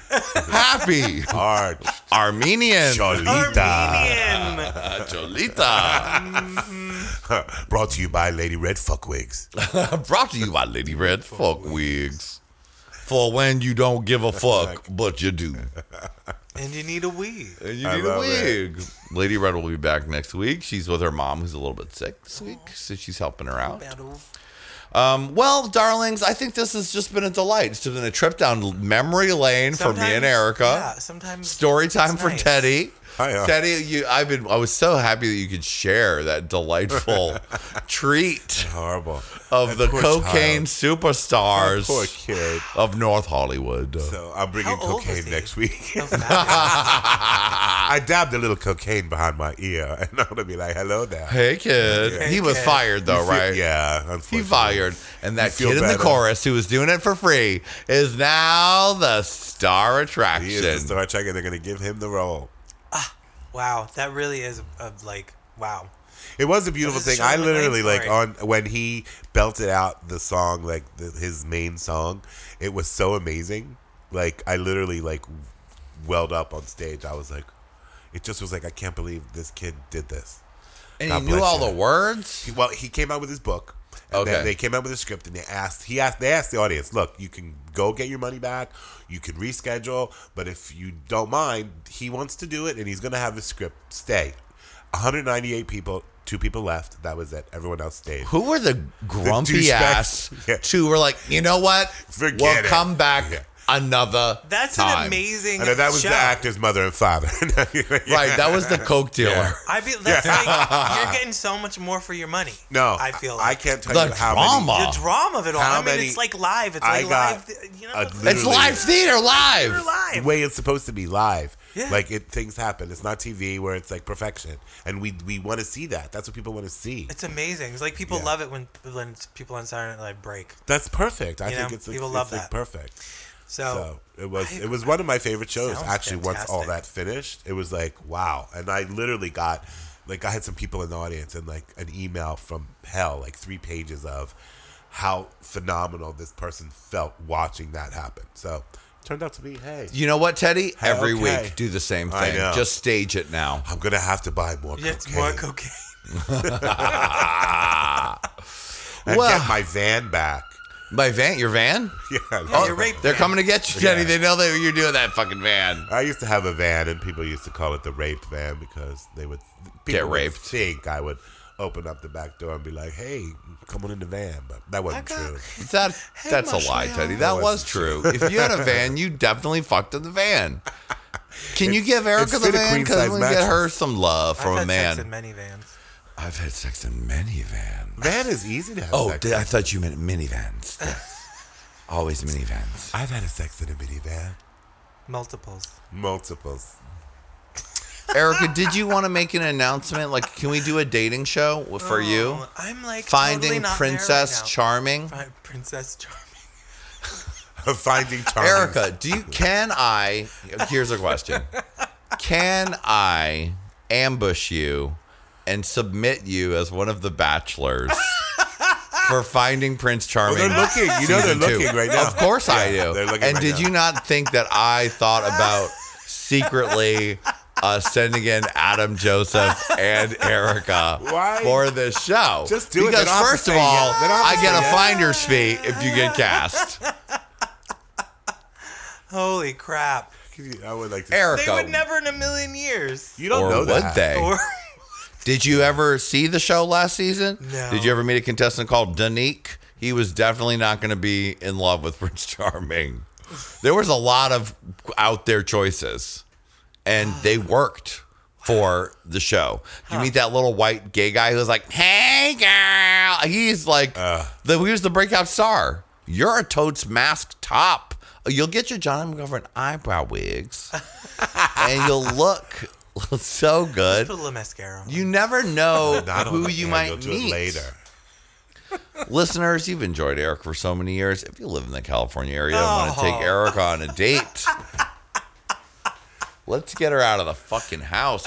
Speaker 2: happy,
Speaker 5: Arch.
Speaker 2: Armenian,
Speaker 5: Cholita.
Speaker 3: Armenian?
Speaker 2: uh, Cholita.
Speaker 5: Brought to you by Lady Red Fuckwigs.
Speaker 2: Brought to you by Lady Red Fuck Wigs. For when you don't give a fuck, but you do.
Speaker 3: and you need a wig.
Speaker 2: And you
Speaker 5: I
Speaker 2: need a
Speaker 5: love it.
Speaker 2: wig. Lady Red will be back next week. She's with her mom, who's a little bit sick this week, so she's helping her out.
Speaker 3: Battle.
Speaker 2: Um, well, darlings, I think this has just been a delight. It's just been a trip down memory lane for me and
Speaker 3: Sometimes-
Speaker 2: Erica.
Speaker 3: Yeah, sometimes
Speaker 2: Story time
Speaker 3: it's
Speaker 2: for
Speaker 3: nice.
Speaker 2: Teddy.
Speaker 5: Hiya.
Speaker 2: Teddy, you, I've been. I was so happy that you could share that delightful treat
Speaker 5: Horrible.
Speaker 2: of
Speaker 5: That
Speaker 2: the
Speaker 5: poor
Speaker 2: cocaine
Speaker 5: child.
Speaker 2: superstars.
Speaker 5: Poor kid.
Speaker 2: of North Hollywood.
Speaker 5: So I'm bringing
Speaker 3: How old was
Speaker 5: cocaine
Speaker 3: he?
Speaker 5: next week.
Speaker 3: Oh, fabulous.
Speaker 5: I dabbed a little cocaine behind my ear, and I'm gonna be like, "Hello there."
Speaker 2: Hey kid,
Speaker 3: Hey,
Speaker 2: he was
Speaker 3: kid.
Speaker 2: fired though,
Speaker 5: You feel-
Speaker 2: right?
Speaker 5: Yeah, unfortunately.
Speaker 2: He fired, and that
Speaker 5: feel
Speaker 2: kid in the
Speaker 5: better.
Speaker 2: chorus who was doing it for free is now the star attraction.
Speaker 5: He is the Star Trek, and they're gonna give him the role.
Speaker 3: wow, that really is of like wow.
Speaker 5: It was a beautiful
Speaker 3: This is
Speaker 5: thing. I
Speaker 3: showing the main
Speaker 5: literally like
Speaker 3: story.
Speaker 5: on when he belted out the song, like the, his main song. It was so amazing. Like I literally like welled up on stage. I was like, it just was like I can't believe this kid did this.
Speaker 2: and
Speaker 5: God
Speaker 2: he knew
Speaker 5: bless
Speaker 2: all
Speaker 5: you.
Speaker 2: the words.
Speaker 5: He- well, he came out with his book. And
Speaker 2: Okay.
Speaker 5: then they came out with a script and they asked he asked they asked the audience, look, you can go get your money back, you can reschedule, but if you don't mind, he wants to do it and he's gonna have his script stay. 198 people, two people left, that was it. Everyone else stayed.
Speaker 2: Who were the grumpy
Speaker 5: douchebags.
Speaker 2: ass
Speaker 5: Yeah.
Speaker 2: two were like, you know what?
Speaker 5: Forget
Speaker 2: we'll
Speaker 5: it."
Speaker 2: come back
Speaker 5: Yeah.
Speaker 2: another
Speaker 3: That's
Speaker 2: time.
Speaker 3: an amazing.
Speaker 5: And then that was
Speaker 3: show.
Speaker 5: the actor's mother and father.
Speaker 2: Right, that was the coke dealer.
Speaker 3: I feel that's like you're getting so much more for your money.
Speaker 5: No,
Speaker 3: I feel
Speaker 5: I
Speaker 3: like.
Speaker 5: can't tell
Speaker 2: The
Speaker 5: you how
Speaker 2: drama.
Speaker 5: many.
Speaker 3: the drama of it all.
Speaker 5: How
Speaker 3: I mean,
Speaker 5: many-
Speaker 3: it's like live. It's
Speaker 5: I
Speaker 3: like
Speaker 5: got
Speaker 3: live. You
Speaker 5: a
Speaker 3: know, it's
Speaker 5: little-
Speaker 2: It's
Speaker 5: Literally.
Speaker 2: live theater,
Speaker 3: like
Speaker 2: live.
Speaker 5: The
Speaker 3: live.
Speaker 5: way it's supposed to be live.
Speaker 3: Yeah.
Speaker 5: Like it, things happen. It's not TV where it's like perfection, and we we want to see that. That's what people want to see.
Speaker 3: It's amazing. It's like people
Speaker 5: Yeah.
Speaker 3: love it when when people on Saturday Night Live break.
Speaker 5: That's perfect. I
Speaker 3: You
Speaker 5: think
Speaker 3: know,
Speaker 5: it's like,
Speaker 3: people
Speaker 5: it's
Speaker 3: love
Speaker 5: like
Speaker 3: that.
Speaker 5: perfect.
Speaker 3: So,
Speaker 5: So it was
Speaker 3: I
Speaker 5: it was one of my favorite shows
Speaker 3: Sounds
Speaker 5: actually. Once all
Speaker 3: fantastic.
Speaker 5: that finished, it was like wow, and I literally got like I had some people in the audience and like an email from hell, like three pages of how phenomenal this person felt watching that happen. So turned out to be hey,
Speaker 2: You know what, Teddy?
Speaker 5: Hey,
Speaker 2: Every
Speaker 5: okay.
Speaker 2: week, do the same
Speaker 5: I
Speaker 2: thing.
Speaker 5: know.
Speaker 2: Just stage it now.
Speaker 5: I'm gonna have to buy more cocaine
Speaker 3: yeah, it's more cocaine.
Speaker 5: and
Speaker 2: Well-
Speaker 5: get my van back.
Speaker 2: My van, your van?
Speaker 5: Yeah.
Speaker 3: Yeah, your rape
Speaker 2: They're
Speaker 3: van.
Speaker 2: coming to get you, Jenny.
Speaker 5: Yeah.
Speaker 2: They know that you're doing that fucking van.
Speaker 5: I used to have a van, and people used to call it the rape van because they would people
Speaker 2: Get
Speaker 5: would
Speaker 2: raped.
Speaker 5: Think I would open up the back door and be like, "Hey, come on in the van," but that wasn't
Speaker 3: I got-
Speaker 5: true.
Speaker 2: That that's a lie,
Speaker 3: Marshall.
Speaker 2: Teddy. That
Speaker 5: That
Speaker 2: was
Speaker 5: wasn't
Speaker 2: true. If you had a van, you definitely fucked in the van. Can you give Erica the
Speaker 5: fit a
Speaker 2: van?
Speaker 5: queen
Speaker 2: Because
Speaker 5: size
Speaker 2: we get her
Speaker 5: mattress.
Speaker 2: some love
Speaker 3: I've
Speaker 2: from a
Speaker 3: had sex in
Speaker 2: man.
Speaker 3: many vans.
Speaker 2: I've had sex in many vans.
Speaker 5: Van is easy to have.
Speaker 2: Oh,
Speaker 5: sex
Speaker 2: did, I
Speaker 5: in.
Speaker 2: thought you meant minivans. Yes. Always minivans.
Speaker 5: I've had a sex in a minivan.
Speaker 3: Multiples.
Speaker 5: Multiples.
Speaker 2: Erica, did you want to make an announcement? Like, can we do a dating show for you?
Speaker 3: Oh, I'm like
Speaker 2: Finding
Speaker 3: totally not there
Speaker 2: Princess
Speaker 3: right now.
Speaker 2: Charming.
Speaker 3: Fi- Princess Charming.
Speaker 5: Finding Charming.
Speaker 2: Erica, do you can I here's a question. Can I ambush you and submit you as one of the bachelors for finding Prince
Speaker 5: Well,
Speaker 2: Charming?
Speaker 5: they're looking. You know they're
Speaker 2: season two?
Speaker 5: looking right now.
Speaker 2: Of course I
Speaker 5: Yeah,
Speaker 2: do.
Speaker 5: they're looking
Speaker 2: And
Speaker 5: right
Speaker 2: did
Speaker 5: now.
Speaker 2: you not think that I thought about secretly uh, sending in Adam Joseph and Erica
Speaker 5: Why?
Speaker 2: for this show?
Speaker 5: Just do it. They
Speaker 2: because
Speaker 5: don't have to
Speaker 2: first of
Speaker 5: say
Speaker 2: all,
Speaker 5: yes. They don't have
Speaker 2: I
Speaker 5: to
Speaker 2: get
Speaker 5: say
Speaker 2: a
Speaker 5: yes.
Speaker 2: finder's fee if you get cast.
Speaker 3: Holy crap.
Speaker 5: I would like to.
Speaker 2: Erica,
Speaker 3: They would never in a million years.
Speaker 5: you don't
Speaker 2: or
Speaker 5: know
Speaker 2: would
Speaker 5: that.
Speaker 2: they?
Speaker 3: Or
Speaker 2: Did you ever see the show last season?
Speaker 3: No.
Speaker 2: Did you ever meet a contestant called Danique? He was definitely not going to be in love with Prince Charming. There was a lot of out there choices, and they worked for the show. You meet that little white gay guy who's like, "Hey, girl," he's like, the, "He was the breakout star." You're a totes mask top. You'll get your John McGovern eyebrow wigs, and you'll look so good.
Speaker 3: put a little mascara. on.
Speaker 2: You never know
Speaker 5: I don't
Speaker 2: who you
Speaker 5: handle
Speaker 2: might
Speaker 5: to it
Speaker 2: meet.
Speaker 5: later.
Speaker 2: Listeners, you've enjoyed Eric for so many years. If you live in the California area and want to
Speaker 3: Oh.
Speaker 2: take Eric on a date, let's get her out of the fucking house,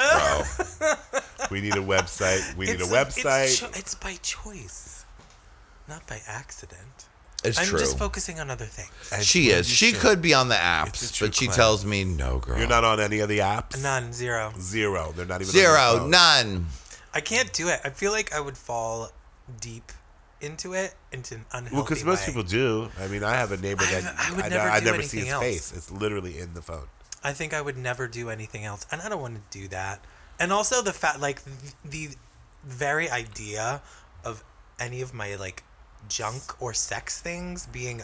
Speaker 2: bro.
Speaker 5: We need a website. We need a
Speaker 3: It's
Speaker 5: website.
Speaker 3: It's, cho- it's by choice, not by accident.
Speaker 2: It's
Speaker 3: I'm
Speaker 2: true.
Speaker 3: just focusing on other things.
Speaker 5: As
Speaker 2: she
Speaker 5: well
Speaker 2: is.
Speaker 5: you
Speaker 2: She
Speaker 5: should.
Speaker 2: could be on the
Speaker 5: It's
Speaker 2: apps,
Speaker 5: a true
Speaker 2: but she
Speaker 5: class.
Speaker 2: tells me no, girl.
Speaker 5: You're not on any of the apps.
Speaker 3: None, zero.
Speaker 5: Zero. They're not even on your
Speaker 2: zero,
Speaker 5: phone.
Speaker 2: none.
Speaker 3: I can't do it. I feel like I would fall deep into it, into an unhealthy
Speaker 5: Well, because most
Speaker 3: way.
Speaker 5: people do. I mean, I have a neighbor
Speaker 3: I-
Speaker 5: that
Speaker 3: I would
Speaker 5: I,
Speaker 3: never
Speaker 5: I
Speaker 3: do
Speaker 5: never see
Speaker 3: anything
Speaker 5: his
Speaker 3: else.
Speaker 5: face. It's literally in the phone.
Speaker 3: I think I would never do anything else, and I don't want to do that. And also the fact, like the, the very idea of any of my like junk or sex things being,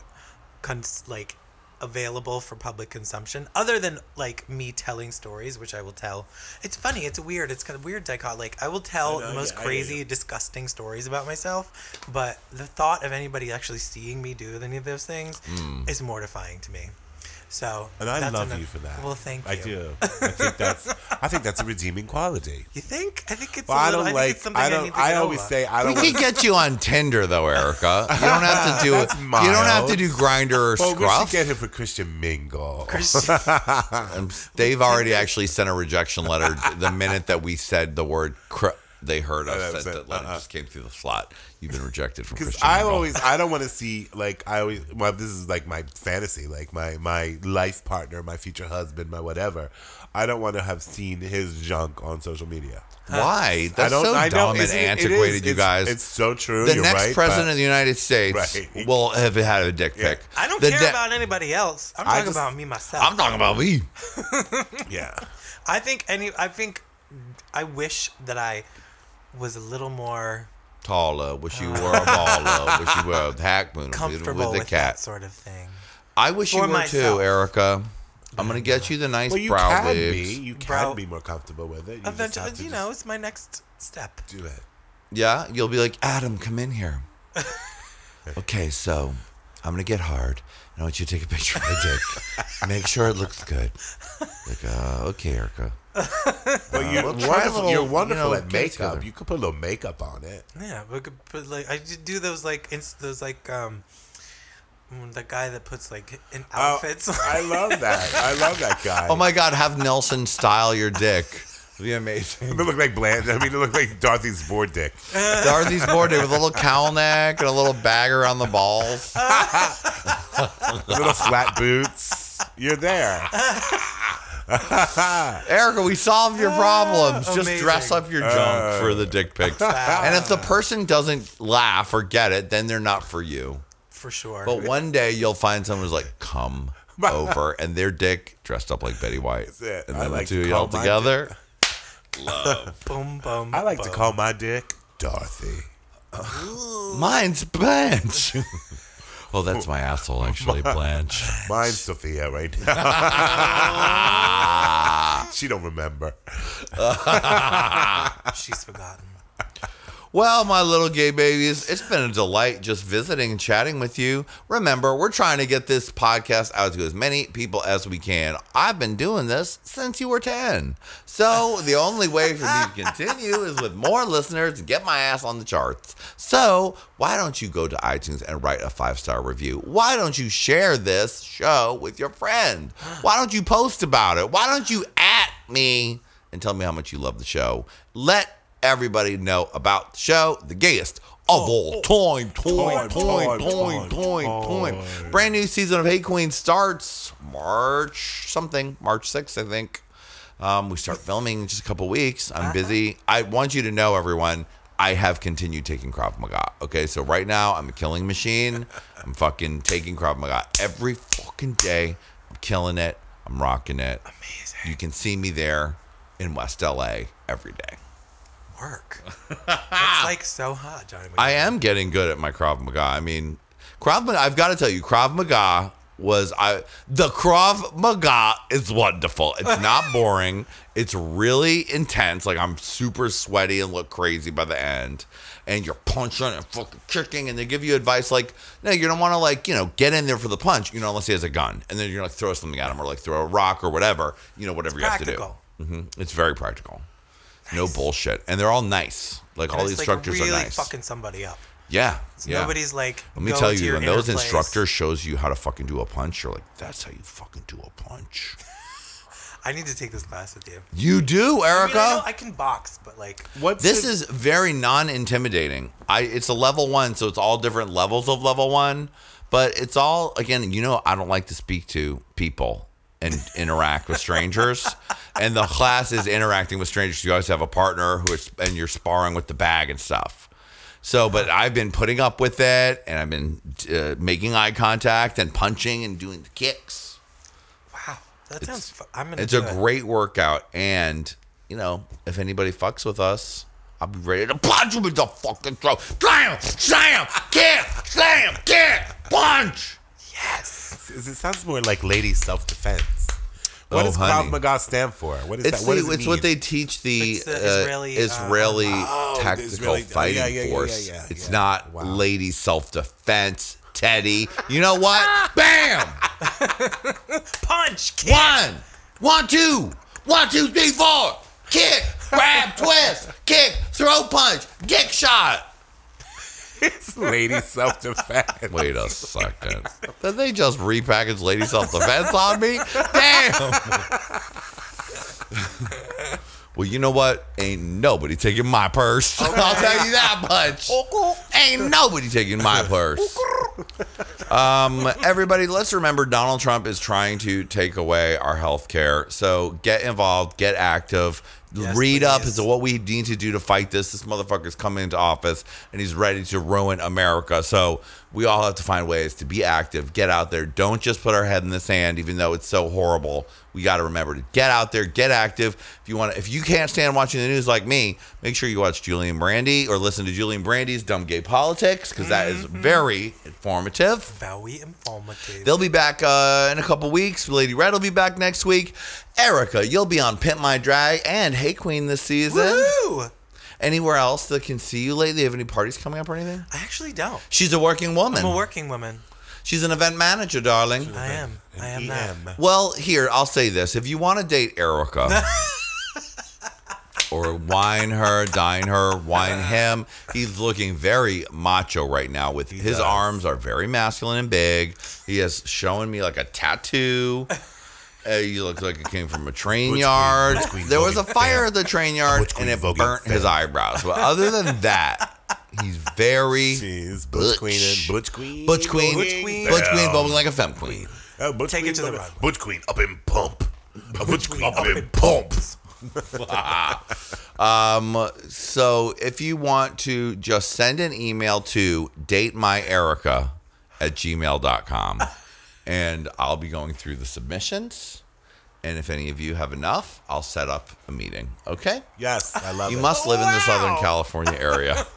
Speaker 3: cons- like, available for public consumption, other than like me telling stories, which I will tell. It's funny. It's weird. It's kind of weird dichot. Like I will tell
Speaker 5: I know,
Speaker 3: the most
Speaker 5: yeah, I hear
Speaker 3: crazy,
Speaker 5: you.
Speaker 3: disgusting stories about myself, but the thought of anybody actually seeing me do any of those things
Speaker 5: Hmm.
Speaker 3: is mortifying to me. So
Speaker 5: And I
Speaker 3: that's
Speaker 5: love
Speaker 3: ano-
Speaker 5: you for that.
Speaker 3: Well, thank you.
Speaker 5: I do. I think that's. I think that's a redeeming quality.
Speaker 3: You think? I think it's.
Speaker 5: Well,
Speaker 3: a
Speaker 5: I
Speaker 3: little,
Speaker 5: don't
Speaker 3: I think
Speaker 5: like.
Speaker 3: it's something
Speaker 5: I
Speaker 3: I
Speaker 5: don't.
Speaker 3: need to
Speaker 5: I
Speaker 3: get
Speaker 5: always
Speaker 3: over.
Speaker 5: say I
Speaker 2: We
Speaker 5: don't.
Speaker 2: could
Speaker 5: want-
Speaker 2: get you on Tinder though, Erica. You don't have to do it.
Speaker 5: That's
Speaker 2: You don't have to
Speaker 5: mild.
Speaker 2: do Grinder or
Speaker 5: Well, we should
Speaker 2: Scruff.
Speaker 5: get him for Christian Mingle.
Speaker 2: Um, They've already actually sent a rejection letter the minute that we said the word. Cr- they heard us.
Speaker 5: that
Speaker 2: That,
Speaker 5: was it.
Speaker 2: that letter
Speaker 5: Uh-uh.
Speaker 2: just came through the slot. You've been rejected from
Speaker 5: Because
Speaker 2: Christian.
Speaker 5: I
Speaker 2: Mingle.
Speaker 5: always, I don't want to see like I always. Well, this is like my fantasy, like my my life partner, my future husband, my whatever. I don't want to have seen his junk on social media.
Speaker 2: why that's
Speaker 5: I don't.
Speaker 2: so
Speaker 5: I know,
Speaker 2: dumb and
Speaker 5: isn't it- it is,
Speaker 2: antiquated, you
Speaker 5: it's-
Speaker 2: guys.
Speaker 5: It's so true.
Speaker 2: the
Speaker 5: you're
Speaker 2: next
Speaker 5: right,
Speaker 2: president
Speaker 5: but
Speaker 2: of the United States
Speaker 5: Right.
Speaker 2: will have had a dick pic.
Speaker 3: I don't
Speaker 2: The
Speaker 3: care
Speaker 2: ne-
Speaker 3: about anybody else. I'm
Speaker 5: I
Speaker 3: talking
Speaker 5: just-
Speaker 3: about me myself.
Speaker 2: I'm talking about me.
Speaker 5: yeah.
Speaker 3: I think any. I think. I wish that I was a little more
Speaker 2: Taller, wish you were a baller, wish you were a hack moon with
Speaker 3: comfortable
Speaker 2: the
Speaker 3: with,
Speaker 2: cat.
Speaker 3: that sort of thing.
Speaker 2: I wish you
Speaker 3: For
Speaker 2: were
Speaker 3: myself.
Speaker 2: too, Erica. I'm gonna get you the nice
Speaker 5: Well, you
Speaker 2: brow
Speaker 5: can
Speaker 2: wigs.
Speaker 5: be. You can
Speaker 3: Brow-
Speaker 5: be more comfortable with it. You just
Speaker 3: Eventually,
Speaker 5: have to
Speaker 3: you
Speaker 5: just
Speaker 3: know, it's my next step.
Speaker 5: do it.
Speaker 2: Yeah, you'll be like, Adam, come in here. okay, so I'm gonna get hard, and I want you to take a picture of my dick. Make sure it looks good. Like, uh, okay, Erica.
Speaker 5: Uh, Well, you're
Speaker 2: we'll try a
Speaker 5: wonderful.
Speaker 2: little,
Speaker 5: you're
Speaker 2: you
Speaker 5: wonderful
Speaker 2: know,
Speaker 5: at
Speaker 2: get
Speaker 5: makeup.
Speaker 2: together.
Speaker 5: You could put a little makeup on it.
Speaker 3: Yeah, but, but like I did do those like inst- those like um, mm, the guy that puts like in outfits.
Speaker 5: Oh, I love that. I love that guy.
Speaker 2: Oh my God, have Nelson style your dick. It'd be amazing.
Speaker 5: It looked like Bland. I mean, it looked like Dorothy's board dick.
Speaker 2: Dorothy's bored with a little cowl neck and a little bag around the balls.
Speaker 5: Little flat boots. You're there.
Speaker 2: Erica, we solved your problems.
Speaker 3: Ah,
Speaker 2: Just
Speaker 3: amazing.
Speaker 2: dress up your junk Uh. for the dick pics. and if the person doesn't laugh or get it, then they're not for you.
Speaker 3: for sure.
Speaker 2: But one day you'll find someone who's like, come over, and their dick dressed up like Betty White. That's
Speaker 5: it.
Speaker 2: And
Speaker 5: I
Speaker 2: then
Speaker 5: like
Speaker 2: the two
Speaker 5: to
Speaker 2: of y'all
Speaker 5: call my
Speaker 2: together.
Speaker 3: boom, boom.
Speaker 5: I like to
Speaker 3: boom.
Speaker 5: call my dick Dorothy.
Speaker 2: Mine's Blanche. oh, that's my asshole, actually, Blanche.
Speaker 5: Mine's Sophia right now. she don't remember.
Speaker 3: She's forgotten.
Speaker 2: Well, my little gay babies, it's been a delight just visiting and chatting with you. Remember, we're trying to get this podcast out to as many people as we can. I've been doing this since you were 10. So the only way for me to continue is with more listeners and get my ass on the charts. So why don't you go to iTunes and write a five star review? Why don't you share this show with your friend? Why don't you post about it? Why don't you at me and tell me how much you love the show? Let everybody know about the show, the gayest of all Oh, time, time, time, time, Oh. time, time. Brand new season of Hey Queen starts March something, March 6th, I think. Um, we start filming in just a couple weeks. I'm busy. I want you to know, everyone, I have continued taking Krav Maga. Okay, so right now I'm a killing machine. I'm fucking taking Krav Maga every fucking day. I'm killing it. I'm rocking it. Amazing. You can see me there in West LA every day.
Speaker 3: Work. it's like so hot, Johnny. What
Speaker 2: I
Speaker 3: you-
Speaker 2: am getting good at my Krav Maga. I mean, Krav Maga, I've got to tell you, Krav Maga was I the Krav Maga is wonderful. It's not boring. It's really intense. Like I'm super sweaty and look crazy by the end. And you're punching and fucking kicking, and they give you advice like, no, you don't want to like, you know, get in there for the punch, you know, unless he has a gun, and then you're gonna like, throw something at him or like throw a rock or whatever, you know, whatever you have
Speaker 3: practical.
Speaker 2: to do. hmm It's very practical. No bullshit, and they're all nice. Like all the
Speaker 3: It's like
Speaker 2: instructors
Speaker 3: really
Speaker 2: are nice.
Speaker 3: fucking somebody up.
Speaker 2: Yeah. yeah.
Speaker 3: Nobody's like.
Speaker 2: Let me
Speaker 3: go
Speaker 2: tell
Speaker 3: to
Speaker 2: you,
Speaker 3: your
Speaker 2: when those
Speaker 3: inner place.
Speaker 2: instructors shows you how to fucking do a punch, you're like, that's how you fucking do a punch.
Speaker 3: I need to take this class with you.
Speaker 2: You do,
Speaker 3: I, mean,
Speaker 2: Erica.
Speaker 3: I, know I can box, but like,
Speaker 5: What's
Speaker 2: this
Speaker 5: the-
Speaker 2: is very non-intimidating. I it's a level one, so it's all different levels of level one. But it's all again, you know, I don't like to speak to people and interact with strangers. And the class is interacting with strangers. You always have a partner who is, and you're sparring with the bag and stuff. So, but I've been putting up with it, and I've been uh, making eye contact and punching and doing the kicks.
Speaker 3: wow, that sounds. Fu- I'm gonna.
Speaker 2: It's
Speaker 3: do
Speaker 2: a
Speaker 3: it.
Speaker 2: great workout, and you know, if anybody fucks with us, I'll be ready to punch him in the fucking throat. Slam, slam, kick, slam, kick, punch.
Speaker 3: Yes.
Speaker 5: Is- It sounds more like lady self defense. What
Speaker 2: Oh,
Speaker 5: does
Speaker 2: honey.
Speaker 5: Krav Maga stand for? What is
Speaker 2: It's
Speaker 5: that? What
Speaker 2: the,
Speaker 5: does it
Speaker 2: it's what
Speaker 5: mean?
Speaker 2: they teach the,
Speaker 3: It's the
Speaker 2: uh, Israeli,
Speaker 3: Israeli, uh,
Speaker 5: oh, the
Speaker 2: tactical
Speaker 5: Israeli- oh,
Speaker 2: fighting
Speaker 5: yeah, yeah, yeah,
Speaker 2: force.
Speaker 5: yeah, yeah,
Speaker 2: it's
Speaker 5: yeah.
Speaker 2: not
Speaker 5: Wow.
Speaker 2: lady self defense. Teddy, you know what? Bam!
Speaker 3: Punch. Kick.
Speaker 2: One, one, two, one, two, three, four. Kick, grab, twist, kick, throw, punch, dick shot.
Speaker 5: It's lady self defense.
Speaker 2: Wait a second. Did they just repackage Lady Self Defense on me? Damn. well, you know what? Ain't nobody taking my purse. I'll tell you that much. Ain't nobody taking my purse. Um, everybody, let's remember Donald Trump is trying to take away our health care. So get involved, get active,
Speaker 3: Yes,
Speaker 2: read up
Speaker 3: please.
Speaker 2: as to what we need to do to fight this. This motherfucker's coming into office and he's ready to ruin America. So we all have to find ways to be active, get out there. Don't just put our head in the sand, even though it's so horrible. We got to remember to get out there, get active. If you want, to, if you can't stand watching the news like me, make sure you watch Julian Brandy or listen to Julian Brandy's Dumb Gay Politics because that is
Speaker 3: Mm-hmm.
Speaker 2: very informative.
Speaker 3: Very informative.
Speaker 2: They'll be back uh, in a couple weeks. Lady Red will be back next week. Erica, you'll be on Pimp My Drag and Hey Queen this season.
Speaker 3: Woo!
Speaker 2: Anywhere else that can see you lately? Have any parties coming up or anything?
Speaker 3: I actually don't.
Speaker 2: She's a working woman.
Speaker 3: I'm a working woman.
Speaker 2: She's an event manager, darling.
Speaker 3: I am. I am
Speaker 2: E
Speaker 3: that.
Speaker 5: EM.
Speaker 2: Well, here, I'll say this. If you want to date Erica or wine her, dine her, wine him, he's looking very macho right now with his
Speaker 5: does.
Speaker 2: arms are very masculine and big. He has shown me like a tattoo. Uh, he looks like it came from a train
Speaker 5: Butch
Speaker 2: yard.
Speaker 5: Queen, Butch Queen
Speaker 2: there was a
Speaker 5: Vogue,
Speaker 2: fire
Speaker 5: fam.
Speaker 2: at the train yard
Speaker 5: Butch
Speaker 2: and
Speaker 5: Queen
Speaker 2: it
Speaker 5: Vogue,
Speaker 2: burnt his
Speaker 5: fam.
Speaker 2: eyebrows. But other than that, he's very
Speaker 5: She's Butch Queen and Butch Queen.
Speaker 2: Butch Queen,
Speaker 5: Butch
Speaker 2: Butch Queen,
Speaker 5: Queen.
Speaker 2: bubbling like a femme queen.
Speaker 5: Uh, Butch
Speaker 3: Take
Speaker 5: Queen,
Speaker 3: it to the
Speaker 5: Butch-
Speaker 3: road.
Speaker 5: Butch Queen up in pump. Uh, Butch Queen up in pump.
Speaker 2: Um, so if you want to just send an email to datemyerica at gmail.com. And I'll be going through the submissions. And if any of you have enough, I'll set up a meeting. Okay?
Speaker 5: Yes, I love
Speaker 2: You
Speaker 5: it.
Speaker 2: must live in the Southern
Speaker 3: Wow.
Speaker 2: California area.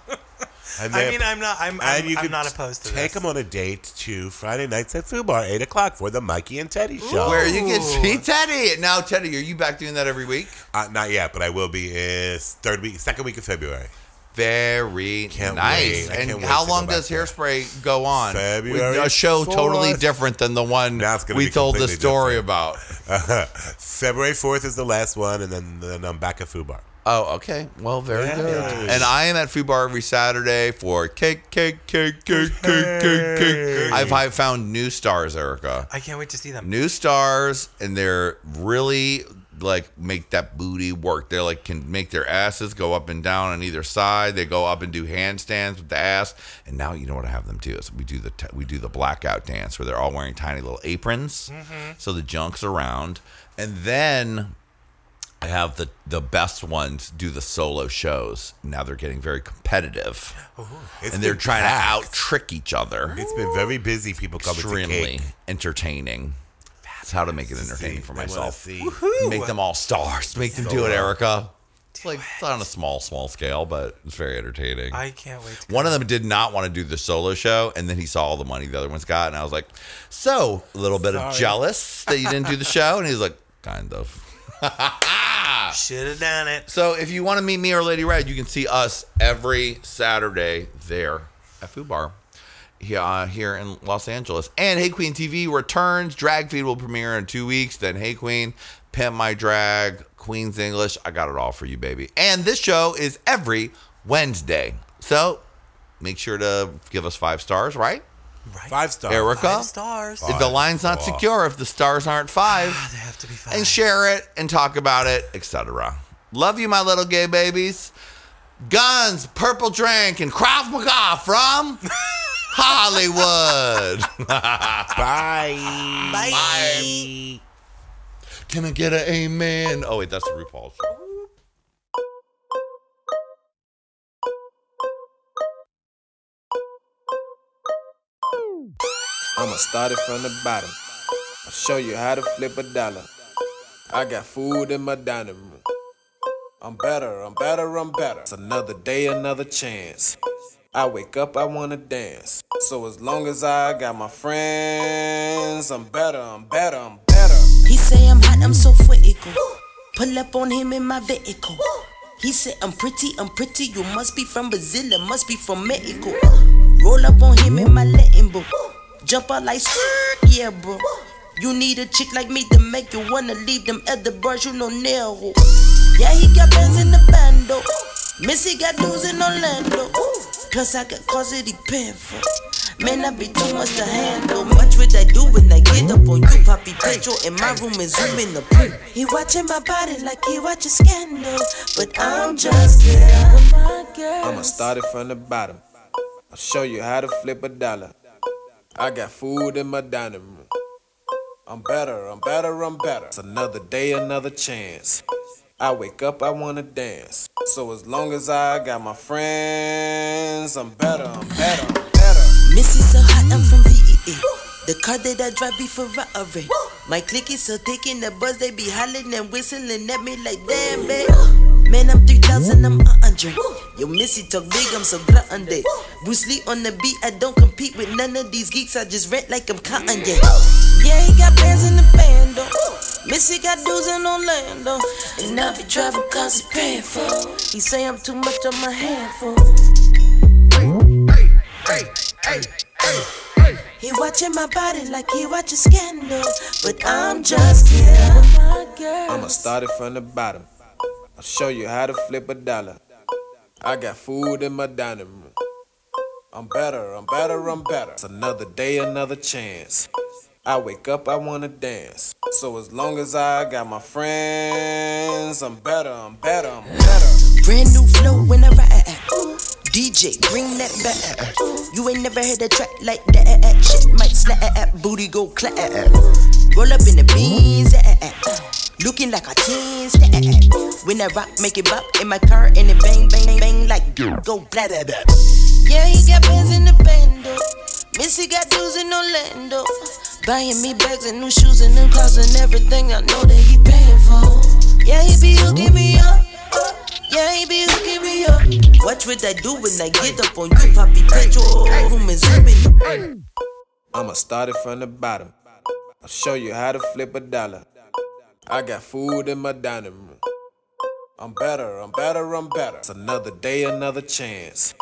Speaker 5: And
Speaker 3: I
Speaker 5: they-
Speaker 3: mean, I'm not. I'm.
Speaker 5: and
Speaker 3: I'm,
Speaker 5: you
Speaker 3: I'm
Speaker 5: can
Speaker 3: not opposed to
Speaker 5: take
Speaker 3: this.
Speaker 5: them on a date to Friday nights at Foo Bar, eight o'clock for the Mikey and Teddy show.
Speaker 2: Where you can
Speaker 3: Ooh.
Speaker 2: see Teddy. Now, Teddy, are you back doing that every week?
Speaker 5: Uh, not yet, but I will be. Is third week, second week of February.
Speaker 2: Very
Speaker 5: Can't
Speaker 2: nice.
Speaker 5: wait. I can't
Speaker 2: And
Speaker 5: wait
Speaker 2: how
Speaker 5: to
Speaker 2: long
Speaker 5: go back
Speaker 2: does
Speaker 5: there.
Speaker 2: Hairspray go on?
Speaker 5: February
Speaker 2: With a show totally
Speaker 5: 4th.
Speaker 2: different than the one
Speaker 5: Now it's gonna
Speaker 2: we
Speaker 5: be
Speaker 2: told the
Speaker 5: completely
Speaker 2: story
Speaker 5: different.
Speaker 2: about.
Speaker 5: February fourth is the last one, and then then I'm back at Foo Bar.
Speaker 2: Oh, okay. Well, very
Speaker 5: Yeah.
Speaker 2: good. And I am at Food Bar every Saturday for cake, cake, cake, cake, cake, cake,
Speaker 5: Hey.
Speaker 2: cake. I've, I've found new stars, Erica.
Speaker 3: I can't wait to see them.
Speaker 2: New stars, and they're really like make that booty work. They're like can make their asses go up and down on either side. They go up and do handstands with the ass. And now you know what I have them do is we do the t- we do the blackout dance where they're all wearing tiny little aprons, so the junk's around, and then. I have the the best ones do the solo shows. Now they're getting very competitive,
Speaker 5: It's
Speaker 2: and they're
Speaker 5: been
Speaker 2: trying
Speaker 5: packed.
Speaker 2: to out trick each other.
Speaker 5: It's been very busy. People coming to
Speaker 2: extremely
Speaker 5: cake.
Speaker 2: entertaining. That's how to make it entertaining
Speaker 5: See,
Speaker 2: for
Speaker 5: they wanna
Speaker 2: myself.
Speaker 5: see.
Speaker 2: Make them all stars. Make them do it,
Speaker 5: Solo.
Speaker 2: Erica. It's like it's on a small, small scale, but it's very entertaining.
Speaker 3: I can't wait. To
Speaker 2: One of them did not want to do the solo show, and then he saw all the money the other one's got, and I was like, "So, a little bit of
Speaker 5: Sorry.
Speaker 2: jealous that you didn't do the show," and he's like, "Kind of." Ah.
Speaker 3: Should have done it.
Speaker 2: So if you want to meet me or Lady Red, you can see us every Saturday there at Food Bar here, uh, here in Los Angeles. And Hey Queen TV returns. Drag Feed will premiere in two weeks. Then Hey Queen, Pimp My Drag, Queen's English. I got it all for you, baby. And this show is every Wednesday. So make sure to give us five stars, right?
Speaker 3: Right.
Speaker 5: Five stars.
Speaker 2: Erica?
Speaker 3: Five stars.
Speaker 2: If the line's not
Speaker 5: Five.
Speaker 2: secure, if the stars aren't five,
Speaker 3: Ah, there have to be five.
Speaker 2: and share it and talk about it, etc. Love you, my little gay babies. Guns, purple drink, and Krav Maga from Hollywood.
Speaker 5: Bye.
Speaker 2: Bye. Can I get an amen? Oh wait, that's the RuPaul show.
Speaker 6: I'ma start it from the bottom. I'll show you how to flip a dollar. I got food in my dining room. I'm better, I'm better, I'm better. It's another day, another chance. I wake up, I wanna dance. So as long as I got my friends, I'm better, I'm better, I'm better.
Speaker 7: He say I'm hot, I'm so critical. Pull up on him in my vehicle. He said I'm pretty, I'm pretty. You must be from Brazil, I must be from Mexico. Roll up on him in my Latin book. Jump out like skirt, yeah, bro. You need a chick like me to make you wanna leave them other bars, you know, narrow. Yeah, he got bands in the bando. Missy got dudes in Orlando. Plus, I got cars that he paying for. Man, I be too much to handle. Much would I do when I get up on you, Poppy Petro in my room and zoom in the pool. He watching my body like he watching scandal, but I'm just kidding. My girl.
Speaker 6: I'ma start it from the bottom. I'll show you how to flip a dollar. I got food in my dining room. I'm better, I'm better, I'm better. It's another day, another chance. I wake up, I wanna dance. So as long as I got my friends, I'm better, I'm better, I'm better.
Speaker 7: Missy so hot, I'm from VEA. The car that I drive be Ferrari. My clique is so thick in the bus, they be hollering and whistling at me like damn, babe. Man, I'm 3,000, I'm a 100. Yo, Missy talk big, I'm so blunt. on that. Bruce Lee on the beat, I don't compete with none of these geeks, I just rent like I'm Kanye. Yeah, he got bands in the band, though. Missy got dudes in Orlando. And I be driving cause he paying for. He say I'm too much on my handful. He watching my body like he watching scandal, but I'm just kidding. My girl.
Speaker 6: I'ma start it from the bottom. I'll show you how to flip a dollar. I got food in my dining room. I'm better, I'm better, I'm better. It's another day, another chance. I wake up, I wanna dance. So as long as I got my friends, I'm better, I'm better, I'm better.
Speaker 7: Brand new flow when I ride. DJ, bring that back. You ain't never heard a track like that. Shit might slap, booty go clap. Roll up in the beans, looking like a teen snack. When I rock, make it bop in my car and it bang, bang, bang like go blah, blah, blah. Yeah, he got bands in the bando. Missy got dudes in Orlando. Buying me bags and new shoes and new cars and everything I know that he paying for. Yeah, he be hooking me up. Yeah, he be hooking me up. Watch what I do when I get up on you, Poppy Petro. Room is zipping.
Speaker 6: I'ma start it from the bottom. I'll show you how to flip a dollar. I got food in my dining room. I'm better, I'm better, I'm better. It's another day, another chance.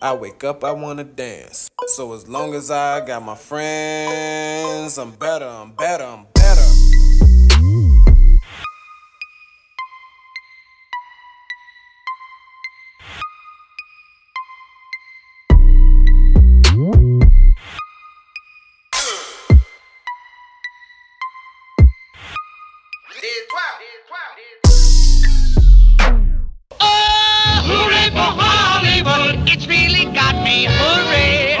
Speaker 6: I wake up, I wanna dance. So as long as I got my friends, I'm better, I'm better, I'm better.
Speaker 8: Oh, hooray for Hollywood! It's really got me, hooray!